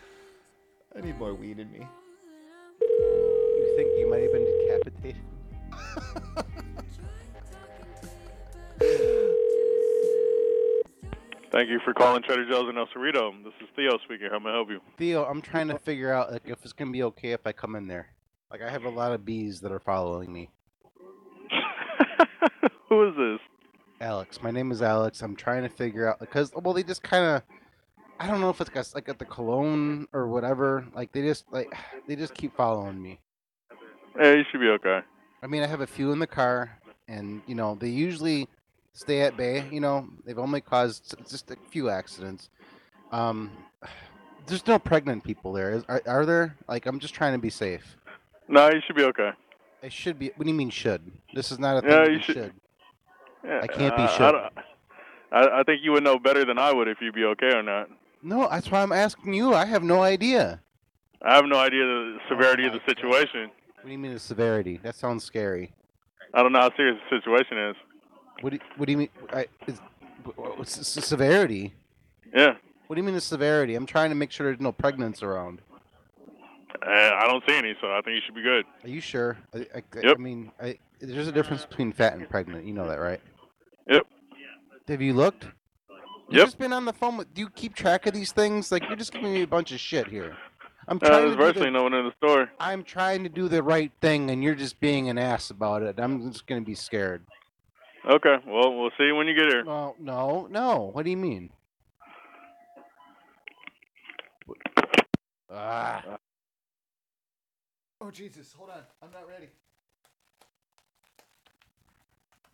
S2: I need more weed in me.
S6: You think you might have been decapitated?
S30: Thank you for calling Trader Joe's in El Cerrito. This is Theo speaking. How may I help you?
S6: Theo, I'm trying to figure out like if it's gonna be okay if I come in there. Like I have a lot of bees that are following me.
S30: Who is this?
S6: Alex, my name is Alex. I'm trying to figure out because well, they just kind of, I don't know if it's got- like at the cologne or whatever. Like they just like they just keep following me.
S30: Yeah, you should be okay.
S6: I mean, I have a few in the car, and you know they usually stay at bay. You know they've only caused s- just a few accidents. Um, there's no pregnant people there. Is, are, are there? Like I'm just trying to be safe.
S30: No, you should be okay.
S6: I should be. What do you mean should? This is not a thing.
S30: Yeah,
S6: that
S30: you
S6: you
S30: should-
S6: should.
S30: Yeah, uh,
S6: I can't be
S30: I-
S6: sure.
S30: I, don't- I, I think you would know better than I would if you'd be okay or not.
S6: No, that's why I'm asking you. I have no idea.
S30: I have no idea the severity of the situation.
S6: What do you mean the severity? That sounds scary.
S30: I don't know how serious the situation is.
S6: What do you, what do you mean? I, is, wh- wh- what's the s- severity?
S30: Yeah.
S6: What do you mean the severity? I'm trying to make sure there's no pregnants around.
S30: Uh, I don't see any, so I think you should be good.
S6: Are you sure? I, I, I-
S30: Yep.
S6: I mean, I, there's a difference between fat and pregnant. You know that, right?
S30: Yep.
S6: Have you looked? You've
S30: Yep.
S6: just been on the phone with. Do you keep track of these things? Like you're just giving me a bunch of shit here. I'm
S30: Uh,
S6: trying
S30: there's
S6: to do
S30: virtually
S6: the,
S30: no one in the store.
S6: I'm trying to do the right thing, and you're just being an ass about it. I'm just gonna be scared.
S30: Okay, well, we'll see when you get here.
S6: Well, no, no. What do you mean? Ah.
S2: Oh Jesus, hold on. I'm not ready.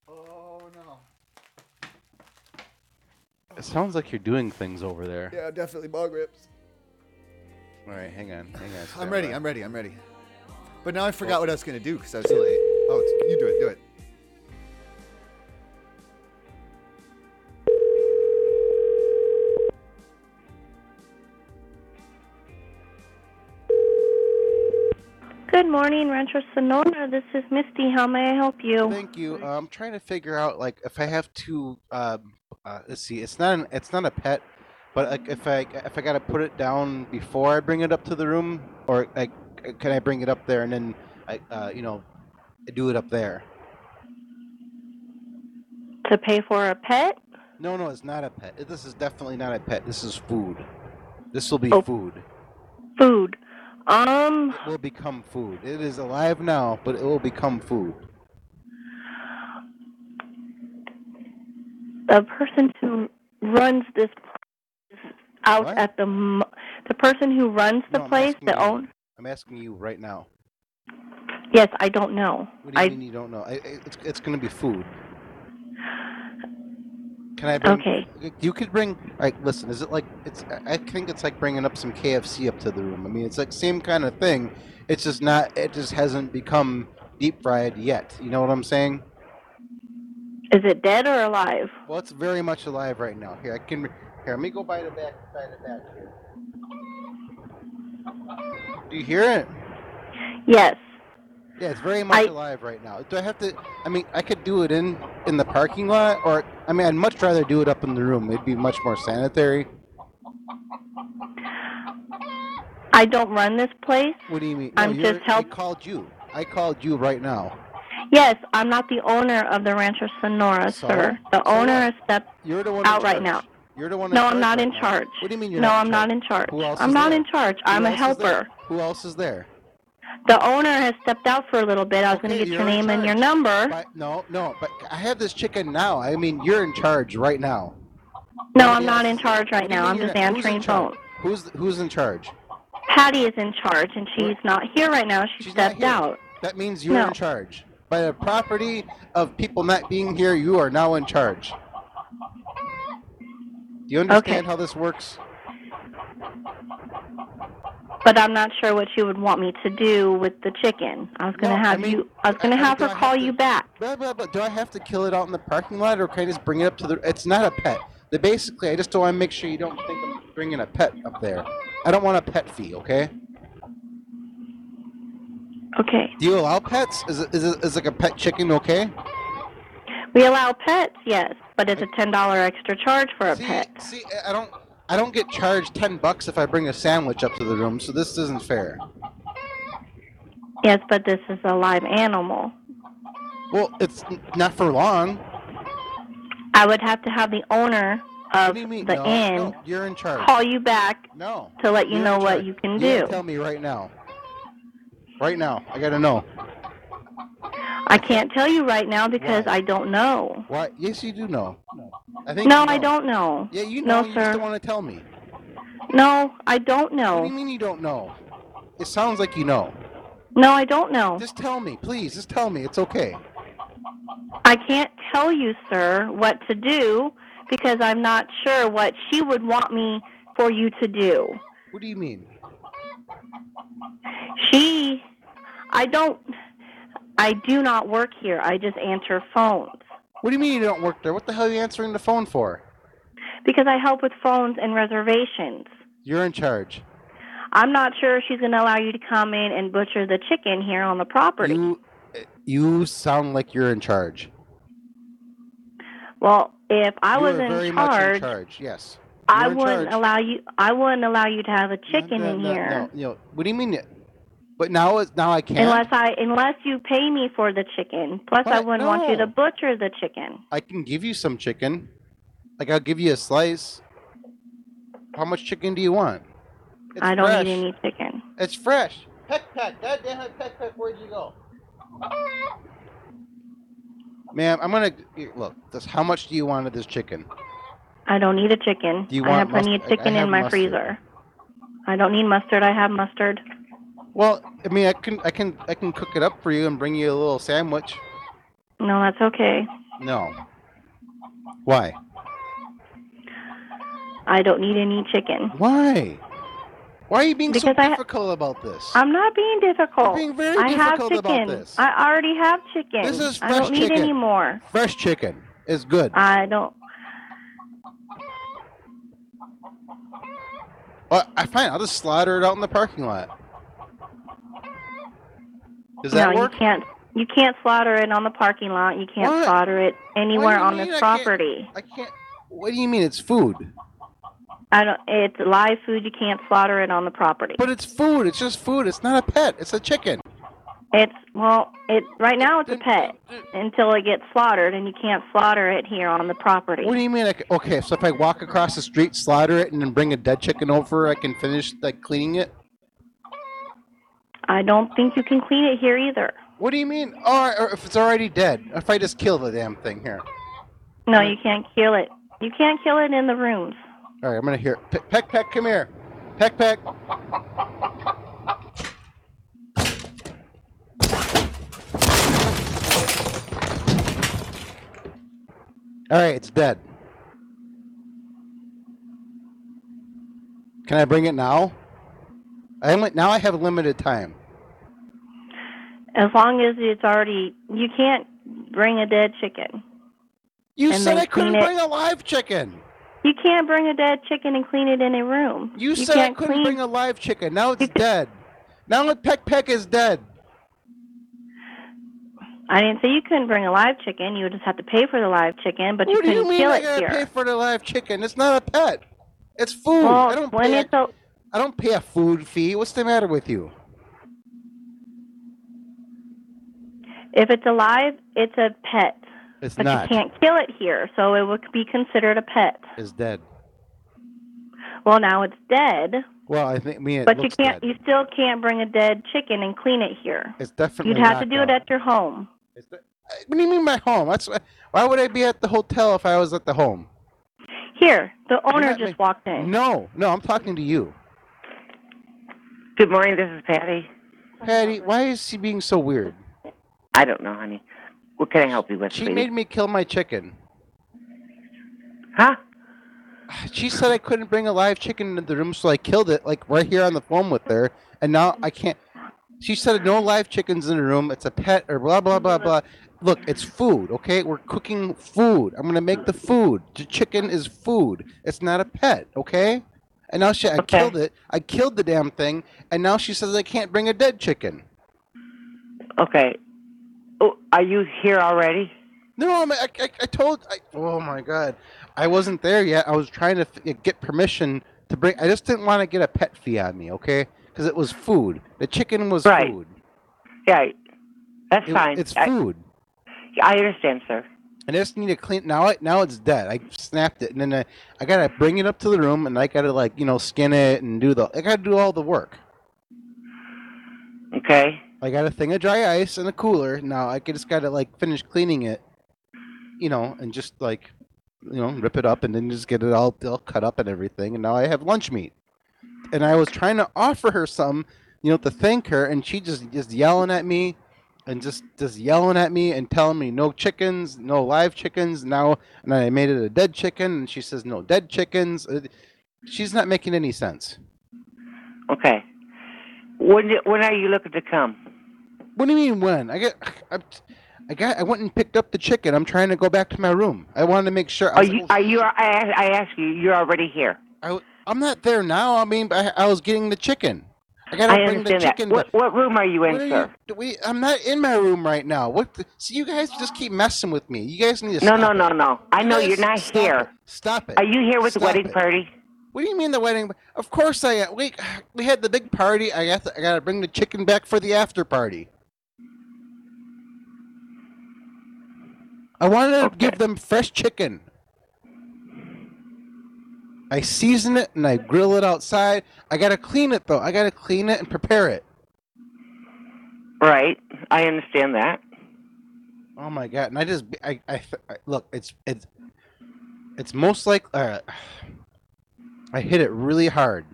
S2: Oh no.
S6: It sounds like you're doing things over there.
S2: Yeah, definitely bog rips.
S6: All right, hang on, hang on.
S2: I'm
S6: stand
S2: ready.
S6: by.
S2: I'm ready. I'm ready. But now I forgot what I was gonna do because I was too late. Oh, it's, you do it. Do it.
S12: Good morning, Rancho Sonora. This is Misty. How may I help you?
S6: Thank you. Uh, I'm trying to figure out like if I have to. Um, uh, let's see. It's not an. It's not a pet, but like if I if I gotta put it down before I bring it up to the room, or like can I bring it up there and then I uh, you know do it up there?
S12: To pay for a pet?
S6: No, no, it's not a pet. This is definitely not a pet. This is food. This will be food.
S12: Oh. Food. Um.
S6: It will become food. It is alive now, but it will become food.
S12: The person who runs this place is out at the mo- the person who runs the
S6: No, I'm
S12: place,
S6: asking
S12: the
S6: you.
S12: own.
S6: I'm asking you right now.
S12: Yes, I don't know.
S6: What do you
S12: I
S6: mean you don't know? I, I- it's it's going to be food. Can I bring?
S12: Okay.
S6: You could bring. Like, listen. Is it like it's? I- I think it's like bringing up some KFC up to the room. I mean, it's like same kind of thing. It's just not. It just hasn't become deep fried yet. You know what I'm saying?
S12: is it dead or alive?
S6: Well, it's very much alive right now. Here, I can. Here, let me go by the back. By the back here. Do you hear it?
S12: Yes.
S6: Yeah, it's very much alive right now. Do I have to? I mean, I could do it in in the parking lot, or I mean, I'd much rather do it up in the room. It'd be much more sanitary.
S12: I don't run this place.
S6: What do you mean?
S12: I'm
S6: you're-
S12: just help-
S6: I called you. I called you right now.
S12: Yes, I'm not the owner of the Rancho Sonora,
S6: So?
S12: sir. The
S6: So
S12: owner
S6: what?
S12: is stepped
S6: You're the one in
S12: out right
S6: charge.
S12: now.
S6: You're the one. in
S12: No, I'm
S6: charge
S12: not
S6: right
S12: in
S6: now.
S12: charge.
S6: What do you mean you're
S12: no,
S6: not?
S12: I'm not in charge.
S6: Who else
S12: I'm
S6: is
S12: not
S6: there?
S12: in charge.
S6: Who
S12: I'm a
S6: else is there?
S12: helper.
S6: Who else is there?
S12: The owner has stepped out for a little bit. I was going to get your name and your number.
S6: But no, no. But I have this chicken now. I mean, you're in charge right now.
S12: No,
S6: Nobody
S12: I'm not
S6: else
S12: in
S6: is-
S12: charge
S6: What
S12: right
S6: do you
S12: now.
S6: mean
S12: I'm
S6: you're
S12: just
S6: not- who's in
S12: answering
S6: charge?
S12: phones.
S6: Who's who's in charge?
S12: Patty is in charge, and she's not here right now. She stepped out.
S6: That means you're
S12: No.
S6: in charge. By the property of people not being here, you are now in charge. Do you understand how this works?
S12: But I'm not sure what you would want me to do with the chicken. I was going to
S6: No, I
S12: have
S6: mean,
S12: you. I was going
S6: I-
S12: to
S6: I-
S12: have
S6: do
S12: her
S6: I have
S12: call
S6: to-
S12: you back.
S6: Blah, blah, blah. Do I have to kill it out in the parking lot, or can I just bring it up to the? It's not a pet. They basically, I just want to make sure you don't think I'm bringing a pet up there. I don't want a pet fee, okay?
S12: Okay.
S6: Do you allow pets? Is it, is it is like a pet chicken okay?
S12: We allow pets, yes, but it's a ten dollar extra charge for a pet.
S6: See, I- I don't I don't get charged ten bucks if I bring a sandwich up to the room, so this isn't fair.
S12: Yes, but this is a live animal.
S6: Well, it's n- not for long.
S12: I would have to have the owner of the
S6: No,
S12: inn
S6: no, you're in charge.
S12: call you back
S6: No.
S12: to let you
S6: You're
S12: know
S6: in
S12: what
S6: charge.
S12: you can
S6: gotta
S12: do.
S6: Tell me right now. Right now, I gotta know.
S12: I can't tell you right now because I don't know.
S6: Why? Yes, you do know. I think
S12: No,
S6: you
S12: I don't know.
S6: Yeah, you
S12: No,
S6: know. you
S12: sir.
S6: just don't want to tell me.
S12: No, I don't know.
S6: What do you mean you don't know? It sounds like you know.
S12: No, I don't know.
S6: Just tell me, please. Just tell me. It's okay.
S12: I can't tell you, sir, what to do because I'm not sure what she would want me for you to do.
S6: What do you mean?
S12: She, I don't, I do not work here. I just answer phones
S6: What do you mean you don't work there? What the hell are you answering the phone for?
S12: because I help with phones and reservations.
S6: You're in charge.
S12: I'm not sure if she's going to allow you to come in and butcher the chicken here on the property.
S6: You sound like you're in charge.
S12: well, if I
S6: you
S12: was
S6: are very
S12: in
S6: much in
S12: charge,
S6: charge. Yes.
S12: I
S6: You're in
S12: wouldn't
S6: charge.
S12: allow you. I wouldn't allow you to have a chicken
S6: No,
S12: in
S6: no,
S12: here
S6: no, you know, what do you mean? But now, it's now I can't.
S12: unless I unless you pay me for the chicken. Plus, I
S6: What?
S12: wouldn't want you
S6: No.
S12: to butcher the chicken.
S6: I can give you some chicken. Like I'll give you a slice. How much chicken do you want? It's
S12: I don't
S6: fresh.
S12: need any chicken.
S6: It's fresh. Peck peck. God damn it, peck peck. Where'd you go? Ma'am, I'm gonna here, look. This. How much do you want of this chicken?
S12: I don't need a chicken.
S6: Do you
S12: I
S6: want
S12: have plenty of
S6: mustard? I- I
S12: chicken
S6: have
S12: in my
S6: mustard.
S12: freezer. I don't need mustard. I have mustard.
S6: Well, I mean, I can, I can, I can cook it up for you and bring you a little sandwich.
S12: No, that's okay.
S6: No. Why?
S12: I don't need any chicken.
S6: Why? Why are you being so
S12: Because I-
S6: difficult about this?
S12: I'm not being difficult.
S6: You're being very
S12: I have
S6: difficult about
S12: chicken.
S6: this.
S12: I already have chicken.
S6: This is
S12: I don't
S6: fresh
S12: need
S6: chicken.
S12: any more.
S6: Fresh chicken is good.
S12: I don't.
S6: Oh, Well, I fine. I'll just slaughter it out in the parking lot. Does that
S12: no,
S6: work?
S12: you can't. You can't slaughter it on the parking lot. You can't
S6: What?
S12: slaughter it anywhere
S6: you
S12: on
S6: mean I
S12: this
S6: can't-
S12: property.
S6: I can't. What do you mean it's food?
S12: I don't. It's live food. You can't slaughter it on the property.
S6: But it's food. It's just food. It's not a pet. It's a chicken.
S12: It's well. It right now it's a pet until it gets slaughtered, and you can't slaughter it here on the property.
S6: What do you mean? I c okay, so if I walk across the street, slaughter it, and then bring a dead chicken over, I can finish like cleaning it.
S12: I don't think you can clean it here either.
S6: What do you mean? Oh, Or, or if it's already dead, if I just kill the damn thing here.
S12: No, you can't kill it. You can't kill it in the rooms.
S6: All right, I'm gonna hear. Peck, peck, peck come here. Peck, peck. All right, it's dead. Can I bring it now? I only now I have limited time.
S12: As long as it's already, you can't bring a dead chicken.
S6: You
S12: And
S6: said
S12: they
S6: I couldn't
S12: clean it-
S6: bring a live chicken.
S12: You can't bring a dead chicken and clean it in a room.
S6: You, said I
S12: can't
S6: couldn't
S12: clean.
S6: bring a live chicken. Now it's dead. Now it peck peck is dead.
S12: I didn't say you couldn't bring a live chicken. You would just have to pay for the live chicken, but you
S6: what do
S12: couldn't
S6: you mean
S12: kill
S6: I
S12: it
S6: gotta
S12: here.
S6: pay for the live chicken? It's not a pet. It's food.
S12: Well,
S6: I don't
S12: when
S6: pay.
S12: it's a,
S6: I don't pay a food fee. What's the matter with you?
S12: if it's alive, it's a pet.
S6: It's
S12: but
S6: not.
S12: you can't kill it here, so it would be considered a pet.
S6: It's dead.
S12: Well, now it's dead,
S6: Well, I think I mean it
S12: but you
S6: looks
S12: can't.
S6: dead.
S12: You still can't bring a dead chicken and clean it here.
S6: It's definitely.
S12: You'd have to
S6: knocked
S12: do it
S6: out.
S12: at your home.
S6: What do you mean my home? That's why why would I be at the hotel if I was at the home?
S12: Here, the
S6: owner
S12: just walked in.
S6: No, no, I'm talking to you.
S5: Good morning. This is Patty.
S6: Patty, why is she being so weird?
S5: I don't know, honey. What can I help you with?
S6: She
S5: please?
S6: made me kill my chicken.
S5: Huh?
S6: She said I couldn't bring a live chicken into the room, so I killed it, like right here on the phone with her, and now I can't. She said no live chickens in the room. It's a pet or blah blah blah blah. Look, it's food, okay? We're cooking food. I'm gonna make the food. The chicken is food. It's not a pet, okay? And now she, I killed it. I killed the damn thing, and now she says I can't bring a dead chicken.
S5: Okay. Oh, are you here already?
S6: No, I'm, I, I, I told. I, oh my god, I wasn't there yet. I was trying to f- get permission to bring. I just didn't want to get a pet fee on me, okay? Because it was food. The chicken was
S5: Right.
S6: food.
S5: Yeah, that's
S6: It-
S5: fine.
S6: It's
S5: I-
S6: food.
S5: I, understand, sir.
S6: And I just need to clean. Now, I, now it's dead. I snapped it, and then I, I gotta bring it up to the room, and I gotta like you know skin it and do the. I gotta do all the work.
S5: Okay.
S6: I got a thing of dry ice and a cooler. Now I just gotta like finish cleaning it, you know, and just like, you know, rip it up and then just get it all, all cut up and everything. And now I have lunch meat. And I was trying to offer her some, you know, to thank her, and she just just yelling at me, and just just yelling at me and telling me no chickens, no live chickens. Now and I made it a dead chicken, and she says no dead chickens. Uh, She's not making any sense.
S5: Okay. When when are you looking to come?
S6: What do you mean when? I get, I, I got, I went and picked up the chicken. I'm trying to go back to my room. I wanted to make sure. I
S5: Are
S6: was,
S5: you are you? I ask, I ask you. You're already here.
S6: I, am not there now. I mean, I, I was getting the chicken. I gotta
S5: I
S6: bring the
S5: understand that.
S6: chicken.
S5: What- what room are you in,
S6: What
S5: sir?
S6: you- we, I'm not in my room right now. What? The, so you guys just keep messing with me. You guys need to.
S5: No,
S6: stop
S5: no,
S6: it.
S5: no, no. I
S6: You
S5: know
S6: guys
S5: you're not
S6: stop
S5: here.
S6: it. Stop it.
S5: Are you here with the
S6: Stop
S5: wedding
S6: it.
S5: party?
S6: What do you mean the wedding? Of course I am. We we had the big party. I got to, I gotta bring the chicken back for the after party. I wanted to give them fresh chicken. I season it and I grill it outside. I gotta clean it though. I gotta clean it and prepare it.
S5: Right. I understand that.
S6: Oh my god! And I just I, I, I- look. It's it's it's most like uh, I hit it really hard,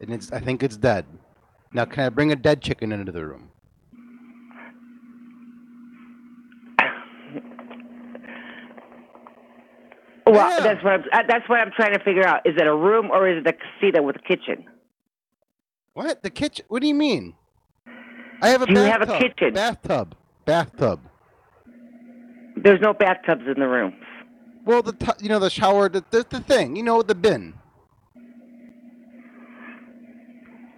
S6: and it's I think it's dead. Now can I bring a dead chicken into the room?
S5: Well, that's what I'm, uh, that's what I'm trying to figure out. Is it a room or is it a casita with a kitchen?
S6: What the kitchen? What do you mean? I have a
S5: Do you have a
S6: bathtub.
S5: kitchen?
S6: Bathtub. Bathtub.
S5: There's no bathtubs in the room.
S6: Well, the t- you know the shower, the, the the thing, you know the bin.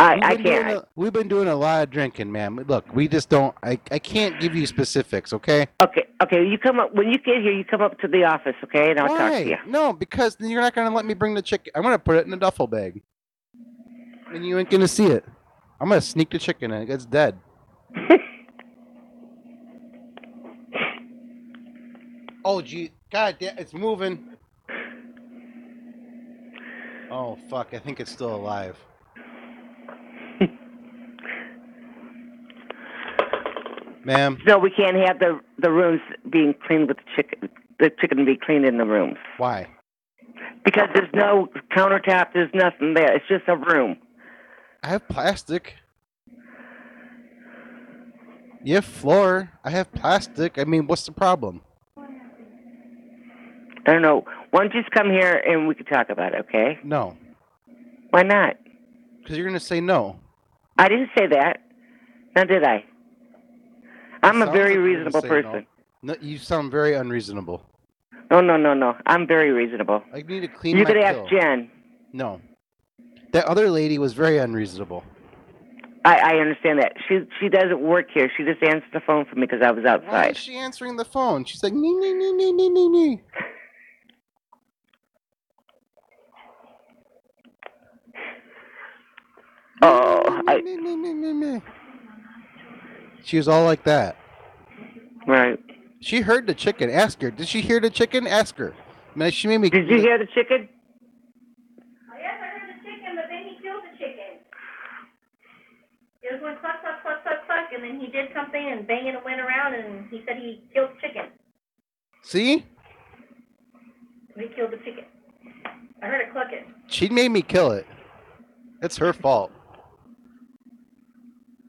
S31: I, I
S6: We've been doing
S31: can't.
S6: a- we've been doing a lot of drinking, man. Look, we just don't. I, I can't give you specifics, okay?
S31: Okay, okay. You come up when you get here. You come up to the office, okay? And I'll
S6: Why?
S31: talk to you.
S6: No, because then you're not going to let me bring the chicken. I'm going to put it in a duffel bag. And you ain't going to see it. I'm going to sneak the chicken in. It's dead. oh, gee. God damn. It's moving. Oh, fuck. I think it's still alive. Ma'am.
S31: No, we can't have the the rooms being cleaned with the chicken. The chicken be cleaned in the rooms.
S6: Why?
S31: Because there's no countertop. There's nothing there. It's just a room.
S6: I have plastic. You have floor. I have plastic. I mean, what's the problem?
S31: I don't know. Why don't you just come here and we can talk about it, okay?
S6: No.
S31: Why not?
S6: Because you're going to say no.
S31: I didn't say that. Now did I? I'm
S6: Sounds
S31: a
S6: like
S31: very
S6: you're gonna
S31: reasonable
S6: say no.
S31: person.
S6: No. you sound very unreasonable.
S31: No, no, no, no. I'm very reasonable.
S6: I need to clean
S31: You
S6: my
S31: could ask
S6: pill.
S31: Jen.
S6: No. That other lady was very unreasonable.
S31: I, I understand that. She she doesn't work here. She just answered the phone for me because I was
S6: Why
S31: outside.
S6: is she answering the phone? She's like, nee, nee, nee, nee, nee, nee, nee.
S31: Oh, I.
S6: She was all like that.
S31: Right.
S6: She heard the chicken. Ask her. Did she hear the chicken? Ask her. Man, she made me.
S31: Did you hear the chicken?
S12: Yes, I heard the chicken, but then he killed the chicken. It was going cluck, cluck, cluck, cluck, cluck, and then he did something and banging it went around, and he said he killed the chicken.
S6: See?
S12: He killed the chicken. I heard it clucking.
S6: She made me kill it. It's her fault.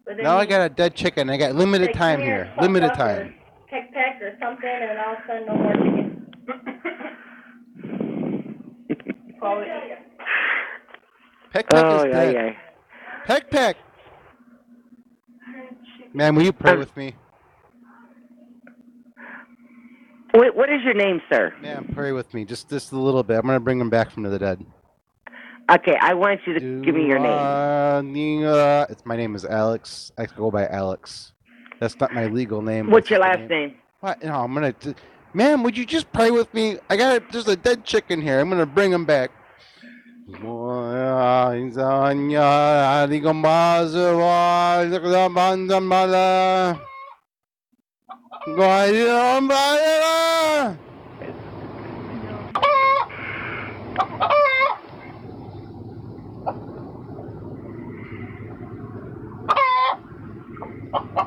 S12: But then
S6: Now I
S12: he
S6: got a dead chicken. I got limited
S12: said, "Come
S6: time
S12: here,
S6: here.
S12: cluck,
S6: Limited
S12: cluck," or
S6: time.
S12: Peck, peck, or something, and all of a sudden, no more chicken. Call it.
S6: Peck peck
S31: Oh,
S6: is
S31: yeah,
S6: dead. Peck peck. Man, will you pray with me?
S31: Wait, what is your name, sir?
S6: Man, pray with me. Just just a little bit. I'm gonna bring him back from the dead.
S31: Okay, I want you to give me your name.
S6: name. uh, It's my name is Alex. I go by Alex. That's not my legal name.
S31: What's
S6: That's
S31: your
S6: the
S31: last name?
S6: What? No, I'm gonna. T- Ma'am, would you just pray with me? I got there's a dead chicken here. I'm gonna bring him back.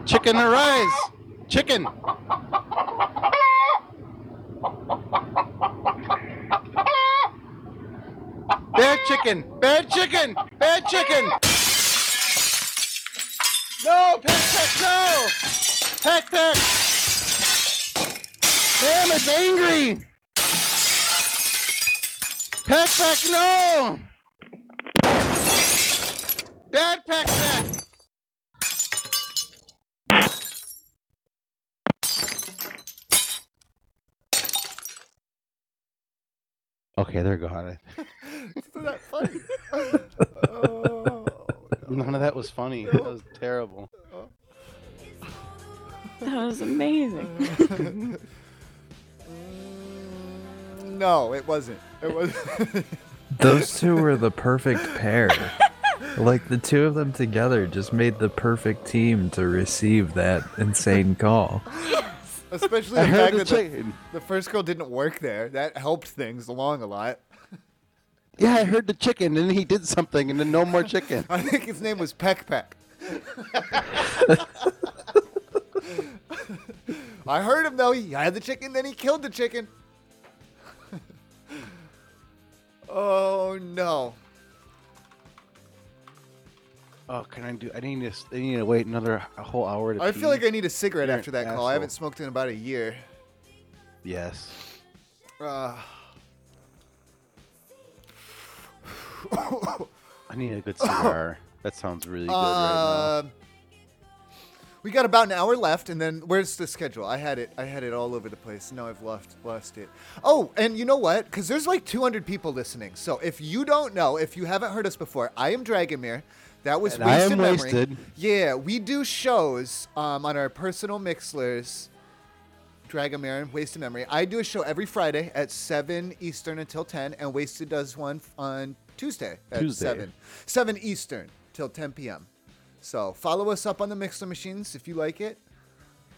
S6: Chicken arise! Chicken! Bad chicken! Bad chicken! Bad chicken! No! Peck peck! No! Peck peck! Damn, it's angry! Peck peck! No! Bad peck peck! Okay, they're gone.
S2: Isn't that funny? Oh,
S6: None of that was funny. That was terrible.
S2: Oh.
S13: That was amazing.
S2: no, it wasn't. It was.
S9: Those two were the perfect pair. like the two of them together just made the perfect team to receive that insane call.
S2: Especially
S6: I
S2: the
S6: heard
S2: fact
S6: the
S2: that the,
S6: chicken.
S2: the first girl didn't work there. That helped things along a lot.
S6: Yeah, I heard the chicken, and he did something, and then no more chicken.
S2: I think his name was Peck Peck. I heard him though. He had the chicken, then he killed the chicken. oh no.
S6: Oh, can I do? I need to. I need to wait another a whole hour. To
S2: I feel
S6: pee.
S2: like I need a cigarette
S6: You're
S2: after
S6: an
S2: that call. I haven't
S6: asshole.
S2: smoked in about a year.
S6: Yes.
S2: Uh,
S6: I need a good
S2: Oh.
S6: cigar. that sounds really good right
S2: um, we got about an hour left, and then where's the schedule? I had it. I had it all over the place. Now I've lost lost it. Oh, and you know what? Because there's like 200 people listening. So if you don't know, if you haven't heard us before, I am Dragomir. That was
S6: And I
S2: wasted
S6: am
S2: memory.
S6: wasted.
S2: Yeah, we do shows um, on our personal mixlers. Dragomarin, Wasted Memory. I do a show every Friday at 7 Eastern until 10, and Wasted does one f- on Tuesday at
S6: Tuesday.
S2: 7. 7 Eastern till 10 p.m. So follow us up on the Mixler Machines if you like it.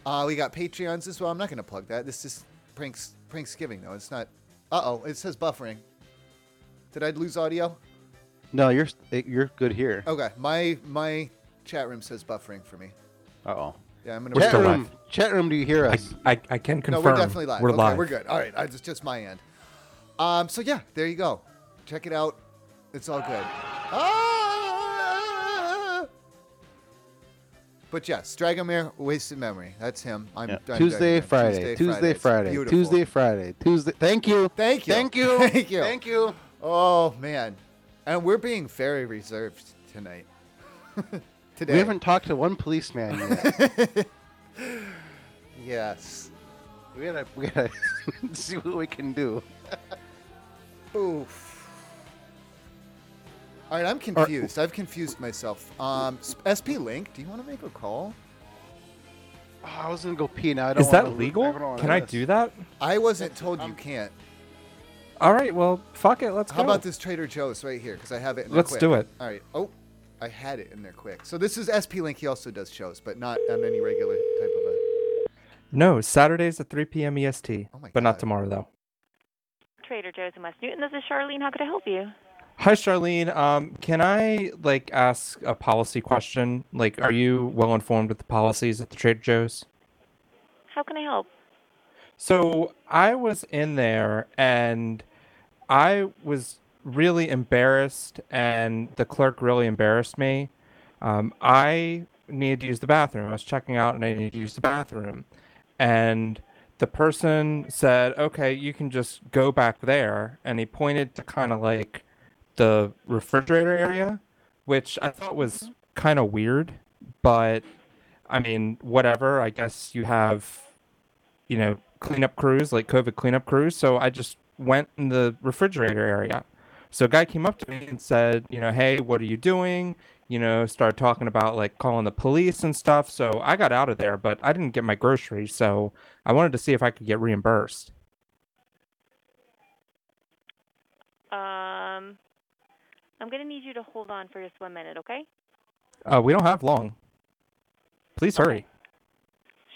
S2: Uh, we got Patreons as well. I'm not going to plug that. This is Pranks, Pranksgiving, though. It's not. Uh oh, it says buffering. Did I lose audio?
S6: No, you're eh, you're good here.
S2: Okay, my my chat room says buffering for me.
S6: Uh oh.
S2: Yeah, I'm gonna-
S6: Chat
S2: We're still
S6: room, chat room. Do you hear us?
S14: I, I, I can confirm.
S2: No, we're definitely live.
S14: We're
S2: okay,
S14: live.
S2: We're good. All right, I- it's just my end. Um, so yeah, there you go. Check it out. It's all good. Ah! But yes, Dragomir, wasted memory. That's him. I'm I'm
S6: Tuesday,
S2: Dragomir.
S6: Friday, Tuesday,
S2: It's
S6: Friday,
S2: beautiful.
S6: Tuesday, Friday, Tuesday. Thank you.
S2: Thank you.
S6: Thank you.
S2: Thank you.
S6: Thank you.
S2: Oh man, and we're being very reserved tonight. Today.
S6: We haven't talked to one policeman yet.
S2: Yes.
S6: we gotta, we gotta see what we can do.
S2: Oof. All right, I'm confused. I've confused myself. Um, s- SP Link, do you want to make a call?
S6: Oh, I was gonna go pee now. I don't
S14: Is that
S6: wanna-
S14: legal?
S6: don't wanna
S14: Can I
S6: this.
S14: do that?
S2: I wasn't told you can't.
S14: All right. Well, fuck it. Let's
S2: How
S14: go.
S2: about this Trader Joe's right here? Because I have it. In there
S14: Let's
S2: quick.
S14: do it.
S2: All right. Oh, I had it in there quick. So this is SP Link. He also does shows, but not on any regular type of a.
S14: No, Saturdays at 3 p.m. EST,
S6: Oh
S14: but not tomorrow though.
S9: Trader Joe's in West Newton. This is Charlene. How could I help you?
S14: Hi, Charlene. Um, can I like ask a policy question? Like, are you well informed with the policies at the Trader Joe's?
S9: How can I help?
S14: So I was in there and I was really embarrassed, and the clerk really embarrassed me. Um, I needed to use the bathroom. I was checking out and I needed to use the bathroom. And the person said, okay, you can just go back there. And he pointed to kind of like the refrigerator area, which I thought was kind of weird. But I mean, whatever. I guess you have you know, cleanup crews, like COVID cleanup crews. So I just went in the refrigerator area. So a guy came up to me and said, you know, hey, what are you doing? You know, started talking about like calling the police and stuff. So I got out of there, but I didn't get my groceries. So I wanted to see if I could get reimbursed.
S9: Um, I'm going to need you to hold on for just one minute, okay?
S14: Uh, we don't have long. Please hurry.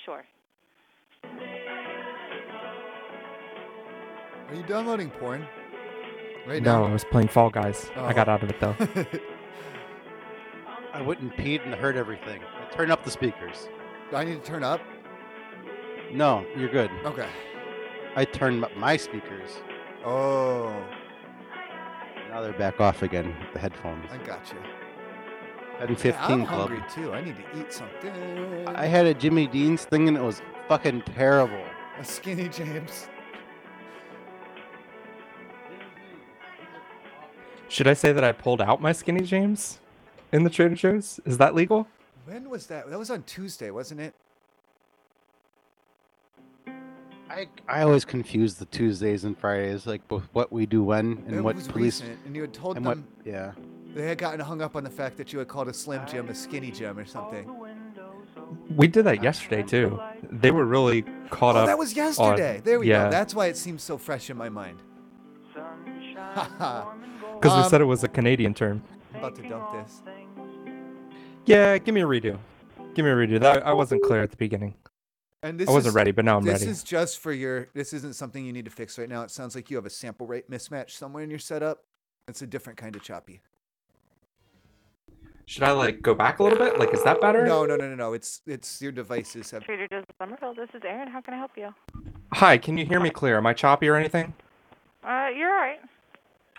S9: Sure.
S2: Are you downloading porn? Right
S14: no, I
S2: now.
S14: was playing Fall Guys.
S2: Oh.
S14: I got out of it though.
S6: I wouldn't pee and hurt everything. Turn up the speakers.
S2: Do I need to turn up?
S6: No, you're good.
S2: Okay.
S6: I turned up my speakers.
S2: Oh.
S6: Now they're back off again with the headphones.
S2: I got you.
S6: Head and
S2: Yeah, I'm
S6: 15 Club.
S2: hungry too. I need to eat something.
S6: I had a Jimmy Dean's thing and it was fucking terrible.
S2: a skinny James.
S14: Should I say that I pulled out my skinny James in the Trader Joe's? Is that legal?
S2: When was that? That was on Tuesday, wasn't it?
S6: I always confuse the Tuesdays and Fridays, like both what we do when and
S2: it
S6: what
S2: was
S6: police.
S2: recent, and you had told
S6: and what-
S2: them
S6: yeah.
S2: they had gotten hung up on the fact that you had called a Slim Jim a skinny Jim or something.
S14: We did that yesterday too. They were really caught
S2: oh,
S14: up.
S2: that was
S14: on-
S2: yesterday. there we
S14: uh, yeah,
S2: go. That's why it seems so fresh in my mind. Because
S14: because we said it was a Canadian term.
S2: I'm about to dump this.
S14: Yeah, give me a redo. Give me a redo. That I wasn't clear at the beginning.
S2: And this
S14: I wasn't
S2: is-
S14: ready, but now I'm
S2: this
S14: ready.
S2: is just for your. This isn't something you need to fix right now. It sounds like you have a sample rate mismatch somewhere in your setup. It's a different kind of choppy.
S14: Should I like go back a little bit? Like, is that better?
S2: No, no, no, no, no. It's it's your devices have.
S9: Trader Joe's in Somerville. This is Erin. How can I help you?
S14: Hi, can you hear me clear? Am I choppy or anything?
S9: Uh, you're all right.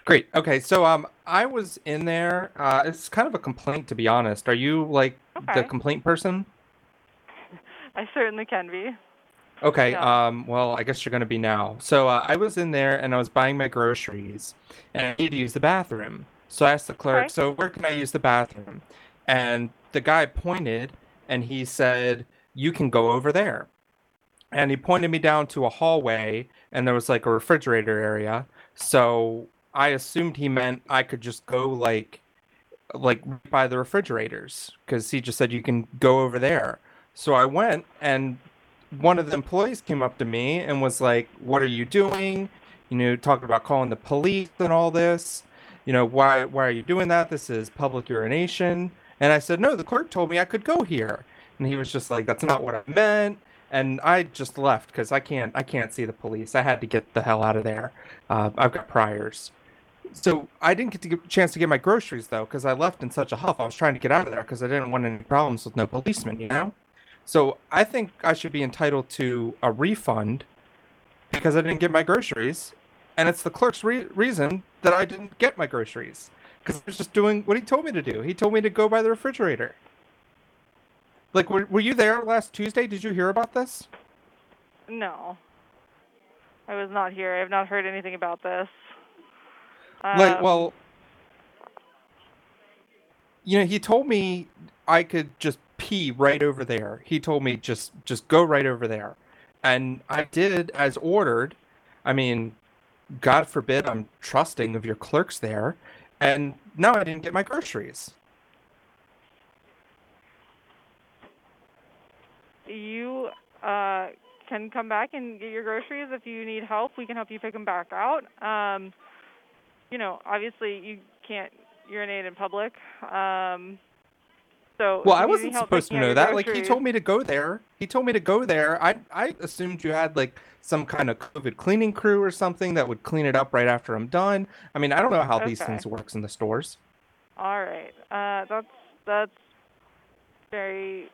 S14: Great. Okay, so um, I was in there. Uh, it's kind of a complaint, to be honest. Are you like the
S9: Okay.
S14: complaint person?
S9: I certainly can be.
S14: Okay.
S9: Yeah.
S14: Um. Well, I guess you're gonna be now. So uh, I was in there and I was buying my groceries, and I needed to use the bathroom. So I asked the clerk,
S9: Okay.
S14: "So where can I use the bathroom?" And the guy pointed, and he said, "You can go over there." And he pointed me down to a hallway, and there was like a refrigerator area. So I assumed he meant I could just go like like by the refrigerators because he just said you can go over there. So I went, and one of the employees came up to me and was like, "What are you doing?" You know, talking about calling the police and all this. You know, why why are you doing that? This is public urination. And I said, "No, the clerk told me I could go here." And he was just like, "That's not what I meant." And I just left because I can't I can't see the police. I had to get the hell out of there. Uh, I've got priors. So I didn't get to get, chance to get my groceries though because I left in such a huff. I was trying to get out of there because I didn't want any problems with no policemen. You know. So I think I should be entitled to a refund because I didn't get my groceries, and it's the clerk's re- reason that I didn't get my groceries because I was just doing what he told me to do. He told me to go by the refrigerator. Like, were, were you there last Tuesday? Did you hear about this?
S8: No. I was not here. I have not heard anything about this.
S14: like,
S8: Um,
S14: well, you know, he told me I could just pee right over there. He told me just just go right over there, and I did as ordered. I mean, God forbid I'm trusting of your clerks there, and now I didn't get my groceries.
S8: you uh, can come back and get your groceries if you need help. We can help you pick them back out. Um, you know, obviously you can't urinate in public. Um, so
S14: Well,
S8: if
S14: I
S8: you need
S14: wasn't
S8: help
S14: supposed to
S8: picking out
S14: know
S8: your
S14: that. Like he
S8: groceries-
S14: told me to go there. He told me to go there. I I assumed you had like some kind of COVID cleaning crew or something that would clean it up right after I'm done. I mean, I don't know how these
S8: Okay.
S14: things works in the stores.
S8: All right. Uh, that's that's very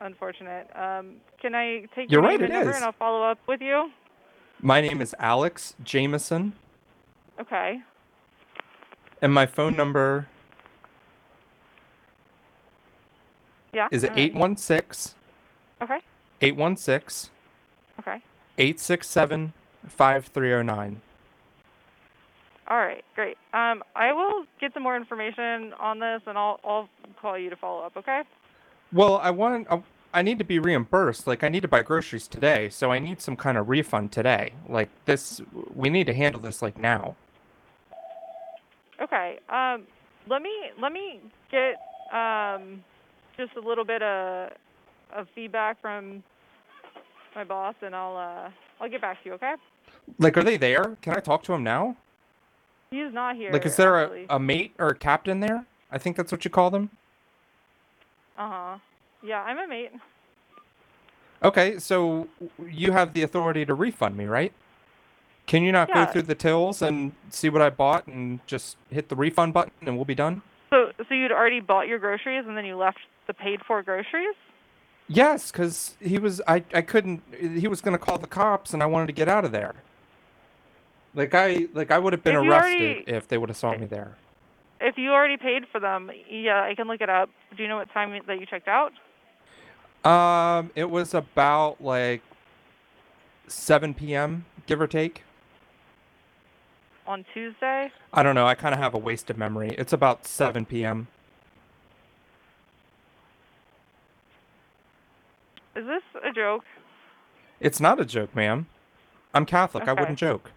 S8: unfortunate. Um, can I take
S14: You're
S8: your
S14: right,
S8: name
S14: it
S8: and number
S14: is.
S8: and I'll follow up with you?
S14: My name is Alex Jameson,
S8: Okay.
S14: and my phone number
S8: Yeah.
S14: is
S8: I'm ready.
S14: 816
S8: Okay.
S14: 816
S8: Okay.
S14: 867 5309.
S8: All right. Great. Um, I will get some more information on this and I'll I'll call you to follow up. Okay.
S14: Well, I want I, I need to be reimbursed. Like I need to buy groceries today, so I need some kind of refund today. Like this we need to handle this like now.
S8: Okay. Um, let me let me get um, just a little bit of of feedback from my boss, and I'll uh, I'll get back to you. Okay.
S14: Like are they there? Can I talk to him now?
S8: He's not here.
S14: like is there
S8: actually.
S14: a, a mate or a captain there? I think that's what you call them.
S8: Uh huh. Yeah, I'm a mate.
S14: Okay, so you have the authority to refund me, right? Can you not
S8: Yeah.
S14: go through the tills and see what I bought and just hit the refund button and we'll be done?
S8: So so you'd already bought your groceries, and then you left the paid for groceries.
S14: Yes, because he was I, I couldn't he was gonna call the cops and I wanted to get out of there. Like I like I would have been
S8: If you
S14: arrested
S8: already-
S14: if they would have saw me there.
S8: If you already paid for them, yeah, I can look it up. Do you know what time that you checked out?
S14: Um it was about like seven PM, give or take.
S8: On Tuesday.
S14: I don't know, I kinda have a wasted memory. It's about seven PM.
S8: Is this a joke?
S14: It's not a joke, ma'am. I'm Catholic, I
S8: Okay.
S14: wouldn't joke.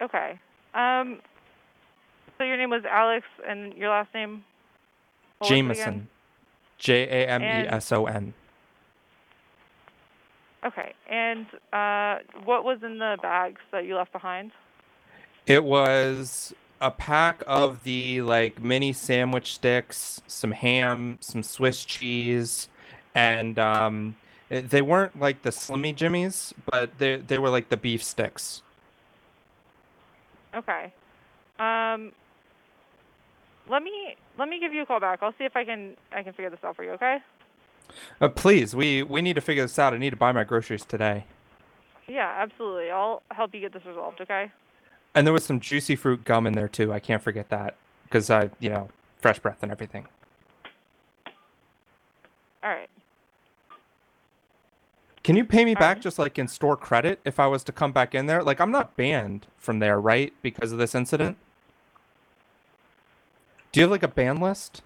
S8: Okay. Um. So your name was Alex, and your last name. what was it again?
S14: Jameson. J A M E S O N.
S8: Okay. And uh, what was in the bags that you left behind?
S14: It was a pack of the like mini sandwich sticks, some ham, some Swiss cheese, and um, eh, they weren't like the Slimmy Jimmies, but they they were like the beef sticks.
S8: Okay. Um. Let me let me give you a call back. I'll see if I can I can figure this out for you. Okay.
S14: Uh, please, we we need to figure this out. I need to buy my groceries today.
S8: Yeah, absolutely. I'll help you get this resolved. Okay.
S14: And there was some juicy fruit gum in there too. I can't forget that because I you know fresh breath and everything.
S8: All right.
S14: Can you pay me back just like in store credit if I was to come back in there? Like I'm not banned from there, right? Because of this incident. Do you have like a ban list?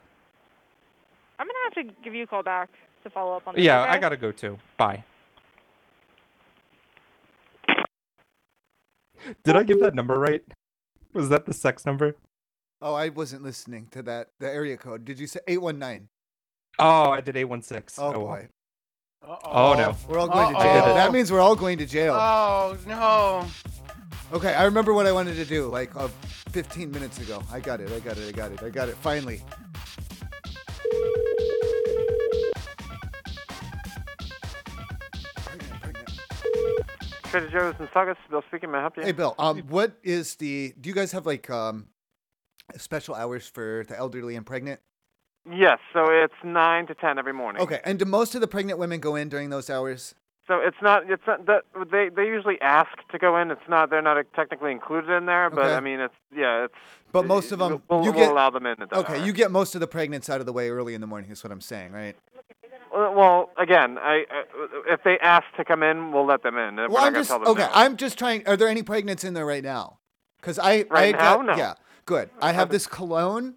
S8: I'm gonna have to give you a call back to follow up on this.
S14: Yeah,
S8: okay?
S14: I gotta go too. Bye. Did I give that number right? Was that the sex number?
S2: Oh, I wasn't listening to that. The area code. Did you say 819?
S14: Oh, I did 816.
S2: Oh,
S14: well.
S2: boy.
S14: Oh, no.
S2: We're all going to
S14: Uh-oh.
S2: jail. That means we're all going to jail.
S32: Oh no.
S2: Okay, I remember what I wanted to do like uh, 15 minutes ago. I got it. I got it. I got it. I got it. Finally.
S11: Trader Joe's in Saugus. Bill speaking. May I help you?
S2: Hey, Bill. Um, what is the? Do you guys have like um, special hours for the elderly and pregnant?
S11: Yes. So it's nine to ten every morning.
S2: Okay, and do most of the pregnant women go in during those hours?
S11: So it's not. It's not that they they usually ask to go in. It's not. They're not technically included in there. But
S2: Okay.
S11: I mean, it's yeah. It's.
S2: But most of them,
S11: We'll,
S2: you
S11: we'll
S2: get
S11: allow them in. At that
S2: okay,
S11: hour.
S2: you get most of the pregnants out of the way early in the morning. Is what I'm saying, right?
S11: Well, Uh, well, again, I, I if they ask to come in, we'll let them in. Uh, We're
S2: well,
S11: not
S2: I'm
S11: gonna
S2: just
S11: tell them
S2: okay.
S11: no.
S2: I'm just trying. Are there any pregnants in there right now? Because I
S11: Right
S2: I
S11: now?
S2: got,
S11: No.
S2: Yeah, good. I have this cologne,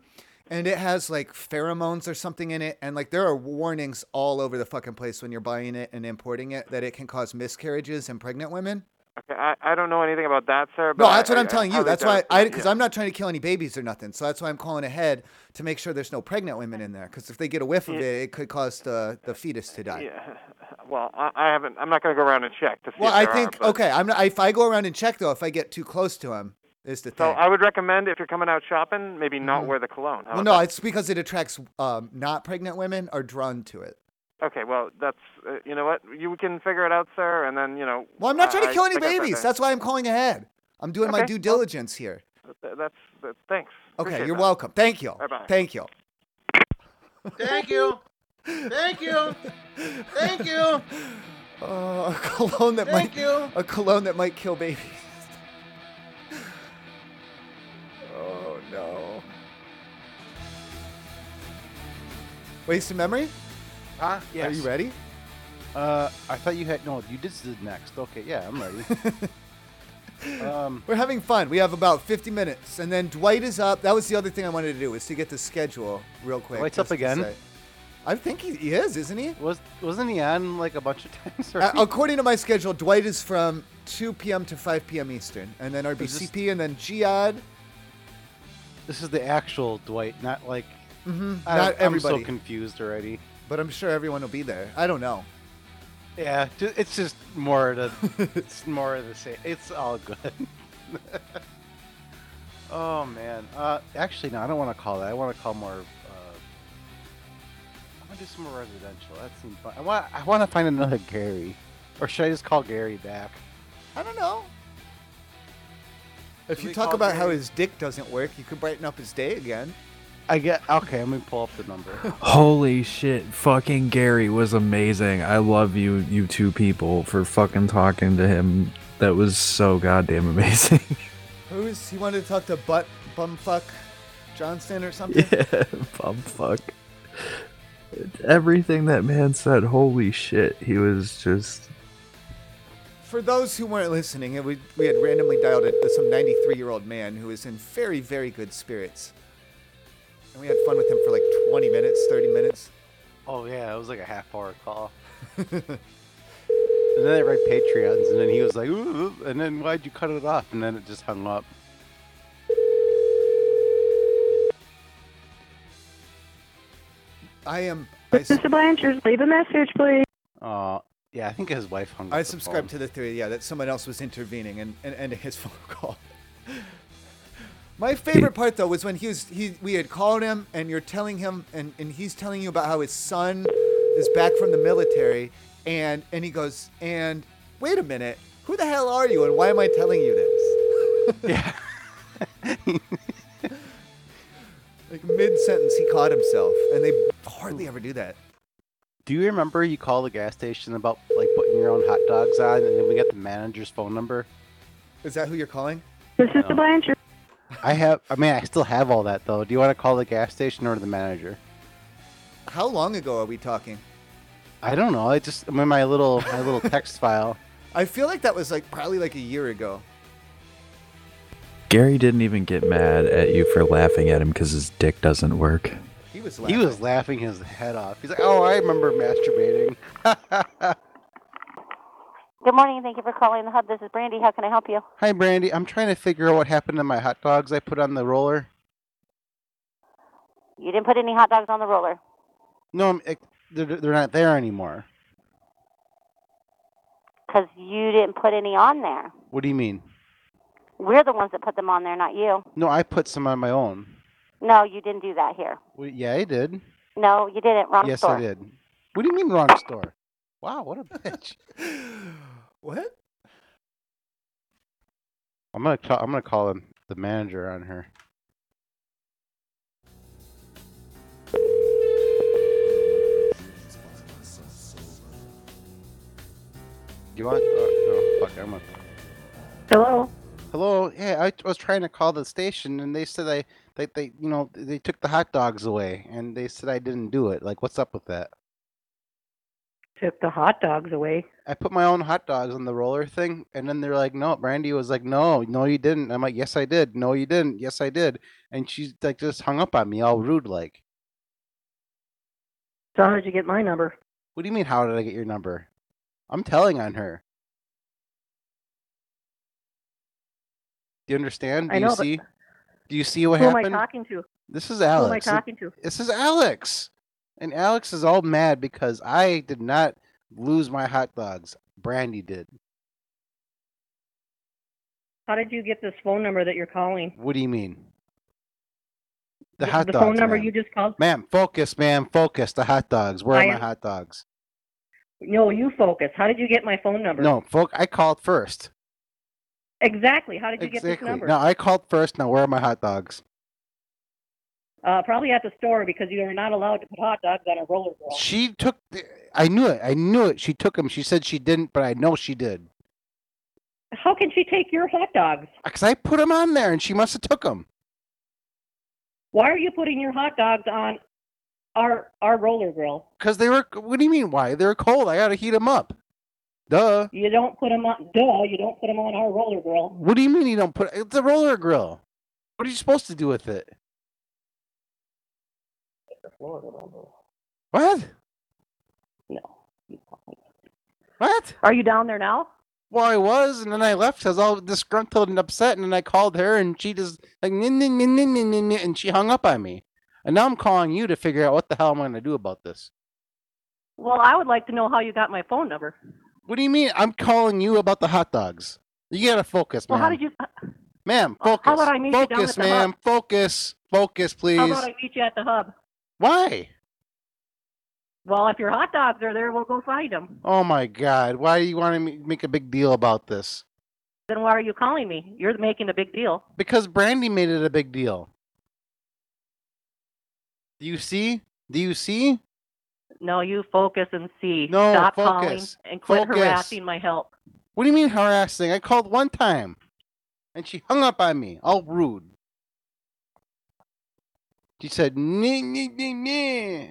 S2: and it has like pheromones or something in it, and like there are warnings all over the fucking place when you're buying it and importing it that it can cause miscarriages in pregnant women.
S11: Okay, I, I don't know anything about that, sir. But
S2: No, that's
S11: I,
S2: what
S11: I,
S2: I'm telling
S11: I
S2: you.
S11: highly
S2: That's why
S11: doubt-
S2: I because
S11: yeah.
S2: I'm not trying to kill any babies or nothing. So that's why I'm calling ahead to make sure there's no pregnant women in there. Because if they get a whiff of
S11: Yeah.
S2: it, it could cause the the fetus to die.
S11: Yeah. Well, I, I haven't. I'm not going to go around and check to see.
S2: Well,
S11: if
S2: I
S11: there
S2: think
S11: are, but-
S2: okay. I'm not, if I go around and check though, if I get too close to him, is the
S11: So
S2: thing.
S11: I would recommend if you're coming out shopping, maybe not
S2: Mhm.
S11: wear the cologne. How
S2: well,
S11: about
S2: no,
S11: that?
S2: it's because it attracts um, not pregnant women are drawn to it.
S11: Okay, well, that's uh, you know what you can figure it out, sir, and then you know.
S2: Well, I'm not
S11: I-
S2: trying to
S11: I
S2: kill any
S11: think I've got
S2: babies.
S11: that.
S2: That's why I'm calling ahead. I'm doing my
S11: Okay,
S2: due diligence here.
S11: Th- that's, that- thanks.
S2: Okay,
S11: Appreciate
S2: you're
S11: that.
S2: welcome. Thank you.
S11: Bye-bye.
S2: Thank you.
S32: Thank you. Thank you. Thank you.
S2: Uh, a cologne that
S32: Thank
S2: might
S32: you.
S2: a cologne that might kill babies. oh no. Waste of memory?
S6: Huh?
S2: Are you ready?
S6: Uh, I thought you had no. You just did next. Okay, yeah, I'm ready. um,
S2: We're having fun. We have about 50 minutes, and then Dwight is up. That was the other thing I wanted to do was to get the schedule real quick.
S6: Dwight's
S2: just
S6: up
S2: to
S6: again?
S2: say. I think he, he is, isn't he?
S6: Was wasn't he on like a bunch of times?
S2: Uh, according to my schedule, Dwight is from 2 p.m. to 5 p.m. Eastern, and then RBCP, and then Giad.
S6: This is the actual Dwight, not like.
S2: Mhm,
S6: I-
S2: not
S6: I'm
S2: everybody.
S6: so confused already.
S2: But I'm sure everyone will be there. I don't know.
S6: Yeah, ju- it's just more to. it's more of the same. It's all good. oh man. Uh, actually, no, I don't want to call that. I want to call more. Uh, I want to do some more residential. That seems fun. I want. I want to find another Gary, or should I just call Gary back?
S2: I don't know. If
S6: Should
S2: you
S6: we
S2: talk
S6: call
S2: about how
S6: Gary?
S2: his dick doesn't work, you could brighten up his day again.
S6: I get okay. I'm gonna pull up the number.
S9: Holy shit, fucking Gary was amazing. I love you, you two people, for fucking talking to him. That was so goddamn amazing.
S2: Who is he wanted to talk to? Butt bumfuck Johnston or something.
S9: yeah, bum fuck. Everything that man said, holy shit, he was just.
S2: For those who weren't listening, it- we, we had randomly dialed it to some 93 year old man who was in very, very good spirits. And we had fun with him for like 20 minutes, 30 minutes.
S6: Oh yeah, it was like a half hour call. And then they read Patreons, and then he was like, ooh, ooh," and then why'd you cut it off? And then it just hung up.
S2: I am.
S10: Mr. Blanchard, leave a message, please.
S6: Uh, yeah, I think his wife hung up.
S2: I
S6: the
S2: subscribe to the theory, yeah, that someone else was intervening and, and ending his phone call. My favorite part though was when he was he we had called him and you're telling him and, and he's telling you about how his son is back from the military and and he goes and wait a minute who the hell are you and why am I telling you this? yeah. like mid sentence he caught himself and they
S6: Hmm.
S2: hardly ever do that.
S6: phone. Do you remember you called the gas station about like putting your own hot dogs on, and then we got the manager's phone number?
S2: Is that who you're calling?
S10: This is the Blanchard.
S6: I have. I mean, I still have all that though. Do you want to call the gas station or the manager?
S2: How long ago are we talking?
S6: I don't know. I just I'm in my little my little text file.
S2: I feel like that was like probably like a year ago.
S9: Gary didn't even get mad at you for laughing at him because his dick doesn't work.
S2: He was
S6: laughing. He was laughing his head off. He's like, "Oh, I remember masturbating."
S3: Good morning. Thank you for calling the hub. This is Brandy. How can I help you?
S6: Hi, Brandy. I'm trying to figure out what happened to my hot dogs I put on the roller.
S3: You didn't put any hot dogs on the roller.
S6: No, I'm, it, they're, they're not there anymore.
S3: 'Cause you didn't put any on there.
S6: What do you mean?
S3: We're the ones that put them on there, not you.
S6: No, I put some on my own.
S3: No, you didn't do that here.
S6: Well, yeah, I did.
S3: No, you didn't. Wrong
S6: yes,
S3: store.
S6: I did. What do you mean wrong store? Wow, what a bitch.
S2: What?
S6: I'm gonna call. I'm gonna call him, the manager on her. You want? Oh, no, fuck. I'm gonna.
S25: Hello.
S6: Hello. Yeah, I t- was trying to call the station, and they said I they, they you know they took the hot dogs away, and they said I didn't do it. Like, what's up with that?
S25: Took the hot dogs away.
S6: I put my own hot dogs on the roller thing, and then they're like, "No." Brandy was like, "No, no, you didn't." I'm like, "Yes, I did. No, you didn't. Yes, I did." And she's like, just hung up on me, all rude like.
S25: So how did you get my number?
S6: What do you mean? How did I get your number? I'm telling on her. Do you understand? Do
S25: I know,
S6: you
S25: but-
S6: see? Do you see what
S25: Who
S6: happened?
S25: am I talking to?
S6: This is Alex.
S25: Who am I talking to?
S6: This is Alex. And Alex is all mad because I did not lose my hot dogs. Brandy did.
S25: How did you get this phone number that you're calling?
S6: What do you mean? The hot
S25: the
S6: dogs.
S25: phone number
S6: ma'am.
S25: you just called?
S6: Ma'am, focus, ma'am, focus. The hot dogs. Where are
S25: I
S6: my
S25: am-
S6: hot dogs?
S25: No, you focus. How did you get my phone number?
S6: No, folk. I called first.
S25: Exactly. How did you get this
S6: Exactly.
S25: number?
S6: No, I called first. Now, where are my hot dogs?
S25: Uh, probably at the store because you are not allowed to put hot dogs on a roller grill.
S6: She took. The, I knew it. I knew it. She took them. She said she didn't, but I know she did.
S25: How can she take your hot dogs?
S6: Because Uh, I put them on there and she must have took them.
S25: Why are you putting your hot dogs on our our roller grill?
S6: Because they were. What do you mean? Why? They were cold. I got to heat them up. Duh.
S25: You don't put them on. Duh, you don't put them on our roller grill.
S6: What do you mean you don't put? It's a roller grill. What are you supposed to do with it? What?
S25: No.
S6: What?
S25: Are you down there now?
S6: Well, I was, and then I left. I was all disgruntled and upset, and then I called her, and she just like, "Nin, nin, nin, nin, nin, nin, nin," and she hung up on me. And now I'm calling you to figure out what the hell am I going to do about this.
S25: Well, I would like to know how you got my phone number.
S6: What do you mean? I'm calling you about the hot dogs. You gotta focus,
S25: Well,
S6: ma'am.
S25: how did you?
S6: Ma'am,
S25: Well,
S6: focus.
S25: how would I meet you down
S6: focus,
S25: at the
S6: ma'am. Focus, focus, please.
S25: How about I meet you at the hub?
S6: Why?
S25: Well, if your hot dogs are there, we'll go find them.
S6: Oh my God! Why do you want to make a big deal about this?
S25: Then why are you calling me? You're making a big deal.
S6: Because Brandy made it a big deal. Do you see? Do you see?
S25: No, you focus and see.
S2: Oh,
S6: No,
S25: Stop
S6: focus.
S25: calling and quit
S6: Focus.
S25: harassing my help.
S6: What do you mean harassing? I called one time, and she hung up on me, all rude. She said, "Nee, nee, nee, nee."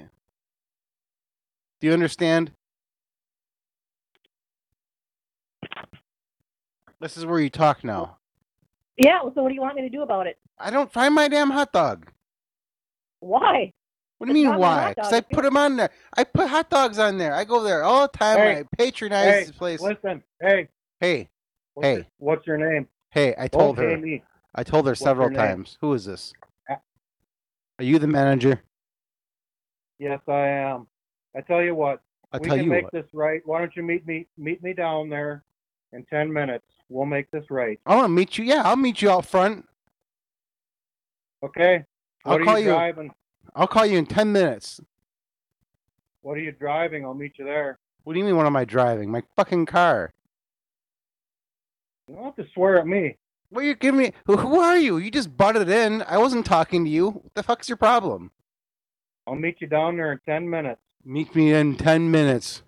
S6: Do you understand? This is where you talk now.
S25: Yeah. So what do you want me to do about it?
S6: I don't find my damn hot dog.
S25: Why?
S6: What do you mean
S25: It's not my hot
S6: why? Because I
S25: dog.
S6: put them on there. I put hot dogs on there. I go there all the time.
S3: Hey.
S6: I patronize
S3: Hey,
S6: this place.
S3: Listen, hey,
S6: Hey,
S3: what's
S6: hey,
S3: your, what's your name?
S6: hey! I told
S3: Okay,
S6: her.
S3: me.
S6: I told her
S3: What's
S6: several
S3: her name? Uh,
S6: times. Who is this?
S3: A-
S6: Are you the manager?
S3: Yes, I am. I tell you what,
S6: I
S3: we
S6: tell
S3: can
S6: you
S3: make
S6: what.
S3: this right. Why don't you meet me meet me down there in ten minutes? We'll make this right.
S6: I want to meet you. Yeah, I'll meet you out front.
S3: Okay.
S6: I'll
S3: What are
S6: call
S3: you
S6: you.
S3: driving?
S6: I'll call you in ten minutes.
S3: What are you driving? I'll meet you there.
S6: What do you mean? What am I driving? My fucking car.
S3: You don't have to swear at me.
S6: What are you giving me? Who, who are you? You just butted in. I wasn't talking to you. What the fuck's your problem?
S3: I'll meet you down there in ten minutes.
S6: Meet me in ten minutes.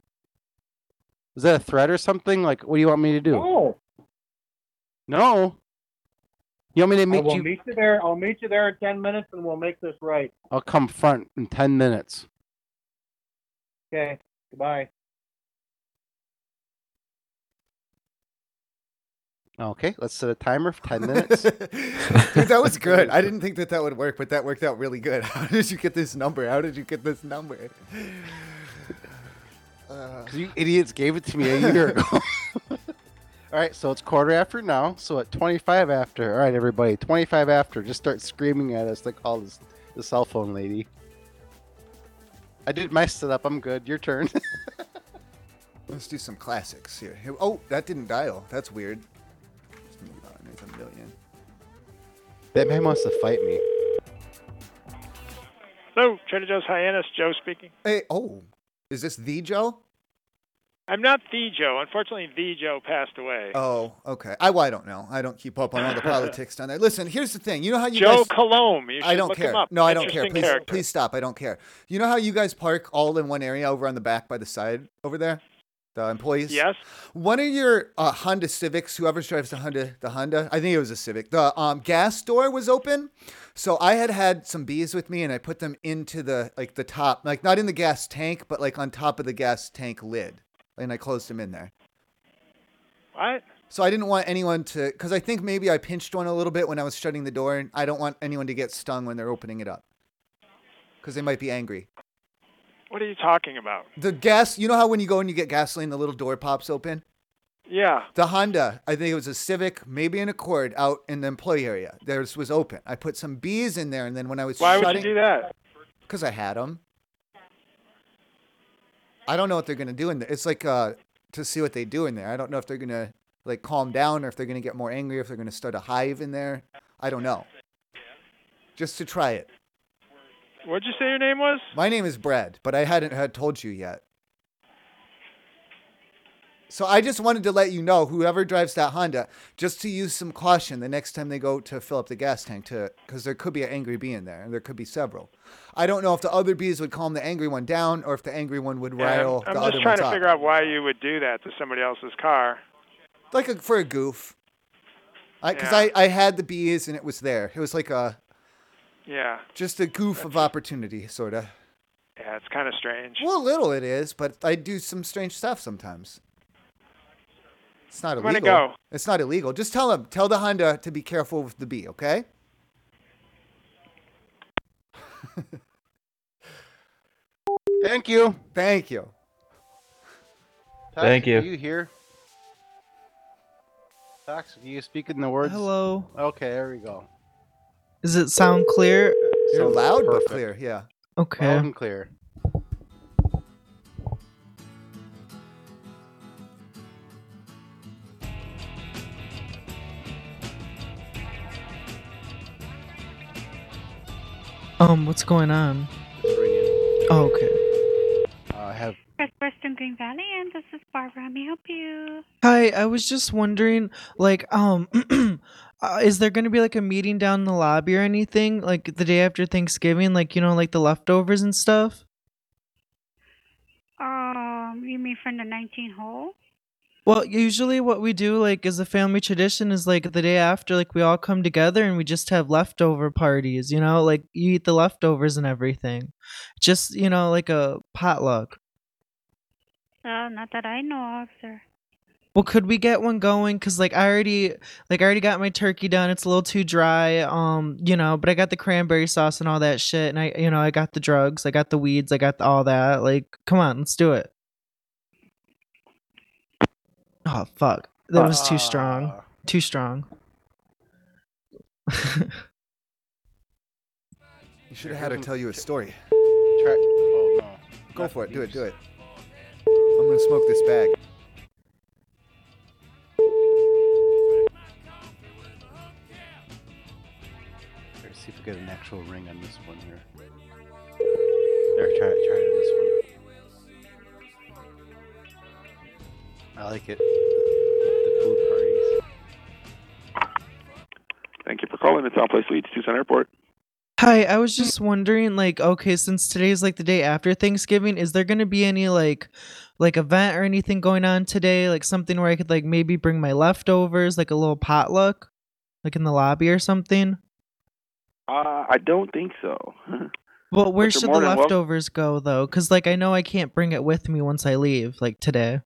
S6: Is that a threat or something? Like, what do you want me to do?
S3: No.
S6: No. You want me to
S3: I
S6: meet
S3: will
S6: you?
S3: meet you there. I'll meet you there in ten minutes and we'll make this right.
S6: I'll come front in ten minutes.
S3: Okay. Goodbye.
S6: Okay, let's set a timer for ten minutes.
S2: Dude, that was good. I didn't think that that would work, but that worked out really good. How did you get this number? How did you get this number? Uh,
S6: Uh, you idiots gave it to me a year ago. All right, so it's quarter after now. So at 25 after, all right, everybody, 25 after, just start screaming at us like all this the cell phone lady. I did my setup. I'm good. Your turn.
S2: Let's do some classics here. Here- Oh, that didn't dial. That's weird. Let's move on. There's a million.
S6: that man wants to fight me.
S19: Hello, Trader Joe's Hyannis. Joe speaking.
S2: Hey, oh, is this the Joe?
S19: I'm not the Joe. Unfortunately, the Joe passed away.
S2: Oh, okay. I, well, I don't know. I don't keep up on all the politics down there. Listen, here's the thing. You know how you
S19: Joe
S2: guys-
S19: Colombe. You
S2: I
S19: should
S2: don't
S19: look
S2: care.
S19: him up.
S2: No, I don't care.
S19: Interesting
S2: Please,
S19: character.
S2: please stop. I don't care. You know how you guys park all in one area over on the back by the side over there, the employees.
S19: Yes.
S2: One of your uh, Honda Civics, whoever drives the Honda, the Honda, I think it was a Civic. The um, gas door was open, so I had had some bees with me, and I put them into the like the top, like not in the gas tank, but like on top of the gas tank lid, and I closed them in there.
S19: What?
S2: So I didn't want anyone to, because I think maybe I pinched one a little bit when I was shutting the door, and I don't want anyone to get stung when they're opening it up, because they might be angry.
S19: What are you talking about?
S2: The gas, you know how when you go and you get gasoline, the little door pops open.
S19: Yeah.
S2: The Honda, I think it was a Civic, maybe an Accord, out in the employee area. Theirs was open. I put some bees in there, and then when I was
S19: Why would you
S2: shutting,
S19: do that?
S2: Because I had them. I don't know what they're gonna do in there. It's like uh, to see what they do in there. I don't know if they're gonna like calm down, or if they're gonna get more angry, if they're gonna start a hive in there. I don't know. Just to try it.
S19: What'd you say your name was?
S2: My name is Brad, but I hadn't had told you yet. So I just wanted to let you know, whoever drives that Honda, just to use some caution the next time they go to fill up the gas tank, to because there could be an angry bee in there, and there could be several. I don't know if the other bees would calm the angry one down, or if the angry one would
S19: Yeah,
S2: rile
S19: I'm,
S2: the
S19: I'm
S2: other
S3: other
S19: just trying
S2: ones
S19: to
S2: up.
S19: figure out why you would do that to somebody else's car.
S2: like a, for a goof. Because
S19: Yeah.
S2: I, I had the bees and it was there. It was like a
S19: Yeah.
S2: just a goof of opportunity, sort of.
S19: Yeah, it's kind of strange.
S2: Well, little it is, but I do some strange stuff sometimes. It's not
S19: I'm
S2: illegal.
S3: gonna go.
S2: It's not illegal. Just tell him, tell the Honda to be careful with the bee, okay?
S6: Thank you.
S2: Thank you.
S7: Thank you.
S6: Are you here? Tox, are you speaking the words?
S28: Hello.
S6: Okay, there we go.
S28: Does it sound clear?
S6: You're Sounds loud but perfect.
S2: clear, yeah.
S28: Okay.
S6: Loud and clear.
S28: Um, what's going on? Oh, okay.
S6: Uh, have
S29: Express Western Green Valley, and this is Barbara. May I help you?
S28: Hi, I was just wondering, like, um, uh, is there gonna be like a meeting down in the lobby or anything, like the day after Thanksgiving, like you know, like the leftovers and stuff?
S29: Um, you mean from the 19 hole?
S28: Well, usually what we do, like, as a family tradition, is like the day after, like we all come together and we just have leftover parties. You know, like you eat the leftovers and everything, just you know, like a potluck.
S29: Uh, not that I know of, sir.
S28: Well, could we get one going? Cause like I already, like I already got my turkey done. It's a little too dry, um, you know. But I got the cranberry sauce and all that shit, and I, you know, I got the drugs, I got the weeds, I got the, all that. Like, come on, let's do it. Oh fuck, that was too strong, too strong.
S2: You should have had her tell you a story.
S6: Try, oh no.
S2: Go for it. Do it. Do it. I'm gonna smoke this bag.
S6: Let's see if we get an actual ring on this one here. There, try it. Try it on this one. I like it. The food parties.
S11: Thank you for calling the Southwest Suites Tucson Airport.
S28: Hi, I was just wondering, like, okay, since today's like the day after Thanksgiving, is there gonna be any like, like event or anything going on today? Like something where I could like maybe bring my leftovers, like a little potluck, like in the lobby or something.
S11: Uh, I don't think so.
S28: Well, where
S11: But you're
S28: should
S11: more
S28: the
S11: than welcome.
S28: leftovers go though? Because like I know I can't bring it with me once I leave, like today.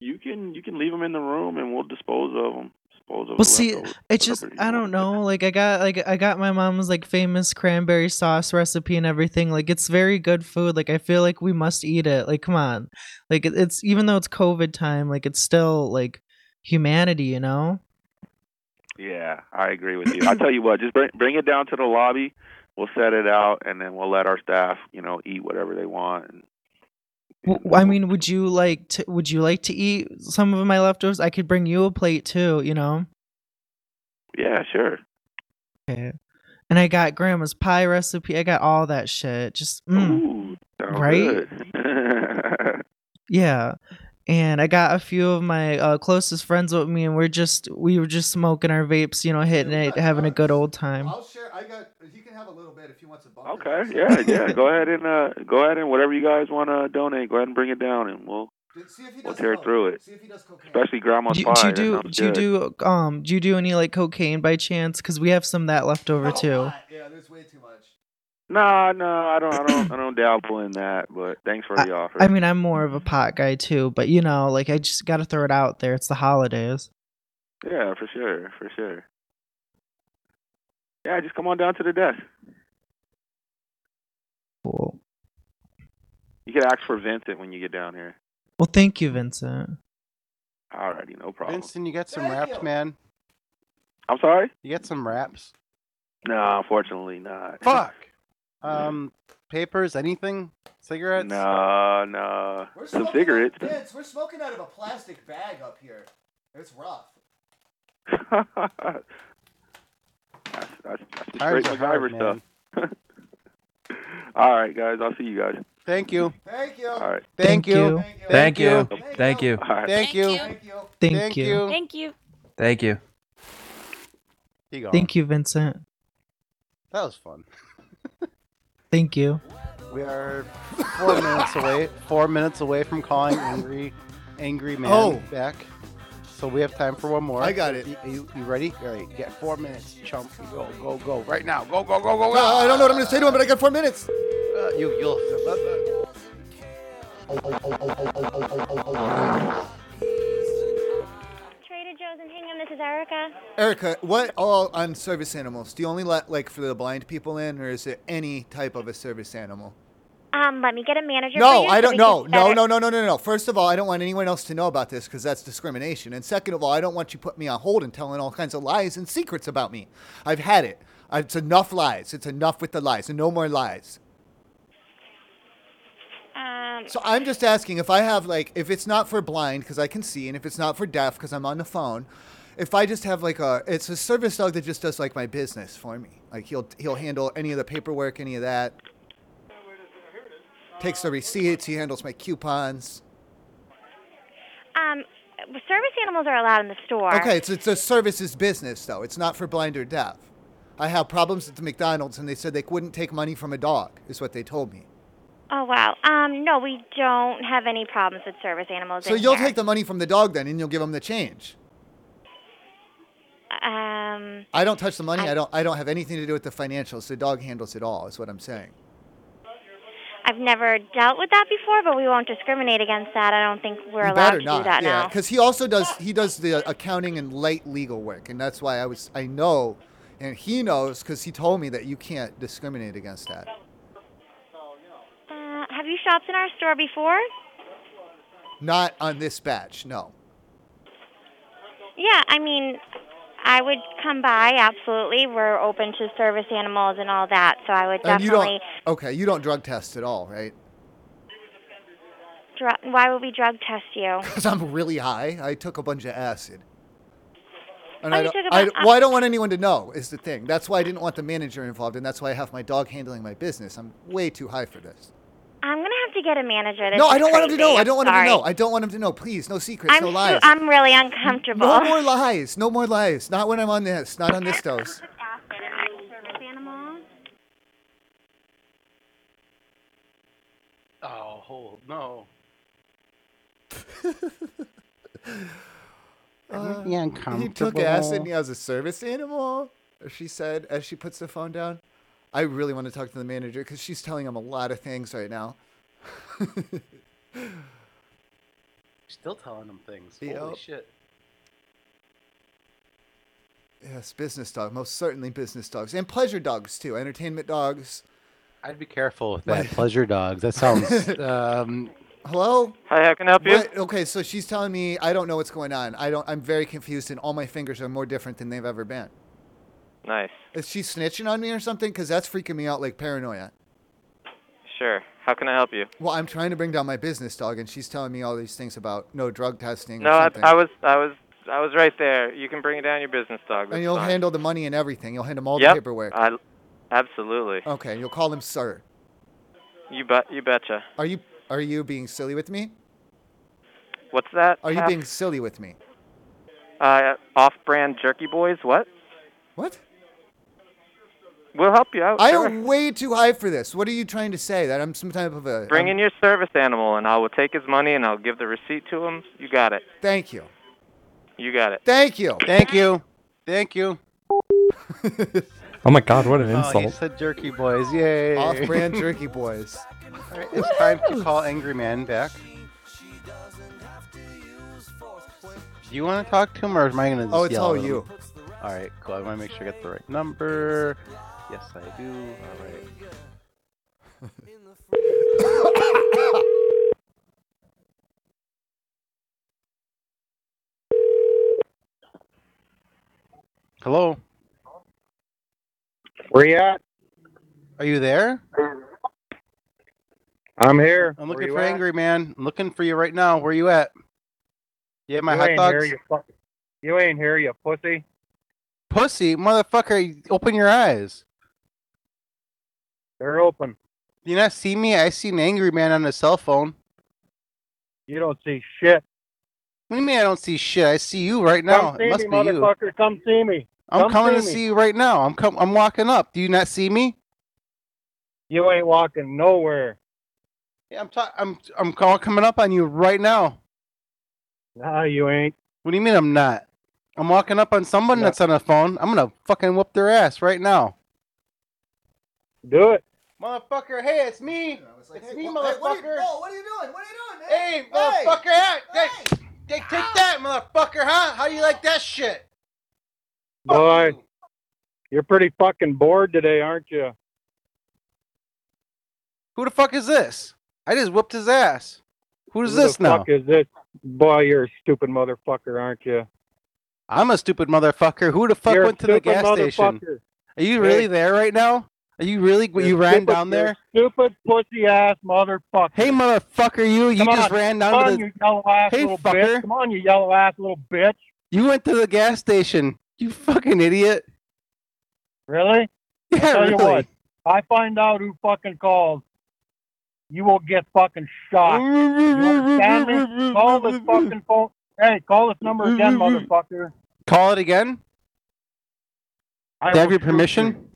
S11: You can you can leave them in the room and we'll dispose of them. Dispose of
S28: Well,
S11: the
S28: see,
S11: leftovers.
S28: it's just I don't know. Like I got like I got my mom's like famous cranberry sauce recipe and everything. Like it's very good food. Like I feel like we must eat it. Like come on, like it, it's even though it's COVID time, like it's still like humanity, you know?
S11: Yeah, I agree with you. I tell you what, just bring bring it down to the lobby. We'll set it out, and then we'll let our staff, you know, eat whatever they want. And
S28: W- I mean, would you like to would you like to eat some of my leftovers? I could bring you a plate too, you know?
S11: yeah, sure.
S28: Okay. And I got grandma's pie recipe. I got all that shit. Just mm,
S11: Sounds
S28: right?
S11: good.
S28: Yeah. And I got a few of my uh, closest friends with me, and we're just we were just smoking our vapes, you know, hitting it, having a good old time.
S2: I'll share. I got. He can have a little bit if he wants a bunch.
S11: okay. Yeah, yeah. Go ahead and uh, go ahead and whatever you guys want to donate, go ahead and bring it down, and we'll we'll tear through it. Especially grandma's
S28: Do you,
S11: pie.
S28: do you do
S11: that sounds
S28: do you
S11: good.
S28: do um do you do any like cocaine by chance? Because we have some that left over too.
S2: Yeah, there's way too much.
S11: No, no, I don't, I don't, I don't dabble in that. But thanks for the offer.
S28: I mean, I'm more of a pot guy too, but you know, like I just got to throw it out there. It's the holidays.
S11: yeah, for sure, for sure. Yeah, just come on down to the desk.
S28: Cool.
S11: You could ask for Vincent when you get down here.
S28: Well, thank you, Vincent.
S11: Alrighty, no problem.
S24: Vincent, you got some raps, man.
S11: I'm sorry.
S24: You got some raps.
S11: No, unfortunately not.
S24: Fuck. Um, papers, anything, cigarettes.
S11: No, no.
S2: We're
S11: Some
S2: smoking-
S11: cigarettes.
S2: Vince, we're smoking out of a plastic bag up here. It's rough.
S11: that's, that's, that's the
S24: Times
S11: straight
S24: are hard,
S11: MacGyver
S24: man.
S11: stuff. All right, guys. I'll see you guys.
S24: Thank you.
S2: Thank you.
S11: All right.
S24: Thank you.
S7: Thank you. Thank you.
S24: Thank you.
S28: Thank you.
S9: Thank you.
S7: Thank you.
S24: He gone.
S28: Thank you, Vincent.
S24: That was fun.
S28: Thank you.
S24: We are four minutes away. Four minutes away from calling angry, angry man
S2: Oh.
S24: back. So we have time for one more.
S2: I got it.
S24: You, you, you ready? All right. You got four minutes, chump. Go, go, go! Right now. Go, go, go, go, go!
S2: Uh, I don't know what I'm going to say to him, but I got four minutes.
S24: Uh, you, you'll.
S26: Trader Joe's and Hingham, this is Erica.
S2: Erica, what all on service animals? Do you only let like for the blind people in, or is it any type of a service animal?
S26: Um, let me get a manager. for
S2: No,
S26: you
S2: I
S26: so
S2: don't.
S26: we
S2: No,
S26: can
S2: no,
S26: better-
S2: no, no, no, no, no. First of all, I don't want anyone else to know about this because that's discrimination. And second of all, I don't want you putting me on hold and telling all kinds of lies and secrets about me. I've had it. I- It's enough lies. It's enough with the lies, and no more lies.
S26: Um,
S2: So I'm just asking if I have like if it's not for blind because I can see, and if it's not for deaf because I'm on the phone, if I just have like a it's a service dog that just does like my business for me. Like he'll he'll handle any of the paperwork, any of that. Takes the receipts. He handles my coupons.
S26: um, service animals are allowed in the store.
S2: Okay, it's it's a services business though. It's not for blind or deaf. I have problems at the McDonald's, and they said they wouldn't take money from a dog. Is what they told me.
S26: Oh wow. Um, no, we don't have any problems with service animals.
S2: So
S26: in
S2: you'll
S26: here.
S2: take the money from the dog then, and you'll give him the change.
S26: Um,
S2: I don't touch the money. I don't. I don't have anything to do with the financials. The dog handles it all. Is what I'm saying.
S26: I've never dealt with that before, but we won't discriminate against that. I don't think we're
S2: you
S26: allowed
S2: better
S26: to
S2: not.
S26: do that
S2: yeah,
S26: now.
S2: because he also does. He does the accounting and light legal work, and that's why I was. I know, and he knows because he told me that you can't discriminate against that.
S26: Uh, have you shopped in our store before?
S2: Not on this batch. No.
S26: Yeah, I mean, I would come by. Absolutely, we're open to service animals and all that. So I would
S2: And you
S26: definitely.
S2: don't. Okay, you don't drug test at all, right?
S26: Dru- why would we drug test you?
S2: Because I'm really high. I took a bunch of acid. And
S26: Oh,
S2: I
S26: you
S2: don't,
S26: took a
S2: I,
S26: bu-
S2: well, I don't want anyone to know is the thing. That's why I didn't want the manager involved, and that's why I have my dog handling my business. I'm way too high for this.
S26: I'm gonna have to get a manager. This
S2: no,
S26: is
S2: I don't want him to
S26: crazy.
S2: know. I don't want
S26: Sorry.
S2: him to know. I don't want him to know. Please, no secrets,
S26: I'm
S2: no
S26: su-
S2: lies.
S26: I'm really uncomfortable.
S2: No more lies. No more lies. Not when I'm on this. Not on this dose.
S26: Service animals.
S24: Oh, hold no.
S2: Uh,
S24: yeah,
S2: he took acid and he has a service animal. She said as she puts the phone down. I really want to talk to the manager because she's telling him a lot of things right now.
S24: Still telling him things. Holy
S2: Yep.
S24: shit.
S2: Yes, business dog, most certainly business dogs and pleasure dogs too, entertainment dogs.
S24: I'd be careful with that. Pleasure dogs. That sounds um,
S2: Hello.
S17: Hi, how can I help you?
S2: What- okay, so she's telling me I don't know what's going on. I don't. I'm very confused, and all my fingers are more different than they've ever been.
S17: Nice.
S2: Is she snitching on me or something? Because that's freaking me out like paranoia.
S17: Sure. How can I help you?
S2: Well, I'm trying to bring down my business dog, and she's telling me all these things about no drug testing.
S17: No,
S2: or
S17: I,
S2: something.
S17: I was, I was, I was right there. You can bring down your business dog.
S2: And
S17: that's
S2: you'll
S17: fine.
S2: handle the money and everything. You'll hand him all
S17: Yep,
S2: the paperwork.
S17: I, absolutely.
S2: okay, you'll call him sir.
S17: You bet. You betcha.
S2: Are you are you being silly with me?
S17: What's that?
S2: Are you
S17: Hap?
S2: being silly with me?
S17: uh, off-brand jerky boys? What?
S2: What?
S17: We'll help you out.
S2: I
S17: Oh, sure.
S2: am way too high for this. What are you trying to say? That I'm some type of a
S17: Bring
S2: I'm-
S17: in your service animal, and I will take his money, and I'll give the receipt to him. You got it.
S2: Thank you.
S17: You got it.
S2: Thank you.
S6: Thank you. Thank you.
S15: Oh my God! What an
S6: Oh, he
S15: insult.
S6: said jerky boys. Yay.
S2: Off-brand jerky boys.
S6: All right, it's time to call Angry Man back. Do you want to talk to him, or am I going to just
S2: Oh, it's
S6: yell
S2: all
S6: at him?
S2: you.
S6: All right, cool. I want to make sure I get the right number. Yes, I do. All right. Hello.
S3: Where you at?
S6: Are you there?
S3: I'm here.
S6: I'm
S3: Where
S6: looking
S3: you
S6: for
S3: at?
S6: Angry Man. I'm looking for you right now. Where you at? Yeah, my
S3: you
S6: hot
S3: ain't
S6: dogs.
S3: Here, you, fuck- you ain't here, you pussy.
S6: Pussy, motherfucker! Open your eyes.
S3: They're open.
S6: You not see me? I see an Angry Man on his cell phone.
S3: You don't see shit.
S6: What do you mean I don't see shit? I see you right now.
S3: Come see
S6: It must
S3: me,
S6: be you.
S3: motherfucker. Come see me.
S6: I'm
S3: Come
S6: coming to
S3: me.
S6: see you right now. I'm com- I'm walking up. Do you not see me?
S3: You ain't walking nowhere.
S6: Yeah, I'm ta- I'm I'm call- coming up on you right now.
S3: No, you ain't.
S6: What do you mean I'm not? I'm walking up on someone that's on a phone. I'm gonna fucking whoop their ass right now.
S3: Do it.
S33: Motherfucker, hey, it's me. it's me, motherfucker.
S2: what are you-
S33: what are you doing? What are you doing, man? Hey, motherfucker, hey, hey, take, take that, motherfucker, huh? How do you like that shit?
S3: Boy, you're pretty fucking bored today, aren't you?
S6: Who the fuck is this? I just whooped his ass. Who's
S3: Who
S6: this
S3: the
S6: now?
S3: Fuck is this? Boy, you're a stupid motherfucker, aren't you?
S6: I'm a stupid motherfucker. Who the fuck
S3: You're a
S6: went to the
S3: stupid
S6: gas station?
S3: motherfucker.
S6: Are you really there right now? Are you really? you ran
S3: stupid-
S6: down there?
S3: you're a Stupid pussy ass motherfucker.
S6: Hey, motherfucker, you! You
S3: Come
S6: just
S3: on.
S6: ran down
S3: Come
S6: to
S3: on,
S6: the.
S3: you yellow ass
S6: Hey,
S3: little
S6: fucker.
S3: bitch. Come on, you yellow ass little bitch.
S6: You went to the gas station. You fucking idiot.
S3: Really?
S6: Yeah,
S3: Tell you
S6: really.
S3: what, I find out who fucking calls, you will get fucking shot. You understand me? Call this fucking phone. Hey, call this number again, motherfucker.
S6: Call it again.
S3: I
S6: Do I have
S3: will
S6: your permission?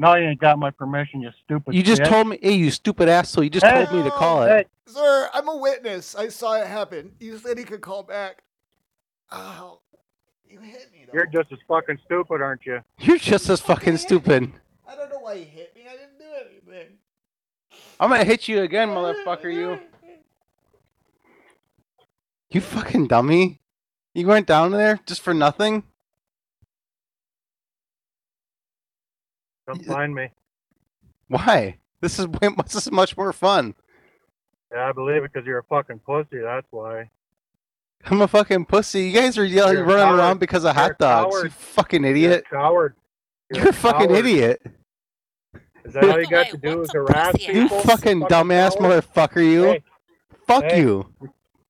S3: No, you ain't got my permission, you stupid.
S6: You just
S3: bitch.
S6: told me. Hey, you stupid asshole! You just
S3: Hey.
S6: told me to call it.
S3: Hey.
S2: Sir, I'm a witness. I saw it happen. You said he could call back. Oh, you hit me.
S3: You're just as fucking stupid, aren't you?
S6: You're just as fucking stupid.
S2: I don't know why you hit me. I didn't do anything.
S6: I'm gonna hit you again, motherfucker! You. You fucking dummy! You went down there just for nothing.
S3: Come find me.
S6: Why? This is way, this is much more fun.
S3: Yeah, I believe it because you're a fucking pussy. That's why.
S6: I'm a fucking pussy. You guys are yelling,
S3: You're a
S6: running
S3: coward.
S6: around because of
S3: You're a
S6: hot dogs. You
S3: coward.
S6: fucking idiot.
S3: Coward.
S6: You're, a fucking
S3: coward.
S6: idiot.
S3: Is that all you got to do is harass people?
S6: You fucking dumbass
S3: coward.
S6: motherfucker. You.
S3: Hey.
S6: Fuck
S3: Hey.
S6: you.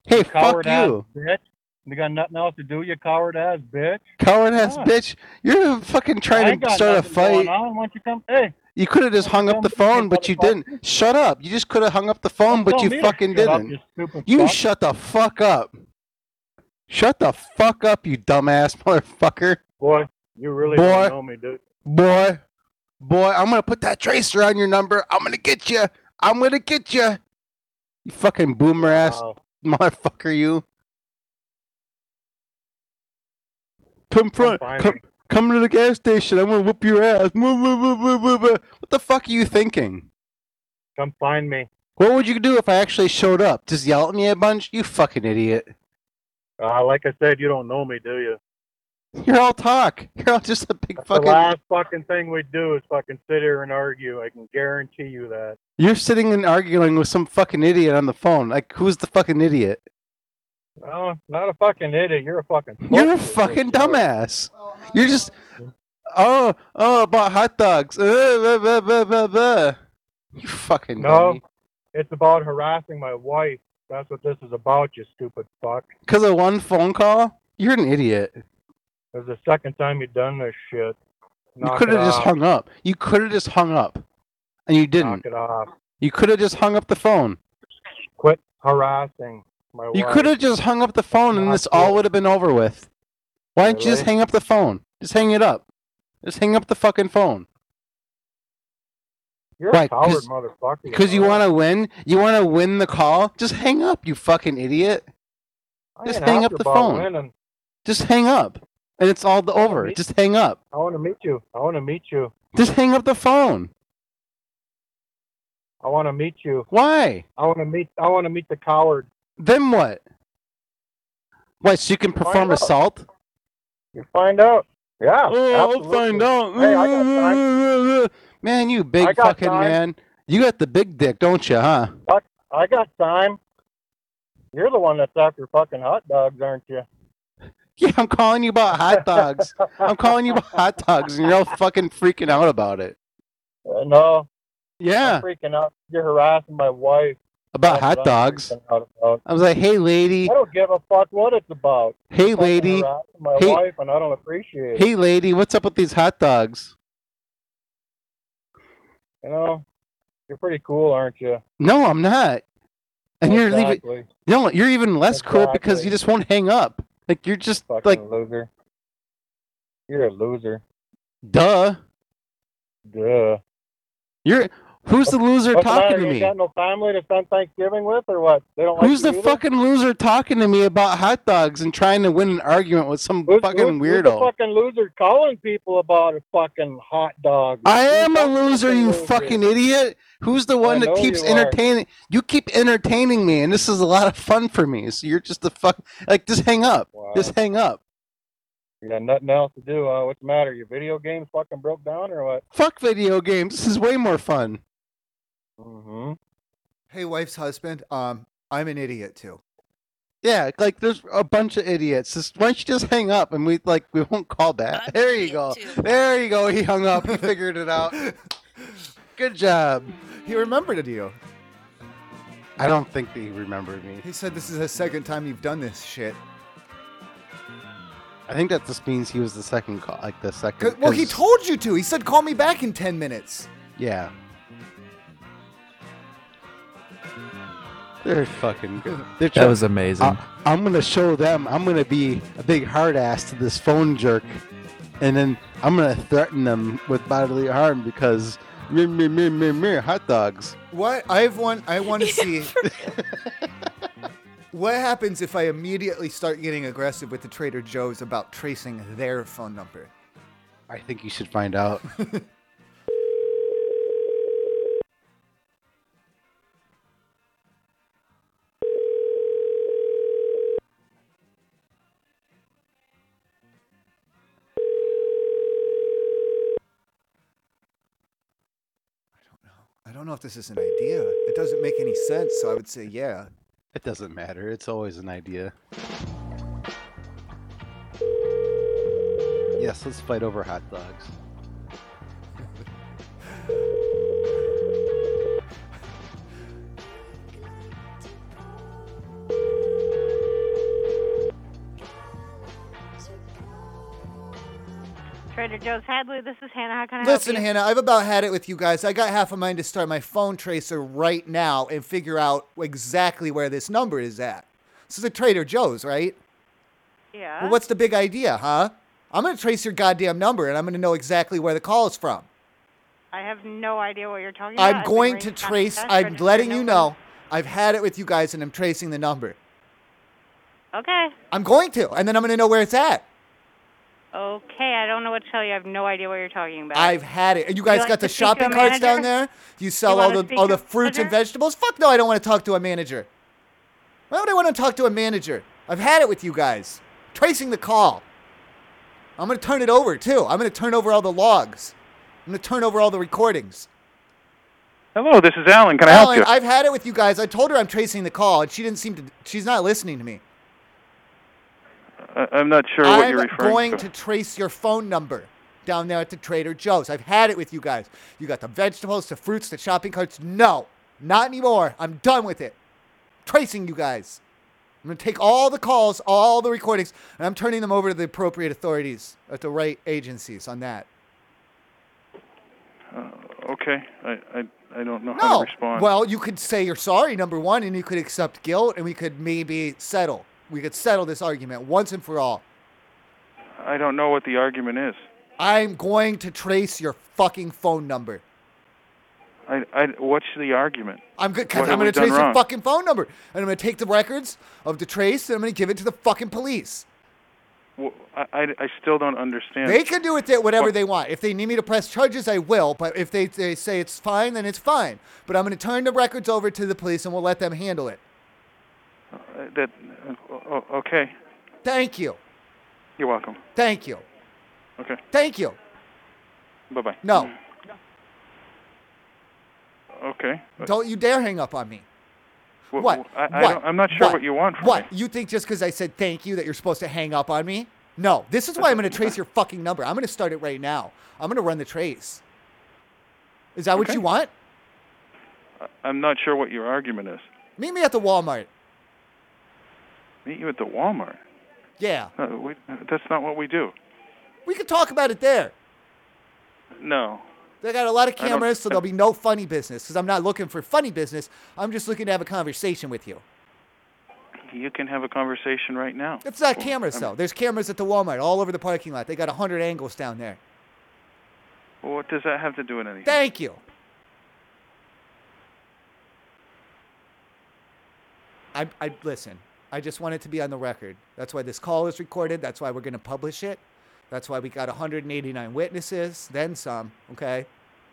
S6: Hey, fuck
S3: Coward ass
S6: you.
S3: bitch. You got nothing else to do, you coward ass bitch.
S6: Coward ass
S3: Yeah.
S6: bitch. You're fucking
S3: I
S6: trying
S3: ain't
S6: to
S3: got
S6: start a
S3: nothing going
S6: fight.
S3: on. Why don't you come? Hey,
S6: You could have just hung up the phone, but you didn't. Shut up. You just could have hung up the phone, but
S3: tell
S6: you
S3: me to
S6: fucking
S3: shut up,
S6: didn't.
S3: you stupid
S6: You
S3: fuck.
S6: shut the fuck up. Shut the fuck up, you dumbass motherfucker.
S3: boy, you really
S6: Boy.
S3: don't know me, dude.
S6: boy, boy, I'm gonna put that tracer on your number. I'm gonna get you. I'm gonna get you. You fucking boomer ass
S3: Wow.
S6: motherfucker, you. Come front.
S3: find
S6: Come,
S3: me.
S6: come to the gas station. I'm gonna whoop your ass. Woo, woo, woo, woo, woo, woo. What the fuck are you thinking?
S3: Come find me.
S6: What would you do if I actually showed up? Just yell at me a bunch? You fucking idiot.
S3: Uh, like I said, you don't know me, do you?
S6: You're all talk. You're all just a big
S3: The
S6: fucking.
S3: last fucking thing we do is fucking sit here and argue. I can guarantee you that.
S6: You're sitting and arguing with some fucking idiot on the phone. Like, who's the fucking idiot?
S3: No, not a fucking idiot. You're a fucking.
S6: You're a fucking dumbass. You're just. Oh, oh, about hot dogs. Uh, blah, blah, blah, blah, blah. You fucking
S3: No, it's about harassing my wife. That's what this is about, you stupid fuck.
S6: Because of one phone call? You're an idiot.
S3: It's the second time you've done this shit.
S6: You could have just hung up. You could have just hung up. And you didn't.
S3: Knock it off.
S6: You could have just hung up the phone.
S3: Quit harassing my wife.
S6: You could have just hung up the phone and this all would have been over with. Why didn't you just
S3: Really?
S6: hang up the phone? Just hang it up. Just hang up the fucking phone.
S3: You're
S6: Right,
S3: a coward,
S6: 'cause-
S3: motherfucker.
S6: Because you want to win? You want to win the call? Just hang up, you fucking idiot.
S3: I
S6: Just
S3: ain't
S6: hang
S3: after
S6: up the
S3: about
S6: phone.
S3: winning.
S6: Just hang up. And it's all the over. Just hang up.
S3: I want to meet you. I want to meet you.
S6: Just hang up the phone.
S3: I want to meet you.
S6: Why?
S3: I want to meet. I want to meet the coward.
S6: Then what? Why, so you can perform
S3: out.
S6: assault?
S3: You find out. Yeah.
S6: Oh, I'll
S3: absolutely.
S6: find out. Mm-hmm.
S3: Hey, I got time.
S6: Man, you
S3: I
S6: big
S3: got
S6: fucking
S3: time.
S6: man. You got the big dick, don't you, huh?
S3: Fuck, I got time. You're the one that's after fucking hot dogs, aren't you?
S6: Yeah, I'm calling you about hot dogs. I'm calling you about hot dogs, and you're all fucking freaking out about it.
S3: Uh, no.
S6: Yeah.
S3: I'm freaking out. You're harassing my wife.
S6: About
S3: That's
S6: hot
S3: what I'm
S6: dogs.
S3: freaking out about.
S6: I was like, hey, lady.
S3: I don't give a fuck what it's about.
S6: Hey,
S3: You're fucking
S6: lady.
S3: harassing My
S6: Hey-
S3: wife, and I don't appreciate
S6: Hey,
S3: it.
S6: lady, what's up with these hot dogs?
S3: You know, you're pretty cool, aren't you?
S6: No, I'm not. And you're leaving.
S3: Exactly.
S6: No, you're even less cool because you
S3: Exactly.
S6: just won't hang up. Like you're just like,
S3: Fucking loser. You're a loser.
S6: duh.
S3: Duh.
S6: You're who's the loser
S3: What's the matter?
S6: talking to
S3: you
S6: me?
S3: Got no family to spend Thanksgiving with, or what? They don't
S6: Who's the
S3: like you either?
S6: fucking loser talking to me about hot dogs and trying to win an argument with some fucking
S3: Who's- who's the
S6: weirdo?
S3: fucking loser calling people about a fucking hot dog.
S6: I am a loser, you fucking idiot. Who's the one that
S3: know
S6: keeps
S3: you are.
S6: entertaining? You keep entertaining me, and this is a lot of fun for me. So you're just a fuck. Like, just hang up. Just hang up.
S3: You got nothing else to do. Huh? What's the matter? Your video games fucking broke down, or what?
S6: Fuck video games. This is way more fun.
S3: Mm-hmm.
S2: Hey, wife's husband. Um, I'm an idiot too.
S6: Yeah, like there's a bunch of idiots. Just, why don't you just hang up and we like we won't call back. There you go. There you go. He hung up. He figured it out. Good job.
S2: He remembered you.
S6: I don't think that he remembered me.
S2: He said this is the second time you've done this shit.
S6: I think that just means he was the second call, like the second.
S2: 'Cause- well, he
S6: 'cause-
S2: told you to. He said, "Call me back in ten minutes."
S6: Yeah. They're fucking good. They're
S9: That was amazing.
S6: I, I'm gonna show them. I'm gonna be a big hard ass to this phone jerk, and then I'm gonna threaten them with bodily harm because me me me me me hot dogs.
S2: What I've won, I want to see. what happens if I immediately start getting aggressive with the Trader Joe's about tracing their phone number?
S6: I think you should find out.
S2: I don't know if this is an idea. It doesn't make any sense, so I would say yeah.
S6: It doesn't matter. It's always an idea. Yes, let's fight over hot dogs.
S7: Trader Joe's Hadley, this is Hannah. How can I
S2: Listen,
S7: help you?
S2: Hannah, I've about had it with you guys. I got half a mind to start my phone tracer right now and figure out exactly where this number is at. This is a Trader Joe's, right?
S7: Yeah.
S2: Well, what's the big idea, huh? I'm going to trace your goddamn number and I'm going to know exactly where the call is from.
S7: I have no idea what you're talking about.
S2: I'm
S7: I've been
S2: going to
S7: ringing back
S2: trace,
S7: and forth,
S2: I'm
S7: Trader
S2: letting
S7: Joe's.
S2: you know. I've had it with you guys and I'm tracing the number.
S7: Okay.
S2: I'm going to, and then I'm going to know where it's at.
S7: Okay. I don't know what to tell you. I have no idea what you're talking about.
S2: I've had it. And you
S7: You
S2: guys
S7: like
S2: got
S7: to
S2: the
S7: speak to a
S2: shopping carts down there?
S7: manager?
S2: You
S7: You
S2: sell all
S7: wanna
S2: the
S7: speak
S2: all
S7: to
S2: the
S7: a
S2: fruits and vegetables? Fuck no, I don't want to talk to a manager. Why would I want to talk to a manager? I've had it with you guys. Tracing the call. I'm going to turn it over too. I'm going to turn over all the logs. I'm going to turn over all the recordings.
S30: Hello, this is Alan. Can I help
S2: Ellen,
S30: you?
S2: I've had it with you guys. I told her I'm tracing the call, and she didn't seem to. She's not listening to me.
S30: I- I'm not sure what
S2: I'm
S30: you're referring
S2: going
S30: to.
S2: to trace your phone number down there at the Trader Joe's. I've had it with you guys. You got the vegetables, the fruits, the shopping carts. No, not anymore. I'm done with it. Tracing you guys. I'm going to take all the calls, all the recordings, and I'm turning them over to the appropriate authorities at the right agencies on that.
S30: Uh, okay, I, I I don't know how
S2: No.
S30: to respond.
S2: Well, you could say you're sorry, number one, and you could accept guilt, and we could maybe settle. We could settle this argument once and for all.
S30: I don't know what the argument is.
S2: I'm going to trace your fucking phone number.
S30: I, I what's the argument?
S2: I'm good
S30: What
S2: because I'm
S30: have we
S2: going to trace
S30: done
S2: your
S30: wrong?
S2: fucking phone number, and I'm going to take the records of the trace, and I'm going to give it to the fucking police.
S30: Well, I, I I still don't understand.
S2: They can do with it whatever
S30: What-
S2: they want. If they need me to press charges, I will. But if they, they say it's fine, then it's fine. But I'm going to turn the records over to the police, and we'll let them handle it.
S30: uh, that. Uh, o- o- okay,
S2: Thank you.
S30: you're welcome.
S2: Thank you.
S30: Okay,
S2: Thank you.
S30: bye bye.
S2: No,
S30: Okay.
S2: don't you dare hang up on me.
S30: Wh-
S2: What?
S30: wh- I, I
S2: What?
S30: don't, I'm not sure what, you want from me.
S2: What? You think just because I said thank you that you're supposed to hang up on me? No. This is why I'm going to trace your fucking number. I'm going to start it right now. I'm going to run the trace. Is that what
S30: Okay.
S2: you want?
S30: I- I'm not sure what your argument is.
S2: Meet me at the Walmart.
S30: Meet you at the Walmart.
S2: Yeah.
S30: Uh, we, that's not what we do.
S2: We can talk about it there.
S30: No.
S2: They got a lot of
S30: I don't-
S2: cameras, so there'll be no funny business because I'm not looking for funny business. I'm just looking to have a conversation with you.
S30: You can have a conversation right now.
S2: It's not
S30: Well,
S2: cameras,
S30: I'm-
S2: though. There's cameras at the Walmart all over the parking lot. They got 100 angles down there.
S30: Well, what does that have to do with anything?
S2: Thank you. I, I listen. I just want it to be on the record. That's why this call is recorded. That's why we're going to publish it. That's why we got 189 witnesses, then some. Okay,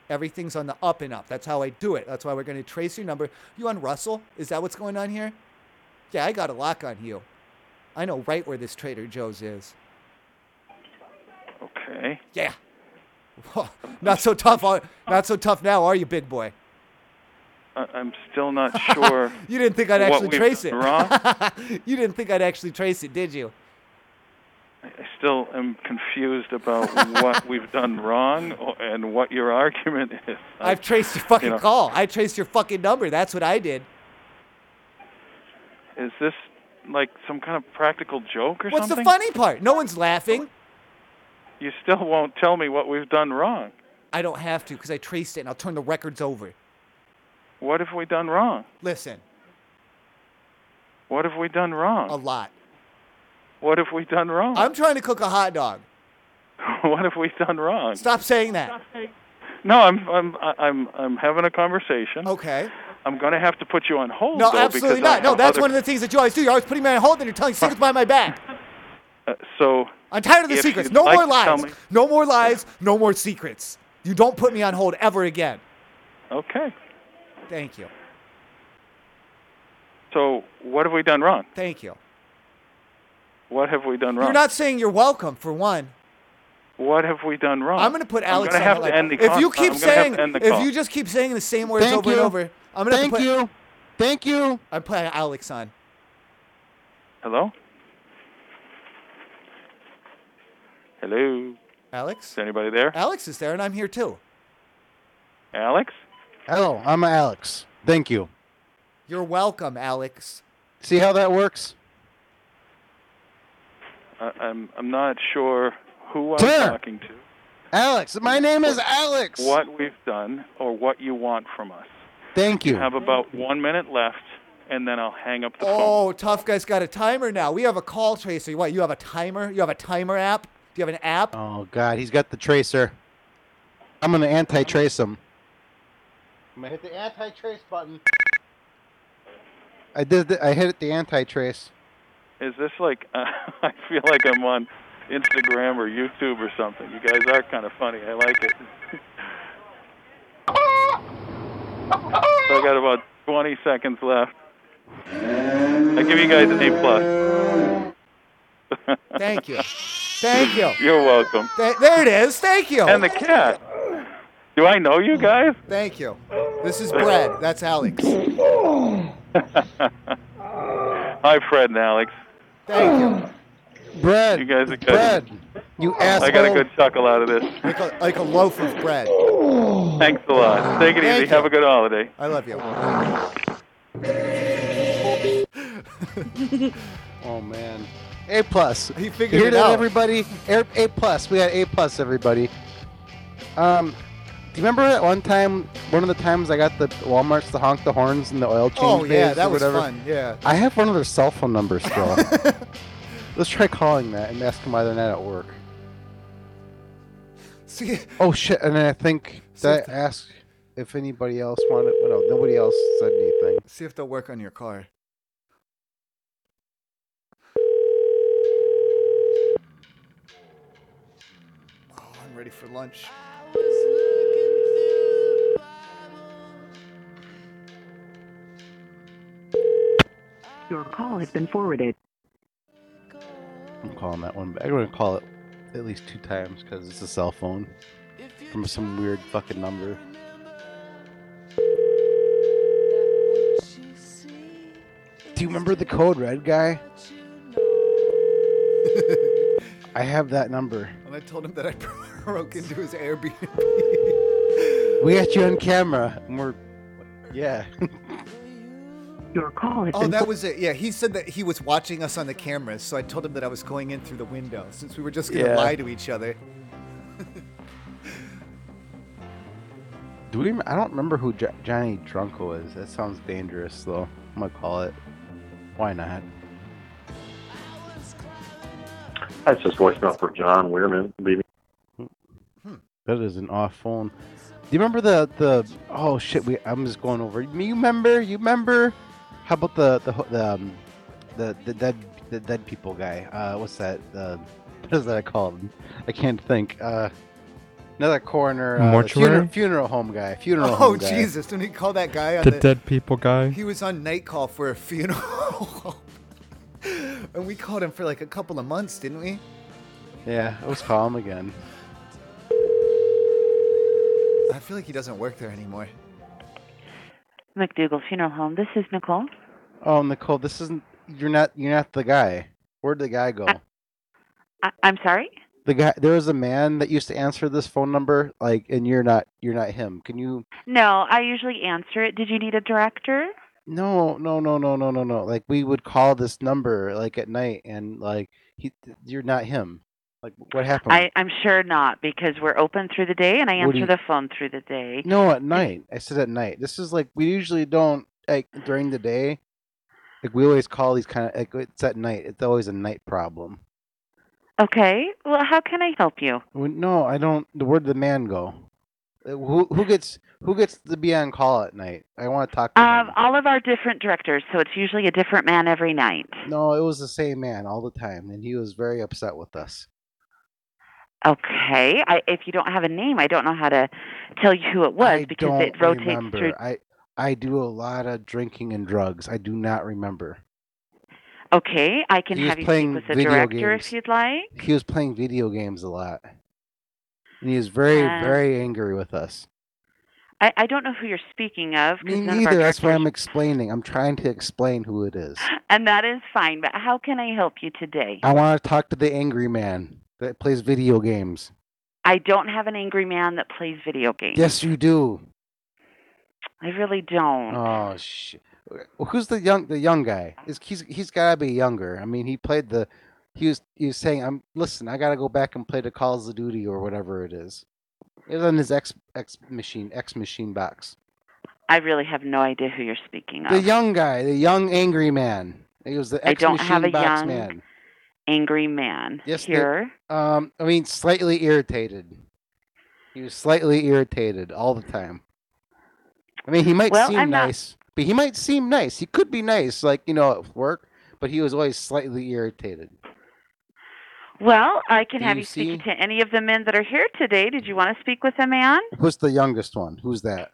S2: everything's on the up and up. That's how I do it. That's why we're going to trace your number. You on Russell? Is that what's going on here? Yeah, I got a lock on you. I know right where this Trader Joe's is.
S30: Okay.
S2: Yeah. Not so tough. are- Not so tough now, are you, big boy?
S30: I, I'm still not sure.
S2: You didn't think I'd
S30: what
S2: actually
S30: we've
S2: trace
S30: done
S2: it.
S30: Wrong.
S2: you didn't think I'd actually trace it, did you?
S30: I still am confused about what we've done wrong or, and what your argument is. I-
S2: I've traced your fucking
S30: you know,
S2: call. I traced your fucking number. That's what I did.
S30: Is this like some kind of practical joke or
S2: What's
S30: something?
S2: the funny part? No one's laughing.
S30: You still won't tell me what we've done wrong.
S2: I don't have to because I traced it and I'll turn the records over.
S30: What have we done wrong?
S2: Listen,
S30: What have we done wrong?
S2: a lot.
S30: What have we done wrong?
S2: I'm trying to cook a hot dog.
S30: what have we done wrong?
S2: Stop saying that.
S30: No, I'm I'm I- I'm I'm having a conversation.
S2: Okay.
S30: I'm going to have to put you on hold.
S2: No,
S30: though,
S2: absolutely
S30: because I
S2: not. No,
S30: have
S2: that's
S30: other-
S2: one of the things that you always do. You're always putting me on hold and you're telling secrets behind my back.
S30: Uh, so
S2: I'm tired of the
S30: if
S2: secrets.
S30: you'd
S2: No
S30: like
S2: more
S30: to tell
S2: lies.
S30: me-
S2: No more lies. No more secrets. You don't put me on hold ever again.
S30: okay.
S2: Thank you.
S30: So what have we done wrong?
S2: Thank you.
S30: What have we done wrong?
S2: You're not saying you're welcome for one.
S30: What have we done wrong?
S2: I'm gonna put Alex.
S30: I'm gonna
S2: on
S30: have
S2: the
S30: to
S2: line.
S30: end the
S2: If
S30: con-
S2: you keep
S30: I'm gonna have
S2: saying,
S30: to end the
S2: if
S30: call.
S2: you just keep saying the same words
S30: Thank
S2: over and
S30: you.
S2: over, I'm gonna have to
S30: Thank
S2: put,
S30: you.
S2: Thank you. I'm putting Alex on.
S30: Hello. Hello.
S2: Alex.
S30: Is anybody there?
S2: Alex is there, and I'm here too.
S30: Alex.
S24: Hello, I'm Alex. Thank you.
S2: You're welcome, Alex.
S24: See how that works?
S30: I, I'm I'm not sure who I'm
S24: Sir.
S30: talking to.
S24: Alex, my name is Alex.
S30: What we've done or what you want from us.
S24: Thank you.
S30: have about one minute left, and then I'll hang up the phone.
S2: Oh, tough guy's got a timer now. We have a call tracer. You What? You have a timer? You have a timer app? Do you have an app?
S24: Oh God, he's got the tracer. I'm gonna anti-trace him. I'm gonna hit the anti-trace button. I did. The, I hit the anti-trace.
S30: Is this like uh, I feel like I'm on Instagram or YouTube or something? You guys are kind of funny. I like it. so I got about 20 seconds left. I give you guys an A plus.
S2: Thank you. Thank you.
S30: You're welcome.
S2: Th- there it is. Thank you.
S30: And the cat. Do I know you guys?
S2: Thank you. This is Brad. That's Alex. Thank
S30: Hi, Fred and Alex.
S2: you.
S6: Bread.
S30: You guys are good.
S6: Bread. You asshole.
S30: I got a good chuckle out of this.
S2: Like a, like a loaf of bread.
S30: Thanks a lot. Take it
S2: Thank
S30: easy. Have a good holiday.
S2: I love you.
S6: Oh man. A plus.
S2: He
S6: You
S2: figured
S6: hear
S2: it
S6: that,
S2: out.
S6: everybody? A A plus. We got A plus, everybody. Um, do you remember that one time? One of the times I got the Walmart's to honk the horns and the oil change.
S2: Oh yeah,
S6: bays
S2: that
S6: or
S2: was
S6: whatever?
S2: fun. Yeah.
S6: I have one of their cell phone numbers still. Let's try calling that and ask them why they're not at work.
S2: See,
S6: Oh shit! And then I think
S2: See
S6: did I
S2: if
S6: ask if anybody else wanted? No, nobody else said anything.
S2: See if they'll work on your car. Oh, I'm ready for lunch.
S31: Your call has been forwarded.
S6: I'm calling that one back. I'm gonna call it at least two times because it's a cell phone from some weird fucking number. Do you remember the code red guy? I have that number.
S2: And I told him that I broke into his Airbnb.
S6: We got you on camera. And we're yeah.
S31: Your call has
S2: Oh,
S31: been
S2: that was it. Yeah, he said that he was watching us on the cameras, so I told him that I was going in through the window since we were just gonna
S6: Yeah.
S2: lie to each other.
S6: Do we? I don't remember who jo- Johnny Drunko is. That sounds dangerous, though. I'm gonna call it. Why not?
S20: That's just voicemail for John Weirman leaving.
S6: That is an off phone. Do you remember the the? Oh shit! We I'm just going over. You remember? You remember? How about the the ho- the um, the, the dead the dead people guy? Uh, what's that? Uh, what is that called? I can't think. Uh, another coroner. Uh,
S34: Mortuary?
S6: Funeral, funeral home guy. Funeral.
S2: Oh
S6: home guy.
S2: Jesus! Don't he call that guy on
S34: The dead people guy?
S2: He was on night call for a funeral, and we called him for like a couple of months, didn't we?
S6: Yeah, let's call him again.
S2: I feel like he doesn't work there anymore.
S21: McDougal Funeral Home. This is Nicole.
S6: Oh Nicole, this isn't. You're not. You're not the guy. Where'd the guy go?
S21: I- I'm sorry.
S6: The guy. There was a man that used to answer this phone number. Like, and you're not. You're not him. Can you?
S21: No, I usually answer it. Did you need a director?
S6: No, no, no, no, no, no, no. Like we would call this number like at night, and like he, you're not him. Like what happened?
S21: I, I'm sure not because we're open through the day and I
S6: Oh. What do
S21: answer
S6: you-
S21: the phone through the day.
S6: no, at night. I said at night. This is like we usually don't like during the day. Like we always call these kind of like it's at night. It's always a night problem.
S21: Okay. Well, how can I help you?
S6: Well, No, I don't. Where'd the man go? Uh, Who who gets who gets to be on call at night? I want to talk to
S21: Um, all of our different directors, so it's usually a different man every night.
S6: No, it was the same man all the time, and he was very upset with us.
S21: Okay. I, if you don't have a name, I don't know how to tell you who it was because
S6: Don't
S21: it rotates
S6: remember.
S21: through.
S6: I I do a lot of drinking and drugs. I do not remember.
S21: Okay. I can
S6: He was
S21: have you
S6: playing
S21: speak with the
S6: video
S21: director
S6: games.
S21: if you'd like.
S6: He was playing video games a lot, and he was very
S21: Uh,
S6: very angry with us.
S21: I, I don't know who you're speaking of. 'cause
S6: Me
S21: none of our
S6: neither. That's why
S21: directors-
S6: I'm explaining. I'm trying to explain who it is.
S21: And that is fine, but how can I help you today?
S6: I want to talk to the angry man that plays video games.
S21: I don't have an angry man that plays video games.
S6: Yes, you do.
S21: I really don't.
S6: Oh shit! Who's the young the young guy? Is he's he's gotta be younger. I mean, he played the. He was he was saying, "I'm listen. I gotta go back and play the Calls of Duty or whatever it is." It was on his X X machine X machine box.
S21: I really have no idea who you're speaking of.
S6: The young guy, the young angry man. He was the
S21: I
S6: X
S21: don't
S6: machine
S21: have a
S6: box
S21: young
S6: man.
S21: angry man
S6: Yes, the-
S21: here.
S6: um, I mean, slightly irritated. He was slightly irritated all the time. I mean, he might
S21: Well,
S6: seem
S21: I'm not-
S6: nice, but he might seem nice. He could be nice, like you know, at work. But he was always slightly irritated.
S21: Well, I can
S6: Do
S21: have
S6: you
S21: you speak to any of the men that are here today. Did you want to speak with a man?
S6: Who's the youngest one? Who's that?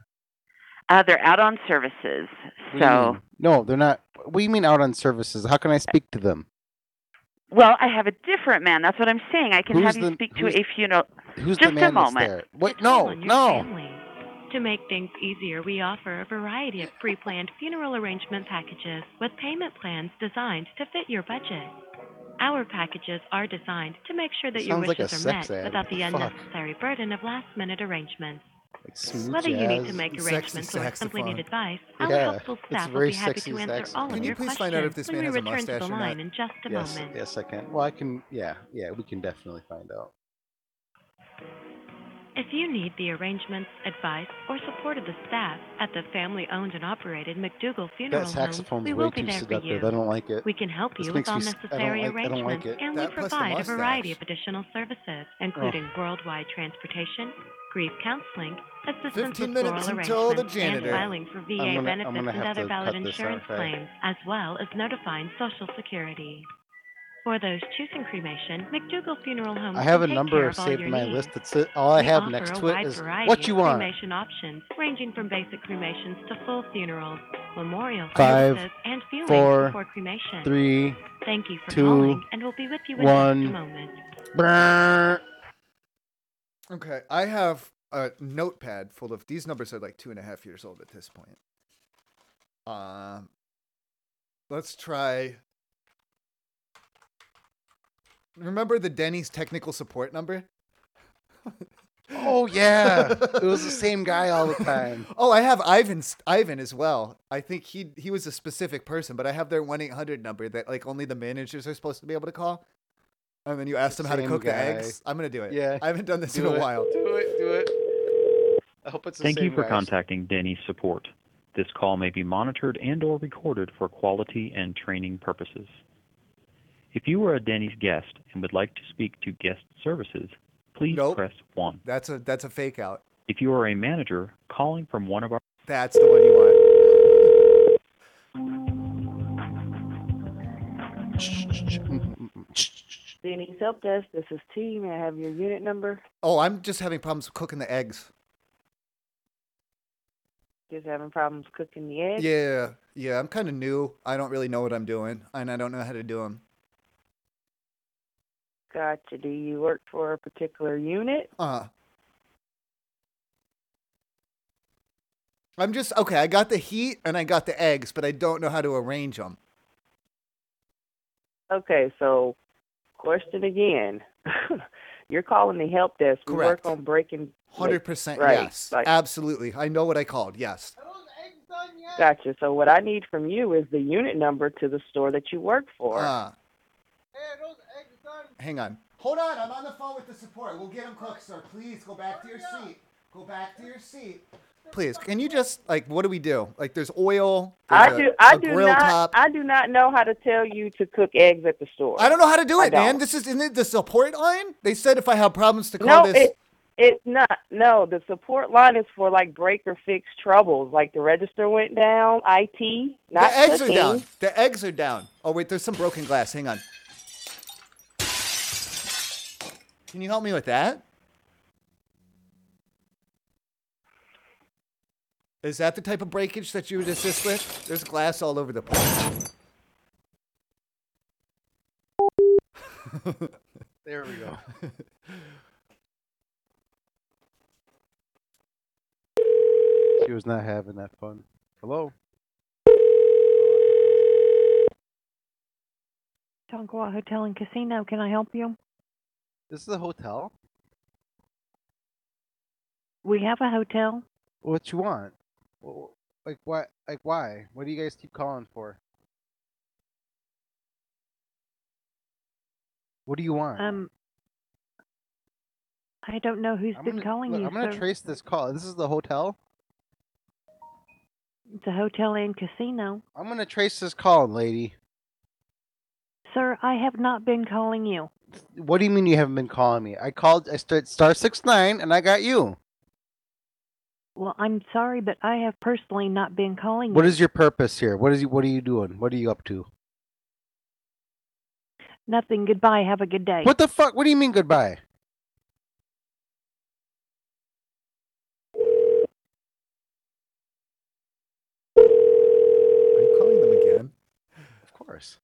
S21: Uh, they're out on services.
S6: What do you
S21: So
S6: mean? no, they're not. What do you mean out on services? How can I speak to them?
S21: Well, I have a different man. That's what I'm saying. I can
S6: Who's
S21: have you
S6: the-
S21: speak to
S6: who's-
S21: a funeral.
S6: Who's
S21: Just
S6: the man
S21: a moment.
S6: that's there? What? No, no.
S5: To make things easier, we offer a variety of pre planned funeral arrangement packages with payment plans designed to fit your budget. Our packages are designed to make sure that your
S6: Sounds like a
S5: wishes are
S6: sex
S5: met
S6: ad.
S5: without the
S6: Fuck.
S5: unnecessary burden of last minute arrangements.
S6: Like smooth
S5: Whether you need to
S6: jazz.
S5: make
S6: Sexy
S5: arrangements or simply need
S6: saxophone.
S5: advice, our
S6: Yeah,
S5: helpful
S6: it's
S5: staff will
S6: very
S5: be happy
S6: sexy
S5: to answer
S6: saxophone.
S5: all of
S6: Can
S2: you
S5: your
S2: please
S5: questions
S2: find out if this
S5: when
S2: man
S5: we
S2: has a
S5: return to
S2: mustache
S5: the
S2: or
S5: line
S2: not?
S5: in just a
S6: yes,
S5: moment.
S6: yes, I can. Well, I can. Yeah, yeah, we can definitely find out.
S5: If you need the arrangements, advice, or support of the staff at the family owned and operated McDougal Funeral
S6: That
S5: Home,
S6: saxophone's
S5: we
S6: way
S5: will be
S6: too
S5: there for you.
S6: seductive. I don't like it.
S5: We can help
S6: This
S5: you with
S6: makes
S5: all
S6: me s- I don't
S5: necessary
S6: like- I don't like
S5: arrangements,
S6: it.
S5: and
S6: That
S5: we
S6: plus the
S5: provide a variety of
S6: mustache.
S5: additional services, including
S6: Oh.
S5: worldwide transportation, grief counseling, assistance
S2: 15
S5: with
S2: minutes
S5: floral
S2: until the
S5: arrangements, and
S2: janitor.
S5: filing for VA
S2: I'm gonna- I'm
S5: benefits
S2: gonna
S5: and
S2: have
S5: other
S2: to
S5: valid
S2: cut this
S5: insurance
S2: off, eh?
S5: claims, as well as notifying Social Security. For those choosing cremation, McDougal Funeral Home
S6: I have a
S5: can Um, take care
S6: number
S5: of all
S6: saved
S5: your
S6: in my
S5: needs.
S6: list. That's it. All I
S5: We
S6: have
S5: offer
S6: next
S5: a
S6: to it
S5: wide
S6: is
S5: variety
S6: what you
S5: of
S6: want.
S5: Cremation options ranging from basic cremations to full funerals, memorial
S6: Five,
S5: services, and viewings
S6: four,
S5: before cremation.
S6: Three,
S5: Thank you for
S6: two,
S5: calling, and we'll be with you in
S6: one.
S5: just a moment.
S6: Brrrr.
S2: Okay, I have a notepad full of these numbers are like two and a half years old at this point. Um, let's try. Remember the Denny's technical support number?
S6: Oh yeah, it was the same guy all the time.
S2: Oh, I have Ivan's Ivan as well. I think he he was a specific person, but I have their one eight hundred number that like only the managers are supposed to be able to call. And then you ask them how to
S6: Same
S2: cook the
S6: guy.
S2: eggs. I'm gonna do it.
S6: Yeah,
S2: I haven't done this
S6: do
S2: in a
S6: it,
S2: while.
S6: Do it, do it. I hope it's the
S20: Thank you
S6: same
S20: for
S6: guy.
S20: contacting Denny's support. This call may be monitored and or recorded for quality and training purposes. If you are a Denny's guest and would like to speak to guest services, please
S2: Nope.
S20: press 1.
S2: That's a that's a fake out.
S20: If you are a manager calling from one of our
S2: That's the one you want.
S10: Denny's Help Desk, this is T. May I have your unit number?
S2: Oh, I'm just having problems cooking the eggs.
S10: Just having problems cooking the eggs?
S2: Yeah, yeah. I'm kind of new. I don't really know what I'm doing, and I don't know how to do them.
S10: Gotcha. Do you work for a particular unit?
S2: Uh. I'm just okay. I got the heat and I got the eggs, but I don't know how to arrange them.
S10: Okay, so question again. You're calling the help desk. We
S2: Correct.
S10: work on breaking.
S2: Hundred percent,
S10: Right.
S2: yes,
S10: Like,
S2: absolutely. I know what I called. Yes.
S10: gotcha. So what I need from you is the unit number to the store that you work for.
S2: Uh, hang on. Hold on. I'm on the phone with the support. We'll get them cooked, sir. Please go back to your seat. Go back to your seat. Please, can you just like what do we do? Like, there's oil.
S10: I
S2: there's a-
S10: do. I
S2: a
S10: do
S2: grill
S10: not.
S2: top.
S10: I do not know how to tell you to cook eggs at the store.
S2: I don't know how to do
S10: I
S2: it, man.
S10: don't.
S2: This is isn't it the support line? They said if I have problems to
S10: No,
S2: call this.
S10: it it's not. No, the support line is for like break or fix troubles. Like the register went down. IT. Not
S2: the eggs
S10: cooking.
S2: are down. The eggs are down. Oh wait, there's some broken glass. Hang on. Can you help me with that? Is that the type of breakage that you would assist with? There's glass all over the place.
S6: There we go. She was not having that fun. Hello.
S13: Tonkawa Hotel and Casino, can I help you?
S6: This is a hotel.
S13: We have a hotel.
S6: What you want? Wh- wh- Like why? Like why? What do you guys keep calling for? What do you want?
S13: Um, I don't know who's
S6: I'm
S13: been
S6: gonna-
S13: calling
S6: look,
S13: you.
S6: I'm gonna
S13: sir.
S6: trace this call. This is the hotel.
S13: It's a hotel and casino.
S6: I'm gonna trace this call, lady.
S13: Sir, I have not been calling you.
S6: What do you mean you haven't been calling me? I called. I started star six nine, and I got you.
S13: Well, I'm sorry, but I have personally not been calling
S6: What
S13: you.
S6: is your purpose here? What is you, what are you doing? What are you up to?
S13: Nothing. Goodbye. Have a good day.
S6: What the fuck? What do you mean goodbye?
S2: Are you calling them again?
S6: Of course.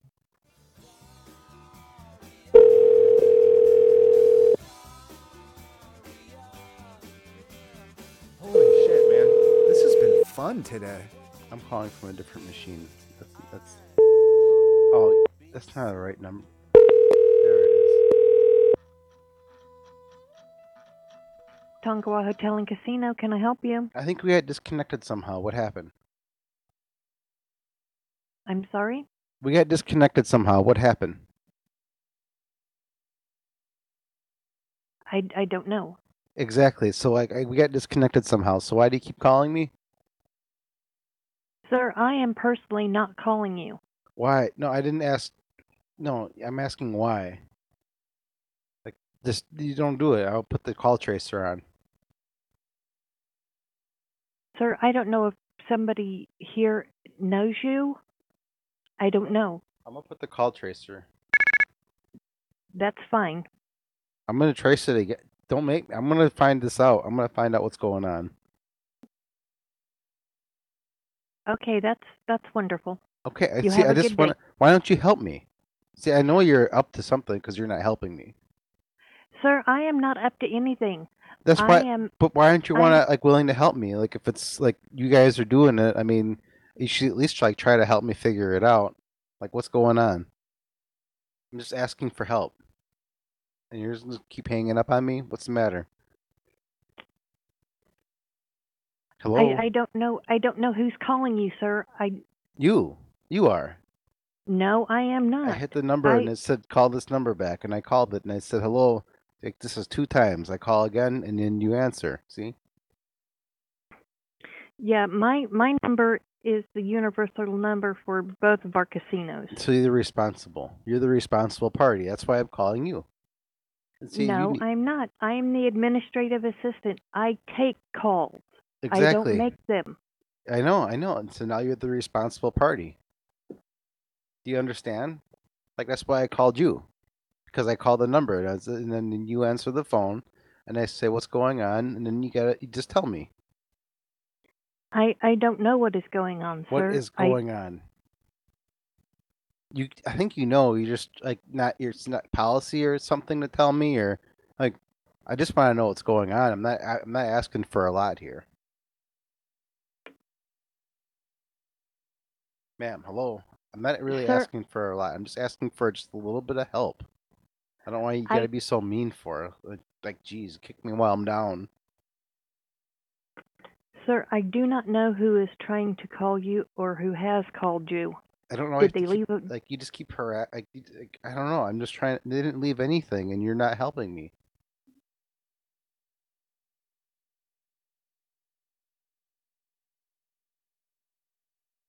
S2: fun today.
S6: I'm calling from a different machine. That's, that's oh, that's not the right number. There it is.
S13: Tonkawa Hotel and Casino, can I help you?
S6: I think we had disconnected somehow. What happened?
S13: I'm sorry?
S6: We got disconnected somehow. What happened?
S13: I, I don't know.
S6: Exactly. So like I, we got disconnected somehow. So why do you keep calling me?
S13: Sir, I am personally not calling you.
S6: Why? No, I didn't ask. No, I'm asking why. Like just you don't do it. I'll put the call tracer on.
S13: Sir, I don't know if somebody here knows you. I don't know.
S6: I'm gonna put the call tracer.
S13: That's fine.
S6: I'm gonna trace it again. Don't make. I'm gonna find this out. I'm gonna find out what's going on.
S13: Okay, that's that's wonderful.
S6: Okay. I
S13: You
S6: see.
S13: have
S6: I
S13: a
S6: just
S13: good
S6: want.
S13: day.
S6: Why don't you help me? See, I know you're up to something because you're not helping me.
S13: Sir, I am not up to anything.
S6: That's
S13: I
S6: why.
S13: am
S6: but why aren't you uh,
S13: I
S6: want
S13: am-
S6: to like willing to help me? Like if it's like you guys are doing it, I mean, you should at least like try to help me figure it out. Like what's going on? I'm just asking for help, and you're just gonna keep hanging up on me. What's the matter? Hello,
S13: I, I don't know I don't know who's calling you, sir. I
S6: you. You are.
S13: no, I am
S6: I
S13: not.
S6: hit the number and
S13: I-
S6: it said call this number back, and I called it and I said hello. Like this is two times. I call again and then you answer. See?
S13: Yeah, my my number is the universal number for both of our casinos.
S6: So you're the responsible. You're the responsible party. That's why I'm calling you. And see, you
S13: no,
S6: need-
S13: I'm not. I am the administrative assistant. I take calls. I
S6: Exactly.
S13: don't make them.
S6: I know, I know. And so now you're the responsible party. Do you understand? Like that's why I called you, because I called the number, and, I was, and then you answer the phone, and I say what's going on, and then you gotta you just tell me
S13: I I don't know what is going on,
S6: what
S13: sir.
S6: is
S13: I-
S6: going on. You, I think you know. You just like not your it's not policy or something to tell me, or like I just want to know what's going on. I'm not I'm not asking for a lot here, ma'am. Hello. I'm not really
S13: Sir-
S6: asking for a lot. I'm just asking for just a little bit of help. I don't know why you
S13: I-
S6: gotta be so mean for. Like, like, geez, kick me while I'm down.
S13: Sir, I do not know who is trying to call you or who has called you.
S6: I don't know.
S13: Did
S6: I
S13: they
S6: keep-
S13: leave a-
S6: Like you just keep harass. Like, you- like, I don't know. I'm just trying. They didn't leave anything, and you're not helping me.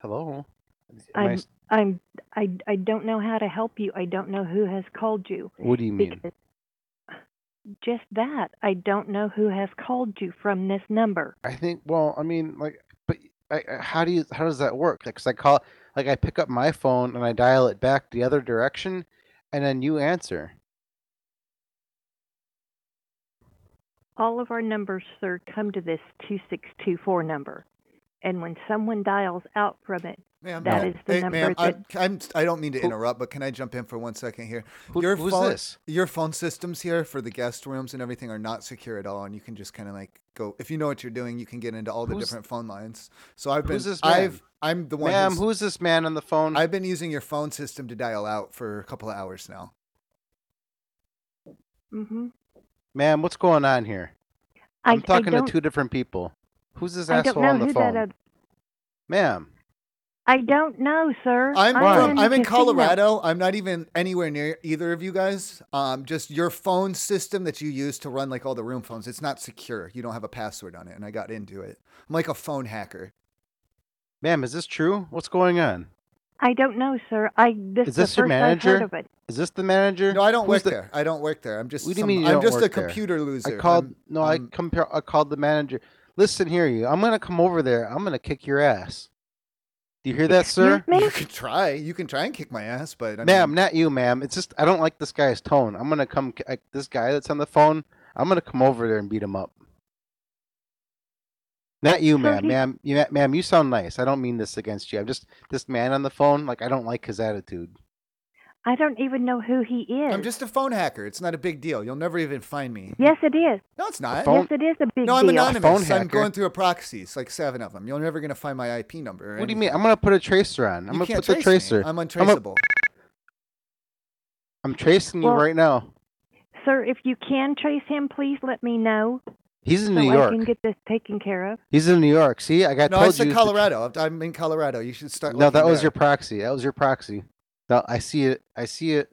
S6: Hello. Am I
S13: I'm,
S6: s-
S13: I'm, I, I don't know how to help you. I don't know who has called you.
S6: What do you mean?
S13: Because just that. I don't know who has called you from this number.
S6: I think. Well, I mean, like, but I, I- how do you? How does that work? Like, 'cause I call, like, I pick up my phone and I dial it back the other direction, and then you answer.
S13: All of our numbers, sir, come to this 2624 number. And when someone dials out from it,
S2: Ma'am,
S13: that
S2: ma'am.
S13: is the
S2: Hey,
S13: number
S2: ma'am,
S13: that.
S2: I, I'm, I don't mean to
S6: Who-
S2: interrupt, but can I jump in for one second here?
S6: Who-
S2: your
S6: who's
S2: phone,
S6: this?
S2: Your phone systems here for the guest rooms and everything are not secure at all, and you can just kind of like go. If you know what you're doing, you can get into all the
S6: Who's-
S2: different phone lines. So I've been,
S6: Who's this man?
S2: I've, I'm the one.
S6: Ma'am,
S2: who's,
S6: who's this man on the phone?
S2: I've been using your phone system to dial out for a couple of hours now.
S13: hmm
S6: Ma'am, what's going on here?
S13: I,
S6: I'm talking
S13: I
S6: to
S13: don't,
S6: two different people. Who's this
S13: I don't
S6: asshole
S13: know
S6: on the
S13: who
S6: phone?
S13: that. oth-
S6: Ma'am,
S13: I don't know, sir.
S2: I'm
S13: I'm
S2: from,
S13: in,
S2: I'm in
S13: casino.
S2: Colorado. I'm not even anywhere near either of you guys. Um, just your phone system that you use to run like all the room phones. It's not secure. You don't have a password on it, and I got into it. I'm like a phone hacker.
S6: ma'am, is this true? What's going on?
S13: I don't know, sir. I this
S6: Is
S13: the
S6: this your
S13: first I've heard
S6: manager?
S13: of it.
S6: Is this the manager?
S2: No, I don't
S6: Who's
S2: work
S6: the-
S2: there. I don't work there. I'm just
S6: What do you
S2: some-
S6: mean you
S2: I'm
S6: don't
S2: just a
S6: work there?
S2: computer loser.
S6: I called.
S2: I'm-
S6: no, i compare. I called the manager. Listen here, you. I'm gonna come over there. I'm gonna kick your ass. Do you hear that, sir?
S2: You can try. You can try and kick my ass, but I mean,
S6: ma'am, not you, ma'am. It's just I don't like this guy's tone. I'm gonna come. I, this guy that's on the phone. I'm gonna come over there and beat him up. Not you,
S13: So
S6: ma'am.
S13: he-
S6: Ma'am, you, ma'am, you sound nice. I don't mean this against you. I'm just this man on the phone. Like I don't like his attitude.
S13: I don't even know who he is.
S2: I'm just a phone hacker. It's not a big deal. You'll never even find me.
S13: Yes, it is.
S2: No, it's not.
S13: Yes, it is a big
S2: no, I'm
S13: deal.
S2: anonymous. I'm going through a proxy. It's like seven of them. You're never going to find my IP number. or
S6: What do you
S2: anything.
S6: mean? I'm gonna put a tracer on. I'm
S2: You
S6: gonna
S2: can't
S6: put the
S2: trace me.
S6: tracer.
S2: I'm
S6: a-
S2: untraceable.
S6: I'm tracing you
S13: Well-
S6: right now.
S13: Sir, if you can trace him, please let me know.
S6: He's in
S13: so
S6: New
S13: I
S6: York.
S13: can get this taken care of.
S6: He's in New York. See, I got
S2: no, I
S6: told
S2: said
S6: you.
S2: Colorado. I'm in Colorado. You should start.
S6: No, that
S2: looking
S6: was
S2: there.
S6: your proxy. That was your proxy. No, I see it. I see it.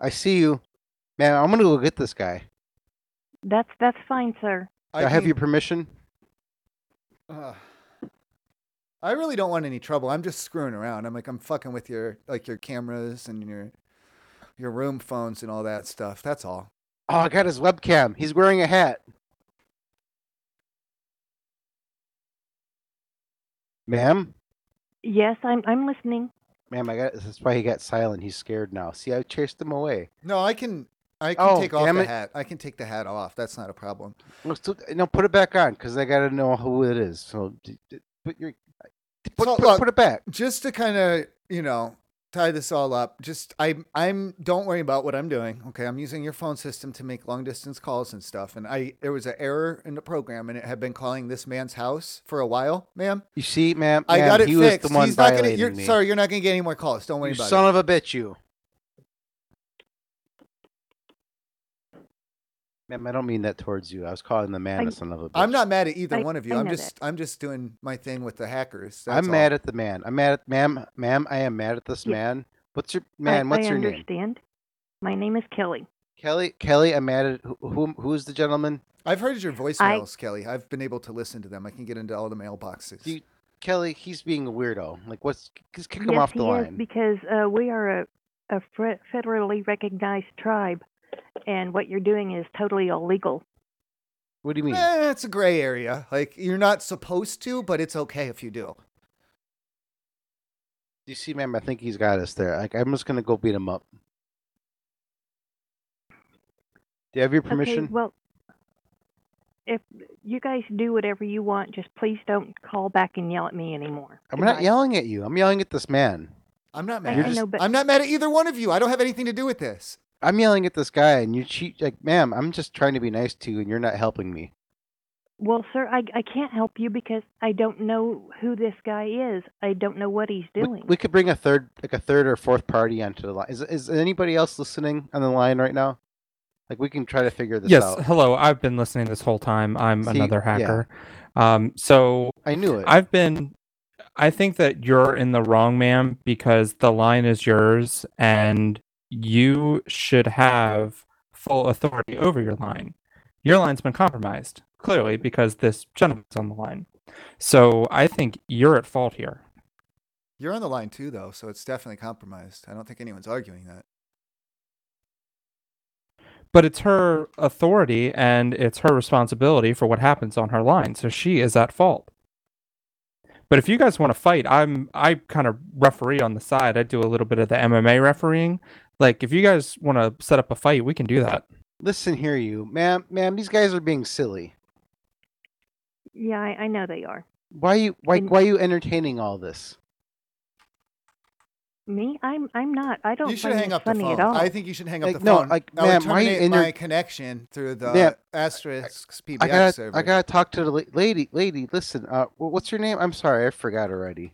S6: I see you, man. I'm gonna go get this guy.
S13: That's that's fine, sir.
S6: Do I, have your permission?
S2: Ugh. I really don't want any trouble. I'm just screwing around. I'm like I'm fucking with your like your cameras and your your room phones and all that stuff. That's all.
S6: Oh, I got his webcam. He's wearing a hat. Ma'am,
S13: Yes, I'm I'm listening.
S6: ma'am, I got. That's why he got silent. He's scared now. See, I chased him away.
S2: No, I can I can
S6: Oh,
S2: take off
S6: damn
S2: the
S6: it.
S2: hat. I can take the hat off. That's not a problem.
S6: Well, so- no, put it back on because I got to know who it is. So d- d- put your put,
S2: So,
S6: put,
S2: look,
S6: put it back.
S2: Just to kind of, you know, tie this all up. Just I am I'm don't worry about what I'm doing. Okay, I'm using your phone system to make long distance calls and stuff. And I there was an error in the program and it had been calling this man's house for a while, ma'am.
S6: You see, ma'am,
S2: I
S6: ma'am,
S2: got it
S6: he
S2: fixed.
S6: Was the one
S2: He's not gonna.
S6: violating
S2: You're,
S6: me.
S2: Sorry, you're not gonna get any more calls. Don't worry
S6: You
S2: about
S6: son
S2: it.
S6: of a bitch, you. Ma'am, I don't mean that towards you. I was calling the man a son of a bitch.
S2: I'm not mad at either
S6: I-
S2: one of you.
S6: I
S2: I'm
S6: know
S2: just I'm just doing my thing with the hackers. That's
S6: I'm
S2: all.
S6: mad at the man. I'm mad at ma'am, ma'am. I am mad at this man. What's your man?
S13: I,
S6: what's
S13: I
S6: your name?
S13: understand. My name is Kelly.
S6: Kelly. Kelly. I'm mad at who? Who, who is the gentleman?
S2: I've heard your voicemails, Kelly. I've been able to listen to them. I can get into all the mailboxes.
S6: Kelly. He's being a weirdo. Like, what's just kick him
S13: yes,
S6: off the
S13: he
S6: line.
S13: is because uh, we are a, a fre- federally recognized tribe, and what you're doing is totally illegal.
S6: What do you mean?
S2: Eh, it's a gray area. Like you're not supposed to, but it's okay if you do.
S6: You see, ma'am, I think he's got us there. Like, I'm just gonna go beat him up. Do you have your permission?
S13: Okay, well, if you guys do whatever you want, just please don't call back and yell at me anymore.
S6: I'm not yelling at you. I'm yelling at this man.
S2: I'm not
S13: I-
S2: mad.
S6: You're
S13: I
S6: just-
S13: know, but
S2: I'm not mad at either one of you. I don't have anything to do with this.
S6: I'm yelling at this guy, and you cheat. Like, ma'am, I'm just trying to be nice to you, and you're not helping me.
S13: well, sir, I I can't help you because I don't know who this guy is. I don't know what he's doing.
S6: We could bring a third, like a third or fourth party onto the line. Is is anybody else listening on the line right now? Like, we can try to figure this
S14: yes,
S6: out.
S14: hello. I've been listening this whole time. I'm
S6: See,
S14: another
S6: yeah.
S14: hacker. Um, so
S6: I knew it.
S14: I've been. I think that you're in the wrong, ma'am, because the line is yours, and you should have full authority over your line. Your line's been compromised clearly because this gentleman's on the line. So I think you're at fault here.
S2: You're on the line too, though, so it's definitely compromised. I don't think anyone's arguing that.
S14: But it's her authority and it's her responsibility for what happens on her line. So she is at fault. But if you guys want to fight, I'm I kind of referee on the side. I do a little bit of the MMA refereeing. Like if you guys want to set up a fight, we can do that.
S6: Listen here, you, ma'am, ma'am. These guys are being silly.
S13: yeah, I, I know they are.
S6: Why you why why you entertaining all this?
S13: Me, I'm I'm not. I don't.
S2: You should
S13: find
S2: hang
S13: this
S2: up the
S13: funny
S2: phone.
S13: At all.
S2: I think you should hang up
S6: Like,
S2: the
S6: no,
S2: phone.
S6: like,
S2: I would
S6: ma'am, why you
S2: terminate
S6: inter-
S2: my connection through the
S6: Ma'am,
S2: asterisk PBX
S6: I gotta,
S2: server.
S6: I gotta talk to the la- lady. Lady, listen. Uh, wh- what's your name? I'm sorry, I forgot already.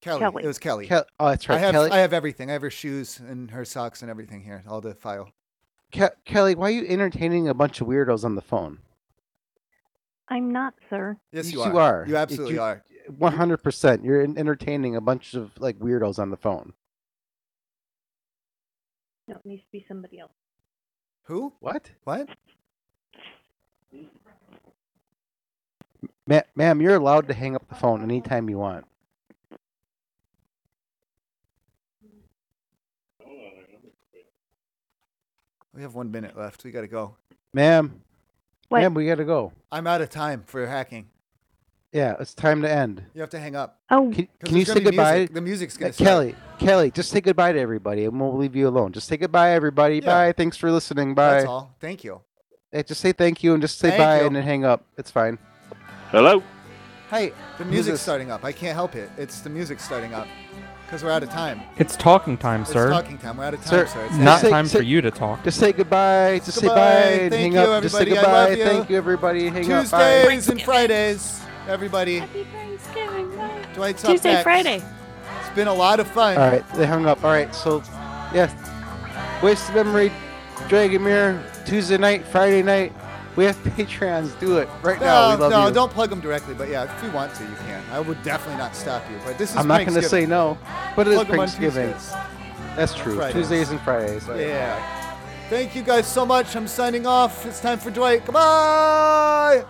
S2: Kelly. It was Kelly.
S6: Kel- oh, that's right,
S2: I have,
S6: Kelly.
S2: I have everything. I have her shoes and her socks and everything here. All the file.
S6: Ke- Kelly, why are you entertaining a bunch of weirdos on the phone?
S13: I'm not, sir.
S2: Yes,
S6: you are.
S2: You absolutely are.
S6: One hundred percent. You're en- entertaining a bunch of like weirdos on the phone.
S13: No, it needs to be somebody else.
S2: Who?
S6: What?
S2: What?
S6: Ma- ma'am, you're allowed to hang up the phone anytime you want.
S2: We have one minute left. We got to go.
S6: Ma'am.
S2: What?
S6: Ma'am, we gotta go.
S2: I'm out of time for hacking.
S6: Yeah, it's time to end.
S2: You have to hang up.
S13: Oh,
S6: Can,
S2: 'Cause
S6: can you
S2: there's
S6: say
S2: gonna be music.
S6: goodbye?
S2: The music's gonna
S6: Uh,
S2: start.
S6: Kelly, Kelly, just say goodbye to everybody, and we'll leave you alone. Just say goodbye, everybody. Bye. Thanks for listening. Bye.
S2: That's all. Thank you.
S6: Yeah, just say thank you and just say
S2: Thank
S6: bye
S2: you.
S6: and then hang up. It's fine.
S35: Hello.
S2: Hey, the
S6: Who's
S2: music's
S6: this?
S2: starting up. I can't help it. It's the music starting up. because we're out of time.
S14: It's talking time,
S2: It's
S14: sir.
S2: talking time. We're out of time,
S14: Sir,
S2: sir. It's
S14: not
S2: time.
S14: time for you to talk.
S6: Just say goodbye. Just
S2: Goodbye.
S6: say bye. and
S2: Thank
S6: hang
S2: you,
S6: up. Just say
S2: everybody. I love
S6: goodbye.
S2: you.
S6: Thank you, everybody. Hang up. Bye.
S2: Tuesdays and Fridays, everybody. Happy
S3: Thanksgiving.
S2: Dwight's up
S3: Tuesday,
S2: next.
S3: Friday.
S2: It's been a lot of fun.
S6: All right, they hung up. All right, so yeah, waste of memory, Dragon Mirror, Tuesday night, Friday night. We have Patreons. Do it right now. We
S2: No,
S6: love
S2: no,
S6: you.
S2: don't plug them directly, but yeah, if you want to, you can. I would definitely not stop you. But this is
S6: I'm not gonna say
S2: Pranksgiving.
S6: no, but it is
S2: Plug 'em on
S6: Thanksgiving.
S2: Tuesdays.
S6: That's true.
S2: Fridays.
S6: Tuesdays and Fridays.
S2: "Ah." Yeah. Thank you guys so much. I'm signing off. It's time for Dwight. Goodbye.